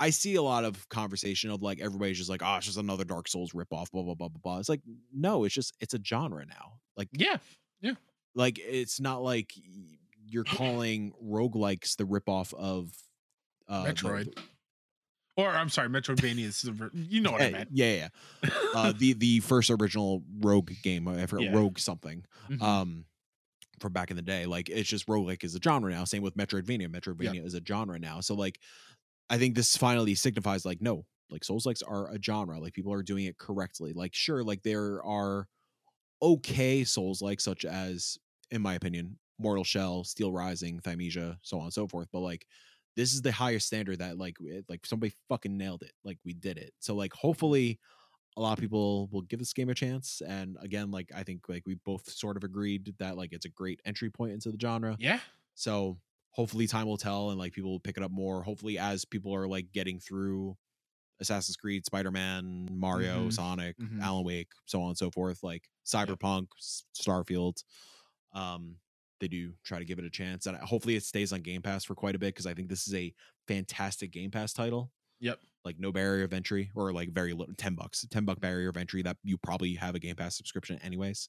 Speaker 1: I see a lot of conversation of like everybody's just like, oh, it's just another Dark Souls ripoff, blah blah blah blah blah. It's like, no, it's just it's a genre now. Like
Speaker 2: Yeah.
Speaker 1: like it's not like y- you're calling roguelikes the ripoff of uh the-
Speaker 2: Metroid. Or I'm sorry, Metroidvania is the ver- you know what I
Speaker 1: yeah,
Speaker 2: meant.
Speaker 1: yeah, yeah.
Speaker 2: (laughs)
Speaker 1: Uh, the the first original Rogue game, I forgot
Speaker 2: Yeah.
Speaker 1: Rogue something,
Speaker 2: Mhm.
Speaker 1: um, from back in the day. Like it's just roguelike is a genre now. Same with Metroidvania. Metroidvania is a genre now. So like, I think this finally signifies like no, like Souls likes are a genre. Like people are doing it correctly. Like sure, like there are okay Souls like such as, in my opinion, Mortal Shell, Steel Rising, Thymesia, so on and so forth. But like this is the highest standard that like it- like somebody fucking nailed it like we did it so like hopefully a lot of people will give this game a chance and again like i think like we both sort of agreed that like it's a great entry point into the genre
Speaker 2: yeah.
Speaker 1: so hopefully time will tell and like people will pick it up more hopefully as people are like getting through assassin's creed spider-man mario
Speaker 2: Mhm.
Speaker 1: sonic
Speaker 2: Mhm.
Speaker 1: alan wake so on and so forth like cyberpunk S- starfield um they do try to give it a chance and uh, hopefully it stays on game pass for quite a bit because i think this is a fantastic game pass title
Speaker 2: Yep.
Speaker 1: like no barrier of entry or like very little 10 bucks 10 buck barrier of entry that you probably have a game pass subscription anyways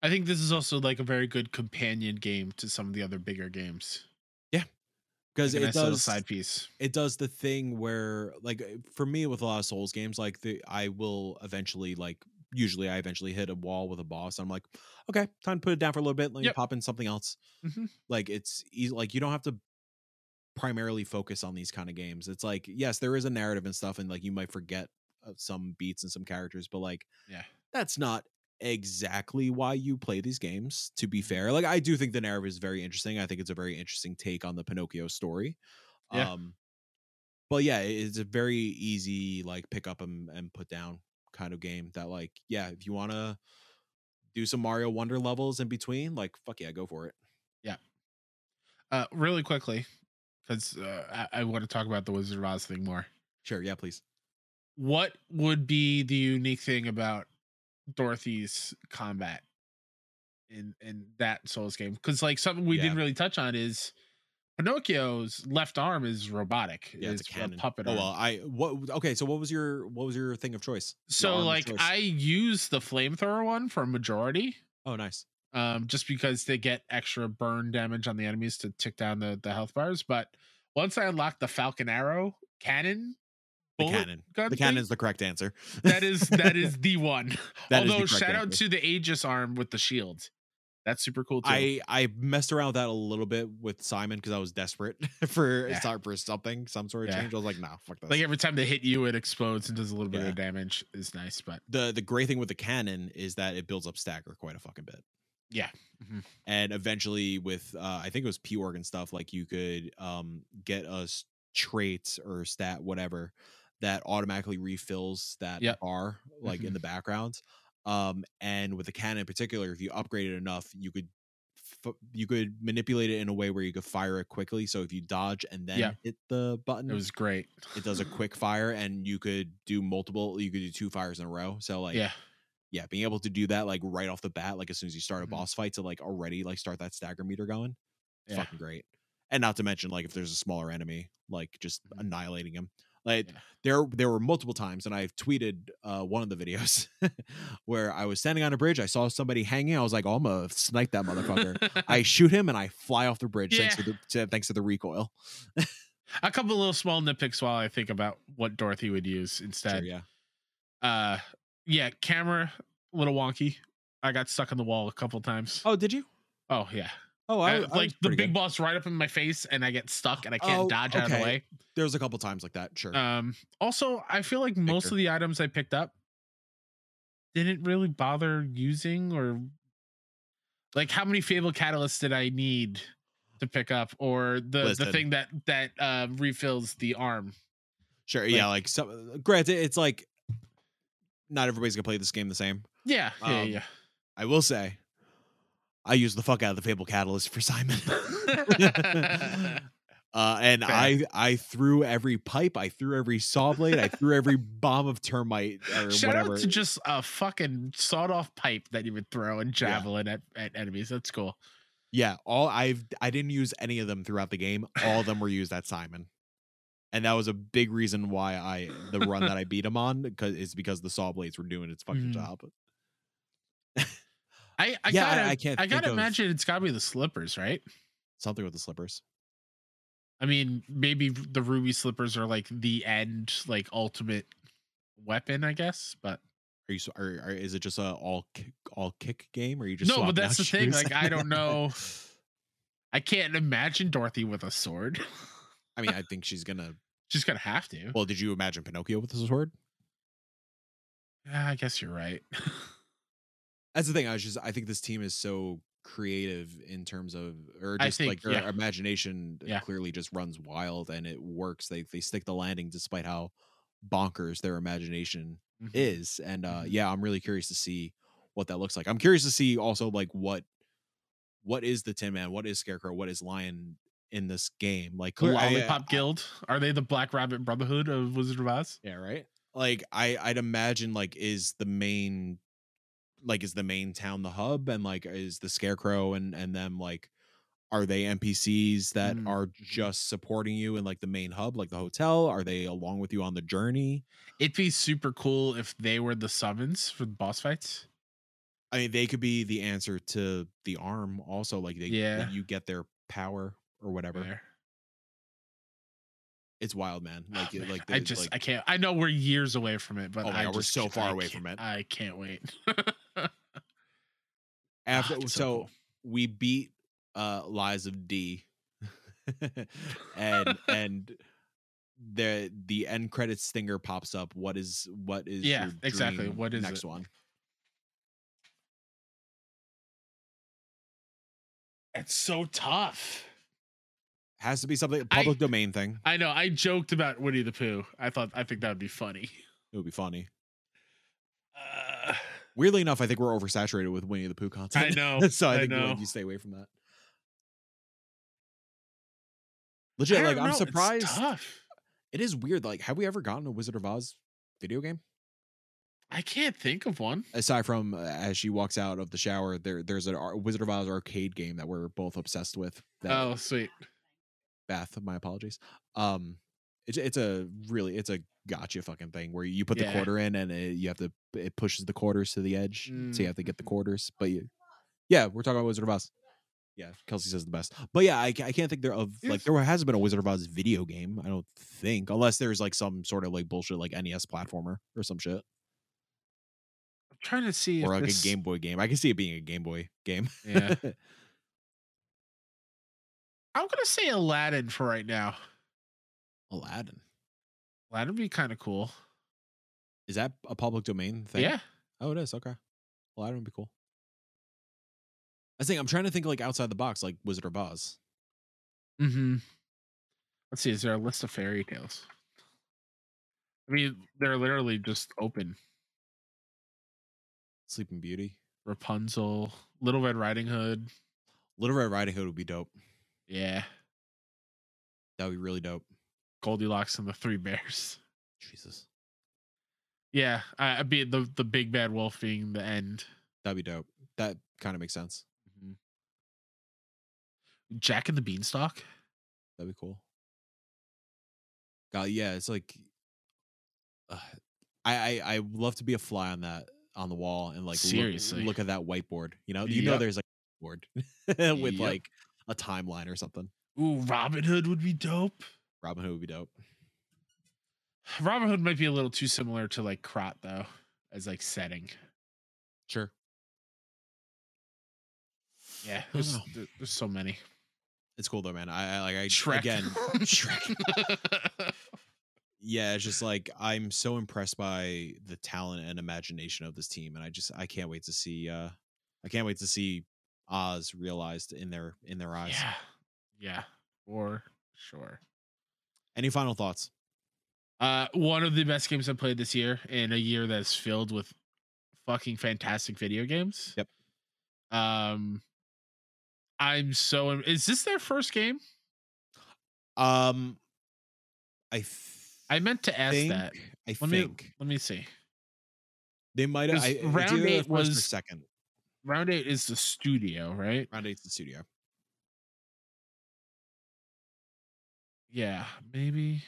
Speaker 2: I think this is also like a very good companion game to some of the other bigger games.
Speaker 1: because
Speaker 2: Like a
Speaker 1: it
Speaker 2: nice little
Speaker 1: does
Speaker 2: side piece.
Speaker 1: it does the thing where like eh, for me with a lot of souls games like the i will eventually like usually i eventually hit a wall with a boss i'm like okay time to put it down for a little bit let me
Speaker 2: Yep.
Speaker 1: pop in something else
Speaker 2: Mhm.
Speaker 1: like it's easy like you don't have to primarily focus on these kind of games it's like yes there is a narrative and stuff and like you might forget uh, some beats and some characters but like
Speaker 2: Yeah.
Speaker 1: that's not exactly why you play these games to
Speaker 2: Mm-hmm.
Speaker 1: be fair like i do think the narrative is very interesting i think it's a very interesting take on the pinocchio story
Speaker 2: Yeah.
Speaker 1: um but yeah it- it's a very easy like pick up and, and put down kind of game that like yeah if you want to do some mario wonder levels in between like fuck yeah go for it
Speaker 2: Uh, really quickly, because uh, I, I want to talk about the Wizard of Oz thing more.
Speaker 1: sure yeah please
Speaker 2: What would be the unique thing about Dorothy's combat in in that Souls game? Because like something we
Speaker 1: Yeah.
Speaker 2: didn't really touch on is Pinocchio's left arm is robotic.
Speaker 1: yeah it's,
Speaker 2: It's
Speaker 1: a cannon
Speaker 2: puppet
Speaker 1: oh
Speaker 2: arm.
Speaker 1: well i what okay so what was your what was your thing of choice Your
Speaker 2: so
Speaker 1: arm of
Speaker 2: like
Speaker 1: choice?
Speaker 2: I use the flamethrower one for majority.
Speaker 1: oh nice
Speaker 2: um, just because they get extra burn damage on the enemies to tick down the, the health bars. But once I unlock the Falcon Arrow cannon,
Speaker 1: the
Speaker 2: bullet
Speaker 1: cannon
Speaker 2: gun
Speaker 1: the
Speaker 2: thing,
Speaker 1: cannon's (laughs) the correct answer
Speaker 2: that is that is the one.
Speaker 1: (laughs) That is the
Speaker 2: Although
Speaker 1: correct
Speaker 2: shout out
Speaker 1: answer.
Speaker 2: to the Aegis arm with the shield, that's super cool too.
Speaker 1: I I messed around with that a little bit with Simon because I was desperate (laughs) for
Speaker 2: Yeah.
Speaker 1: sorry, for something, some sort of
Speaker 2: Yeah.
Speaker 1: change. I was like, nah, fuck this.
Speaker 2: like every time they hit you, it explodes and does a little bit
Speaker 1: Yeah.
Speaker 2: of damage. Is nice, but
Speaker 1: the the great thing with the cannon is that it builds up stagger quite a fucking bit.
Speaker 2: Yeah. Mhm.
Speaker 1: And eventually with uh I think it was P org and stuff, like you could um get a s- trait or stat, whatever, that automatically refills that
Speaker 2: Yep.
Speaker 1: bar like in
Speaker 2: Mhm.
Speaker 1: the background. Um and with the cannon in particular, if you upgrade it enough, you could f- you could manipulate it in a way where you could fire it quickly. So if you dodge and then
Speaker 2: Yeah.
Speaker 1: hit the button,
Speaker 2: it was great. (laughs)
Speaker 1: it does a quick fire, and you could do multiple. You could do two fires in a row. So like,
Speaker 2: yeah,
Speaker 1: yeah, being able to do that like right off the bat, like as soon as you start a
Speaker 2: Mhm.
Speaker 1: boss fight to like already like start that stagger meter going, it's
Speaker 2: Yeah.
Speaker 1: fucking great. And not to mention like if there's a smaller enemy, like just
Speaker 2: Mhm.
Speaker 1: annihilating him. Like
Speaker 2: Yeah.
Speaker 1: there there were multiple times and I've tweeted uh one of the videos (laughs) where I was standing on a bridge, I saw somebody hanging, I was like, oh, I'm gonna snipe that motherfucker.
Speaker 2: (laughs)
Speaker 1: (laughs) I shoot him and I fly off the bridge thanks to the to, thanks to the recoil.
Speaker 2: a couple little small nitpicks while I think about what Dorothy would use
Speaker 1: Sure,
Speaker 2: instead.
Speaker 1: yeah.
Speaker 2: uh yeah camera a little wonky I got stuck on the wall a couple times.
Speaker 1: Oh, did you?
Speaker 2: Oh yeah,
Speaker 1: Oh,
Speaker 2: I-
Speaker 1: I, I was
Speaker 2: like the
Speaker 1: pretty
Speaker 2: big
Speaker 1: good.
Speaker 2: boss right up in my face, and I get stuck and I can't
Speaker 1: Oh,
Speaker 2: dodge out of the
Speaker 1: okay.
Speaker 2: way.
Speaker 1: There was a couple times like that. Sure.
Speaker 2: Um, also, I feel like most
Speaker 1: Victor.
Speaker 2: of the items I picked up didn't really bother using or like how many Fable catalysts did I need to pick up or the
Speaker 1: Listen.
Speaker 2: the thing that that uh, refills the arm.
Speaker 1: sure.
Speaker 2: like-
Speaker 1: yeah. Like some. Granted, it's like not everybody's gonna play this game the same.
Speaker 2: Yeah, yeah,
Speaker 1: Um,
Speaker 2: yeah.
Speaker 1: I will say, I used the fuck out of the Fable Catalyst for (laughs) Simon.
Speaker 2: (laughs)
Speaker 1: (laughs) Uh, and
Speaker 2: Fair.
Speaker 1: I I threw every pipe, I threw every saw blade, I threw every bomb of termite or
Speaker 2: Shout
Speaker 1: whatever.
Speaker 2: out to just a fucking sawed off pipe that you would throw and javelin at, at enemies. That's cool.
Speaker 1: yeah, all I've I didn't use any of them throughout the game. All of them were used at Simon, and that was a big reason why I the run
Speaker 2: (laughs)
Speaker 1: that I beat him on because is because the saw blades were doing its fucking
Speaker 2: Mhm.
Speaker 1: job.
Speaker 2: I, I
Speaker 1: Yeah, I-
Speaker 2: gotta, I,
Speaker 1: I can't think
Speaker 2: gotta
Speaker 1: of-
Speaker 2: imagine it's gotta be the slippers, right?
Speaker 1: Something with the slippers.
Speaker 2: I mean, maybe the ruby slippers are like the end, like ultimate weapon, I guess. But
Speaker 1: Are you s- are, are is it just a all kick, all kick game or you just
Speaker 2: no, but
Speaker 1: swapping
Speaker 2: that's the
Speaker 1: out
Speaker 2: thing.
Speaker 1: shoes?
Speaker 2: Like,
Speaker 1: (laughs)
Speaker 2: I don't know. I can't imagine Dorothy with a sword. (laughs)
Speaker 1: I mean, I think she's gonna.
Speaker 2: She's gonna have to.
Speaker 1: Well, did you imagine Pinocchio with his sword?
Speaker 2: Yeah, I guess you're right. (laughs) Mm-hmm.
Speaker 1: That's the thing. I was just I think this team is so creative in terms of or
Speaker 2: I
Speaker 1: just
Speaker 2: think,
Speaker 1: like their
Speaker 2: yeah.
Speaker 1: imagination uh,
Speaker 2: Yeah.
Speaker 1: clearly just runs wild and it works. They they stick the landing despite how bonkers their imagination is. And uh
Speaker 2: Mhm.
Speaker 1: yeah, I'm really curious to see what that looks like. I'm curious to see also like what what is the Tin Man, what is Scarecrow, what is Lion in this game? Like clear- I- uh,
Speaker 2: Lollipop Guild. Are they the Black Rabbit Brotherhood of Wizard of Oz?
Speaker 1: Yeah, right. Like I, I'd imagine like is the main, like is the main town the hub, and like is the scarecrow and and them like, are they NPCs that
Speaker 2: Mm.
Speaker 1: are just supporting you in like the main hub, like the hotel? Are they along with you on the journey?
Speaker 2: It'd be super cool if they were the summons for the boss fights.
Speaker 1: I mean, they could be the answer to the arm. Also, like they, yeah,
Speaker 2: Yeah.
Speaker 1: you get their power or whatever.
Speaker 2: There.
Speaker 1: It's wild, man.
Speaker 2: Oh,
Speaker 1: Like, it-
Speaker 2: man,
Speaker 1: like
Speaker 2: I
Speaker 1: the-
Speaker 2: just
Speaker 1: like-
Speaker 2: I can't. I know we're years away from it, but
Speaker 1: Oh my
Speaker 2: I
Speaker 1: God, we're
Speaker 2: just-
Speaker 1: so far
Speaker 2: I
Speaker 1: away
Speaker 2: can't-
Speaker 1: from it.
Speaker 2: I can't wait.
Speaker 1: after
Speaker 2: ah, it's so
Speaker 1: so
Speaker 2: cool.
Speaker 1: we beat uh lies of d (laughs)
Speaker 2: (laughs)
Speaker 1: and and the the end credits stinger pops up what is what is
Speaker 2: Yeah,
Speaker 1: your
Speaker 2: exactly.
Speaker 1: dream
Speaker 2: What is
Speaker 1: next
Speaker 2: it?
Speaker 1: one
Speaker 2: It's so tough.
Speaker 1: has to be something
Speaker 2: I-
Speaker 1: public domain thing
Speaker 2: I know. I joked about Winnie the Pooh. I thought I think that would be funny.
Speaker 1: it would be funny
Speaker 2: Uh,
Speaker 1: weirdly enough i think we're oversaturated with winnie the pooh content
Speaker 2: (laughs)
Speaker 1: (laughs)
Speaker 2: I know.
Speaker 1: so i,
Speaker 2: Oh, I
Speaker 1: think you-
Speaker 2: know.
Speaker 1: you stay away from that legit
Speaker 2: I
Speaker 1: like
Speaker 2: don't
Speaker 1: i'm
Speaker 2: know, it's
Speaker 1: surprised
Speaker 2: tough.
Speaker 1: it is weird like have we ever gotten a wizard of oz video game
Speaker 2: I can't think of one.
Speaker 1: aside from uh, as she walks out of the shower, there there's a ar- Wizard of Oz arcade game that we're both obsessed with. That
Speaker 2: Oh, sweet.
Speaker 1: Bath, my apologies. Um, it's it's a really it's a gotcha fucking thing where you put the
Speaker 2: Yeah.
Speaker 1: quarter in and it, you have to it pushes the quarters to the edge, so you have to get the
Speaker 2: Mhm.
Speaker 1: quarters. But you, yeah, we're talking about Wizard of Oz. Yeah, Kelsey says the best. But yeah, I, ca- I can't think there of like
Speaker 2: Yes.
Speaker 1: there hasn't been a Wizard of Oz video game. I don't think unless there's like some sort of like bullshit like NES platformer or some shit
Speaker 2: I'm trying to see
Speaker 1: or
Speaker 2: if
Speaker 1: like
Speaker 2: this-
Speaker 1: a Game Boy game. I can see it being a Game Boy game. (laughs)
Speaker 2: (laughs) Yeah. I'm gonna say Aladdin for right now.
Speaker 1: Aladdin.
Speaker 2: Aladdin would be kind of cool.
Speaker 1: Is that a public domain thing?
Speaker 2: Yeah.
Speaker 1: Oh, it is. Okay. Aladdin would be cool. I think I'm trying to think like outside the box, like Wizard of Oz.
Speaker 2: Mm-hmm. Let's see. Is there a list of fairy tales? I mean, they're literally just open.
Speaker 1: Sleeping Beauty.
Speaker 2: Rapunzel, Little Red Riding Hood.
Speaker 1: Little Red Riding Hood would be dope.
Speaker 2: Yeah.
Speaker 1: That would be really dope.
Speaker 2: Goldilocks and the Three Bears. (laughs)
Speaker 1: Jesus.
Speaker 2: Yeah, I, I be the the big bad wolf being the end. Mm-hmm.
Speaker 1: That'd be dope. That kind of makes sense.
Speaker 2: Jack and the Beanstalk.
Speaker 1: That'd be cool. God, yeah, it's like uh, I, I I would love to be a fly on that on the wall and like look-
Speaker 2: Seriously.
Speaker 1: look, at that whiteboard. You know, you know,
Speaker 2: Yep.
Speaker 1: there's like a board (laughs) with
Speaker 2: Yep.
Speaker 1: like a timeline or something.
Speaker 2: Ooh, Robin Hood would be dope. (sighs)
Speaker 1: Robin Hood would be dope.
Speaker 2: Robin Hood might be a little too similar to like Krat though, as like setting.
Speaker 1: Sure.
Speaker 2: Yeah,
Speaker 1: don't
Speaker 2: there's,
Speaker 1: know.
Speaker 2: there- there's so many.
Speaker 1: It's cool though, man. I, I like I
Speaker 2: Shrek. (laughs)
Speaker 1: again. Shrek. (laughs) Yeah, it's just like I'm so impressed by the talent and imagination of this team, and I just I can't wait to see. uh I can't wait to see Oz realized in their in their eyes.
Speaker 2: yeah, yeah, for sure.
Speaker 1: Any final thoughts?
Speaker 2: Uh, one of the best games I played this year in a year that's filled with fucking fantastic video games.
Speaker 1: Yep.
Speaker 2: Um, I'm so. Is this their first game?
Speaker 1: Um, I th-
Speaker 2: I meant to ask
Speaker 1: think,
Speaker 2: that.
Speaker 1: I
Speaker 2: Let me
Speaker 1: think
Speaker 2: let me see.
Speaker 1: they might have.
Speaker 2: 'cause
Speaker 1: I- it's
Speaker 2: round
Speaker 1: either the
Speaker 2: eight
Speaker 1: first or
Speaker 2: was-
Speaker 1: second.
Speaker 2: Round eight is the studio, right?
Speaker 1: Round eight's the studio.
Speaker 2: Yeah, maybe.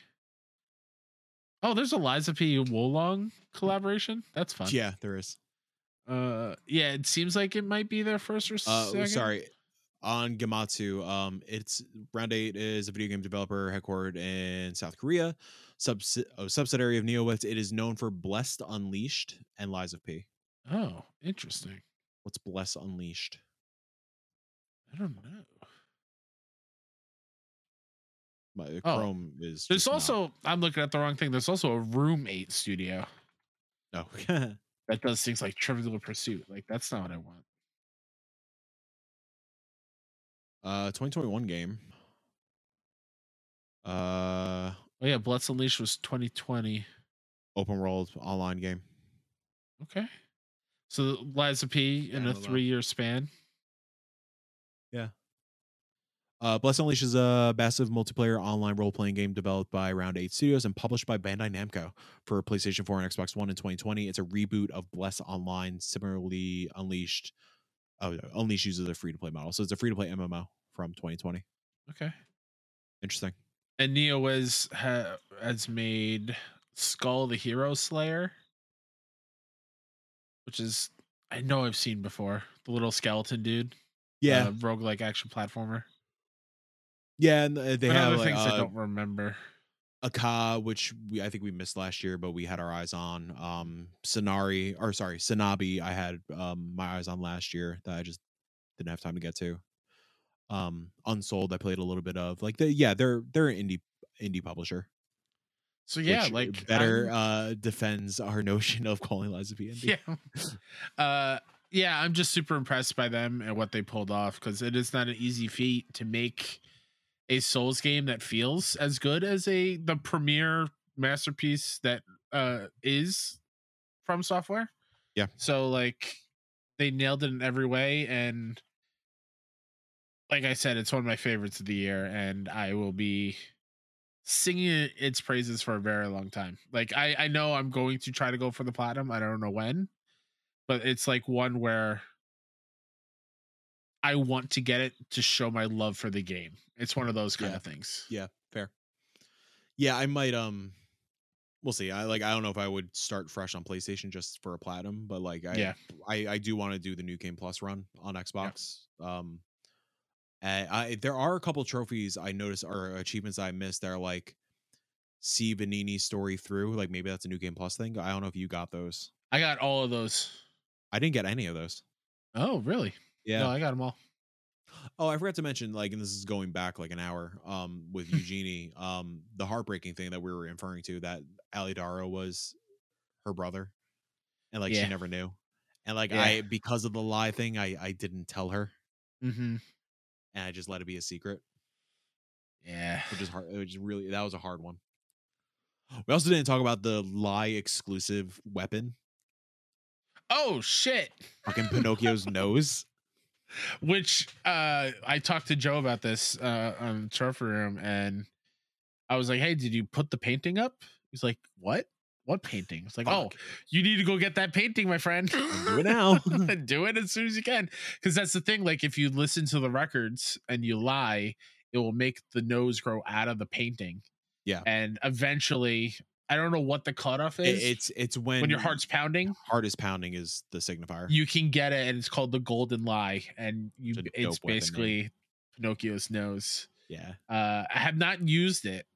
Speaker 2: Oh, there's Eliza P. Wolong collaboration. That's fun.
Speaker 1: Yeah, there is.
Speaker 2: Uh, yeah, it seems like it might be their first or
Speaker 1: Uh,
Speaker 2: second.
Speaker 1: sorry, on Gamatsu. Um, it's Round Eight is a video game developer headquartered in South Korea, subs- a subsidiary of NeoWest. It is known for Blessed Unleashed and Lies of P.
Speaker 2: Oh, interesting.
Speaker 1: What's Bless Unleashed?
Speaker 2: I don't know.
Speaker 1: My uh,
Speaker 2: Oh.
Speaker 1: Chrome is.
Speaker 2: There's
Speaker 1: just not-
Speaker 2: also I'm looking at the wrong thing. There's also a Room Eight studio
Speaker 1: no. (laughs)
Speaker 2: that does things like Trivial Pursuit. Like that's not what I want.
Speaker 1: uh, 2021 game. Uh,
Speaker 2: Oh yeah, Bloods Unleashed was 2020.
Speaker 1: open world online game.
Speaker 2: Okay, so Liza P in
Speaker 1: Yeah,
Speaker 2: a
Speaker 1: MMO.
Speaker 2: three-year span.
Speaker 1: Uh, Bless Unleashed is a massive multiplayer online role playing game developed by Round 8 Studios and published by Bandai Namco for PlayStation 4 and Xbox One in 2020. It's a reboot of Bless Online, similarly Unleashed. Oh, no, Unleashed uses a free to play model. So it's a free to play MMO from 2020.
Speaker 2: Okay,
Speaker 1: Interesting.
Speaker 2: and Neo was ha, has made Skull the Hero Slayer, which is I know I've seen before. The little skeleton dude,
Speaker 1: Yeah.
Speaker 2: uh, roguelike action platformer.
Speaker 1: yeah. And uh, they
Speaker 2: But
Speaker 1: have
Speaker 2: other
Speaker 1: like,
Speaker 2: things I
Speaker 1: uh,
Speaker 2: don't remember.
Speaker 1: Aka, which we, I think we missed last year, but we had our eyes on. Um, Sonari, or sorry, Sanabi, I had um, my eyes on last year that I just didn't have time to get to. Um, Unsold, I played a little bit of. Like, they, yeah, they're they're an indie indie publisher.
Speaker 2: So yeah,
Speaker 1: which
Speaker 2: like
Speaker 1: better
Speaker 2: I'm-
Speaker 1: uh defends our (laughs) notion of calling Lizapi indie.
Speaker 2: yeah uh yeah i'm just super impressed by them and what they pulled off because it is not an easy feat to make a souls game that feels as good as a the premier masterpiece that uh is from software
Speaker 1: Yeah.
Speaker 2: so like they nailed it in every way and like i said it's one of my favorites of the year and i will be singing it- its praises for a very long time like i i know i'm going to try to go for the platinum i don't know when but it's like one where I want to get it to show my love for the game. It's one of those kind
Speaker 1: Yeah.
Speaker 2: of things.
Speaker 1: Yeah, fair. Yeah, I might um we'll see. I like I don't know if I would start fresh on PlayStation just for a platinum, but like I
Speaker 2: Yeah.
Speaker 1: I, I do want to do the new game plus run on Xbox. Um and I there are a couple trophies I noticed or achievements I missed that are like see Vanini's story through. Like maybe that's a new game plus thing. I don't know if you got those.
Speaker 2: I got all of those.
Speaker 1: I didn't get any of those.
Speaker 2: Oh, really? No, I got them all.
Speaker 1: Oh, I forgot to mention, like, and this is going back like an hour, um, with
Speaker 2: (laughs)
Speaker 1: Eugenie, um, the heartbreaking thing that we were inferring to that Ali Dara was her brother, and like
Speaker 2: Yeah.
Speaker 1: she never knew, and like
Speaker 2: Yeah.
Speaker 1: I because of the lie thing, I I didn't tell her,
Speaker 2: Mm-hmm.
Speaker 1: and I just let it be a secret,
Speaker 2: Yeah.
Speaker 1: which is hard, which is really that was a hard one. We also didn't talk about the lie exclusive weapon,
Speaker 2: Oh shit.
Speaker 1: fucking Pinocchio's
Speaker 2: (laughs)
Speaker 1: nose.
Speaker 2: Which uh I talked to Joe about this uh on Trophy Room and I was like, Hey, did you put the painting up? He's like, What? What painting? It's like, oh,
Speaker 1: Fuck.
Speaker 2: you need to go get that painting, my
Speaker 1: (laughs)
Speaker 2: friend. (laughs)
Speaker 1: do it now.
Speaker 2: do it as soon as you can. Because that's the thing. Like, if you listen to the records and you lie, it will make the nose grow out of the painting.
Speaker 1: Yeah.
Speaker 2: And eventually, I don't know what the cutoff
Speaker 1: It-
Speaker 2: is.
Speaker 1: it's it's when
Speaker 2: when your heart's pounding,
Speaker 1: heart is pounding is the signifier.
Speaker 2: you can get it, and it's called the golden lie. And you,
Speaker 1: It's a
Speaker 2: it's,
Speaker 1: dope weapon name.
Speaker 2: basically Pinocchio's nose.
Speaker 1: yeah.
Speaker 2: Uh, I have not used it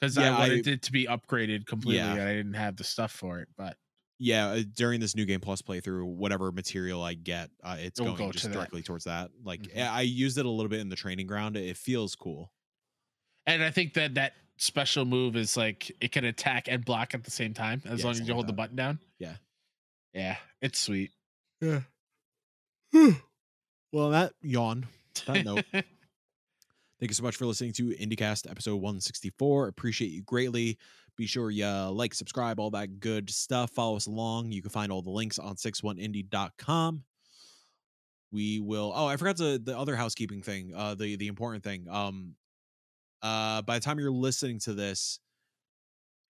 Speaker 2: because
Speaker 1: Yeah,
Speaker 2: I
Speaker 1: I-
Speaker 2: wanted it to be upgraded completely,
Speaker 1: Yeah.
Speaker 2: and I didn't have the stuff for it. But
Speaker 1: yeah uh, during this new game plus playthrough whatever material i get uh, it's
Speaker 2: It'll
Speaker 1: going
Speaker 2: go to
Speaker 1: just
Speaker 2: that.
Speaker 1: directly towards that Mm-hmm. like
Speaker 2: Mhm.
Speaker 1: yeah, i used it a little bit in the training ground it feels cool
Speaker 2: And I think that that special move is like it can attack and block at the same time as
Speaker 1: Yeah,
Speaker 2: long as
Speaker 1: something
Speaker 2: you
Speaker 1: like
Speaker 2: hold the
Speaker 1: that.
Speaker 2: button down.
Speaker 1: Yeah.
Speaker 2: Yeah, it's sweet.
Speaker 1: yeah well that yawn that note (laughs) Thank you so much for listening to IndieCast episode 164. Appreciate you greatly. Be sure you like, subscribe, all that good stuff. Follow us along. You can find all the links on 61indie.com. We will Oh, I forgot the the other housekeeping thing. Uh the the important thing. Um uh by the time you're listening to this,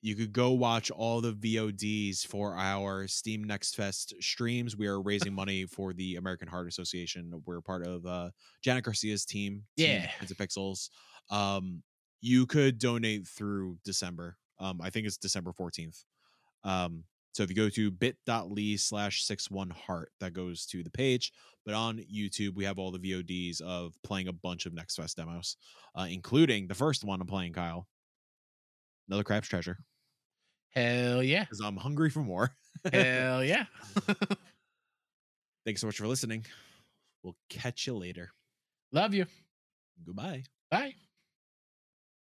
Speaker 1: you could go watch all the VODs for our Steam Next Fest streams. We are raising money for the American Heart Association. We're part of uh Janet Garcia's team. team
Speaker 2: Yeah.
Speaker 1: Kids of Pixels. Um, you could donate through December. Um, I think it's December 14th. Um, so if you go to bit.ly slash six one heart, that goes to the page. But on YouTube, we have all the VODs of playing a bunch of Next Fest demos, uh, including the first one I'm playing, Kyle. Another Crab's Treasure, (laughs)
Speaker 2: Hell yeah.
Speaker 1: because I'm hungry for more. (laughs)
Speaker 2: Hell yeah.
Speaker 1: Thanks so much for listening. We'll catch you later.
Speaker 2: Love you.
Speaker 1: Goodbye.
Speaker 2: Bye.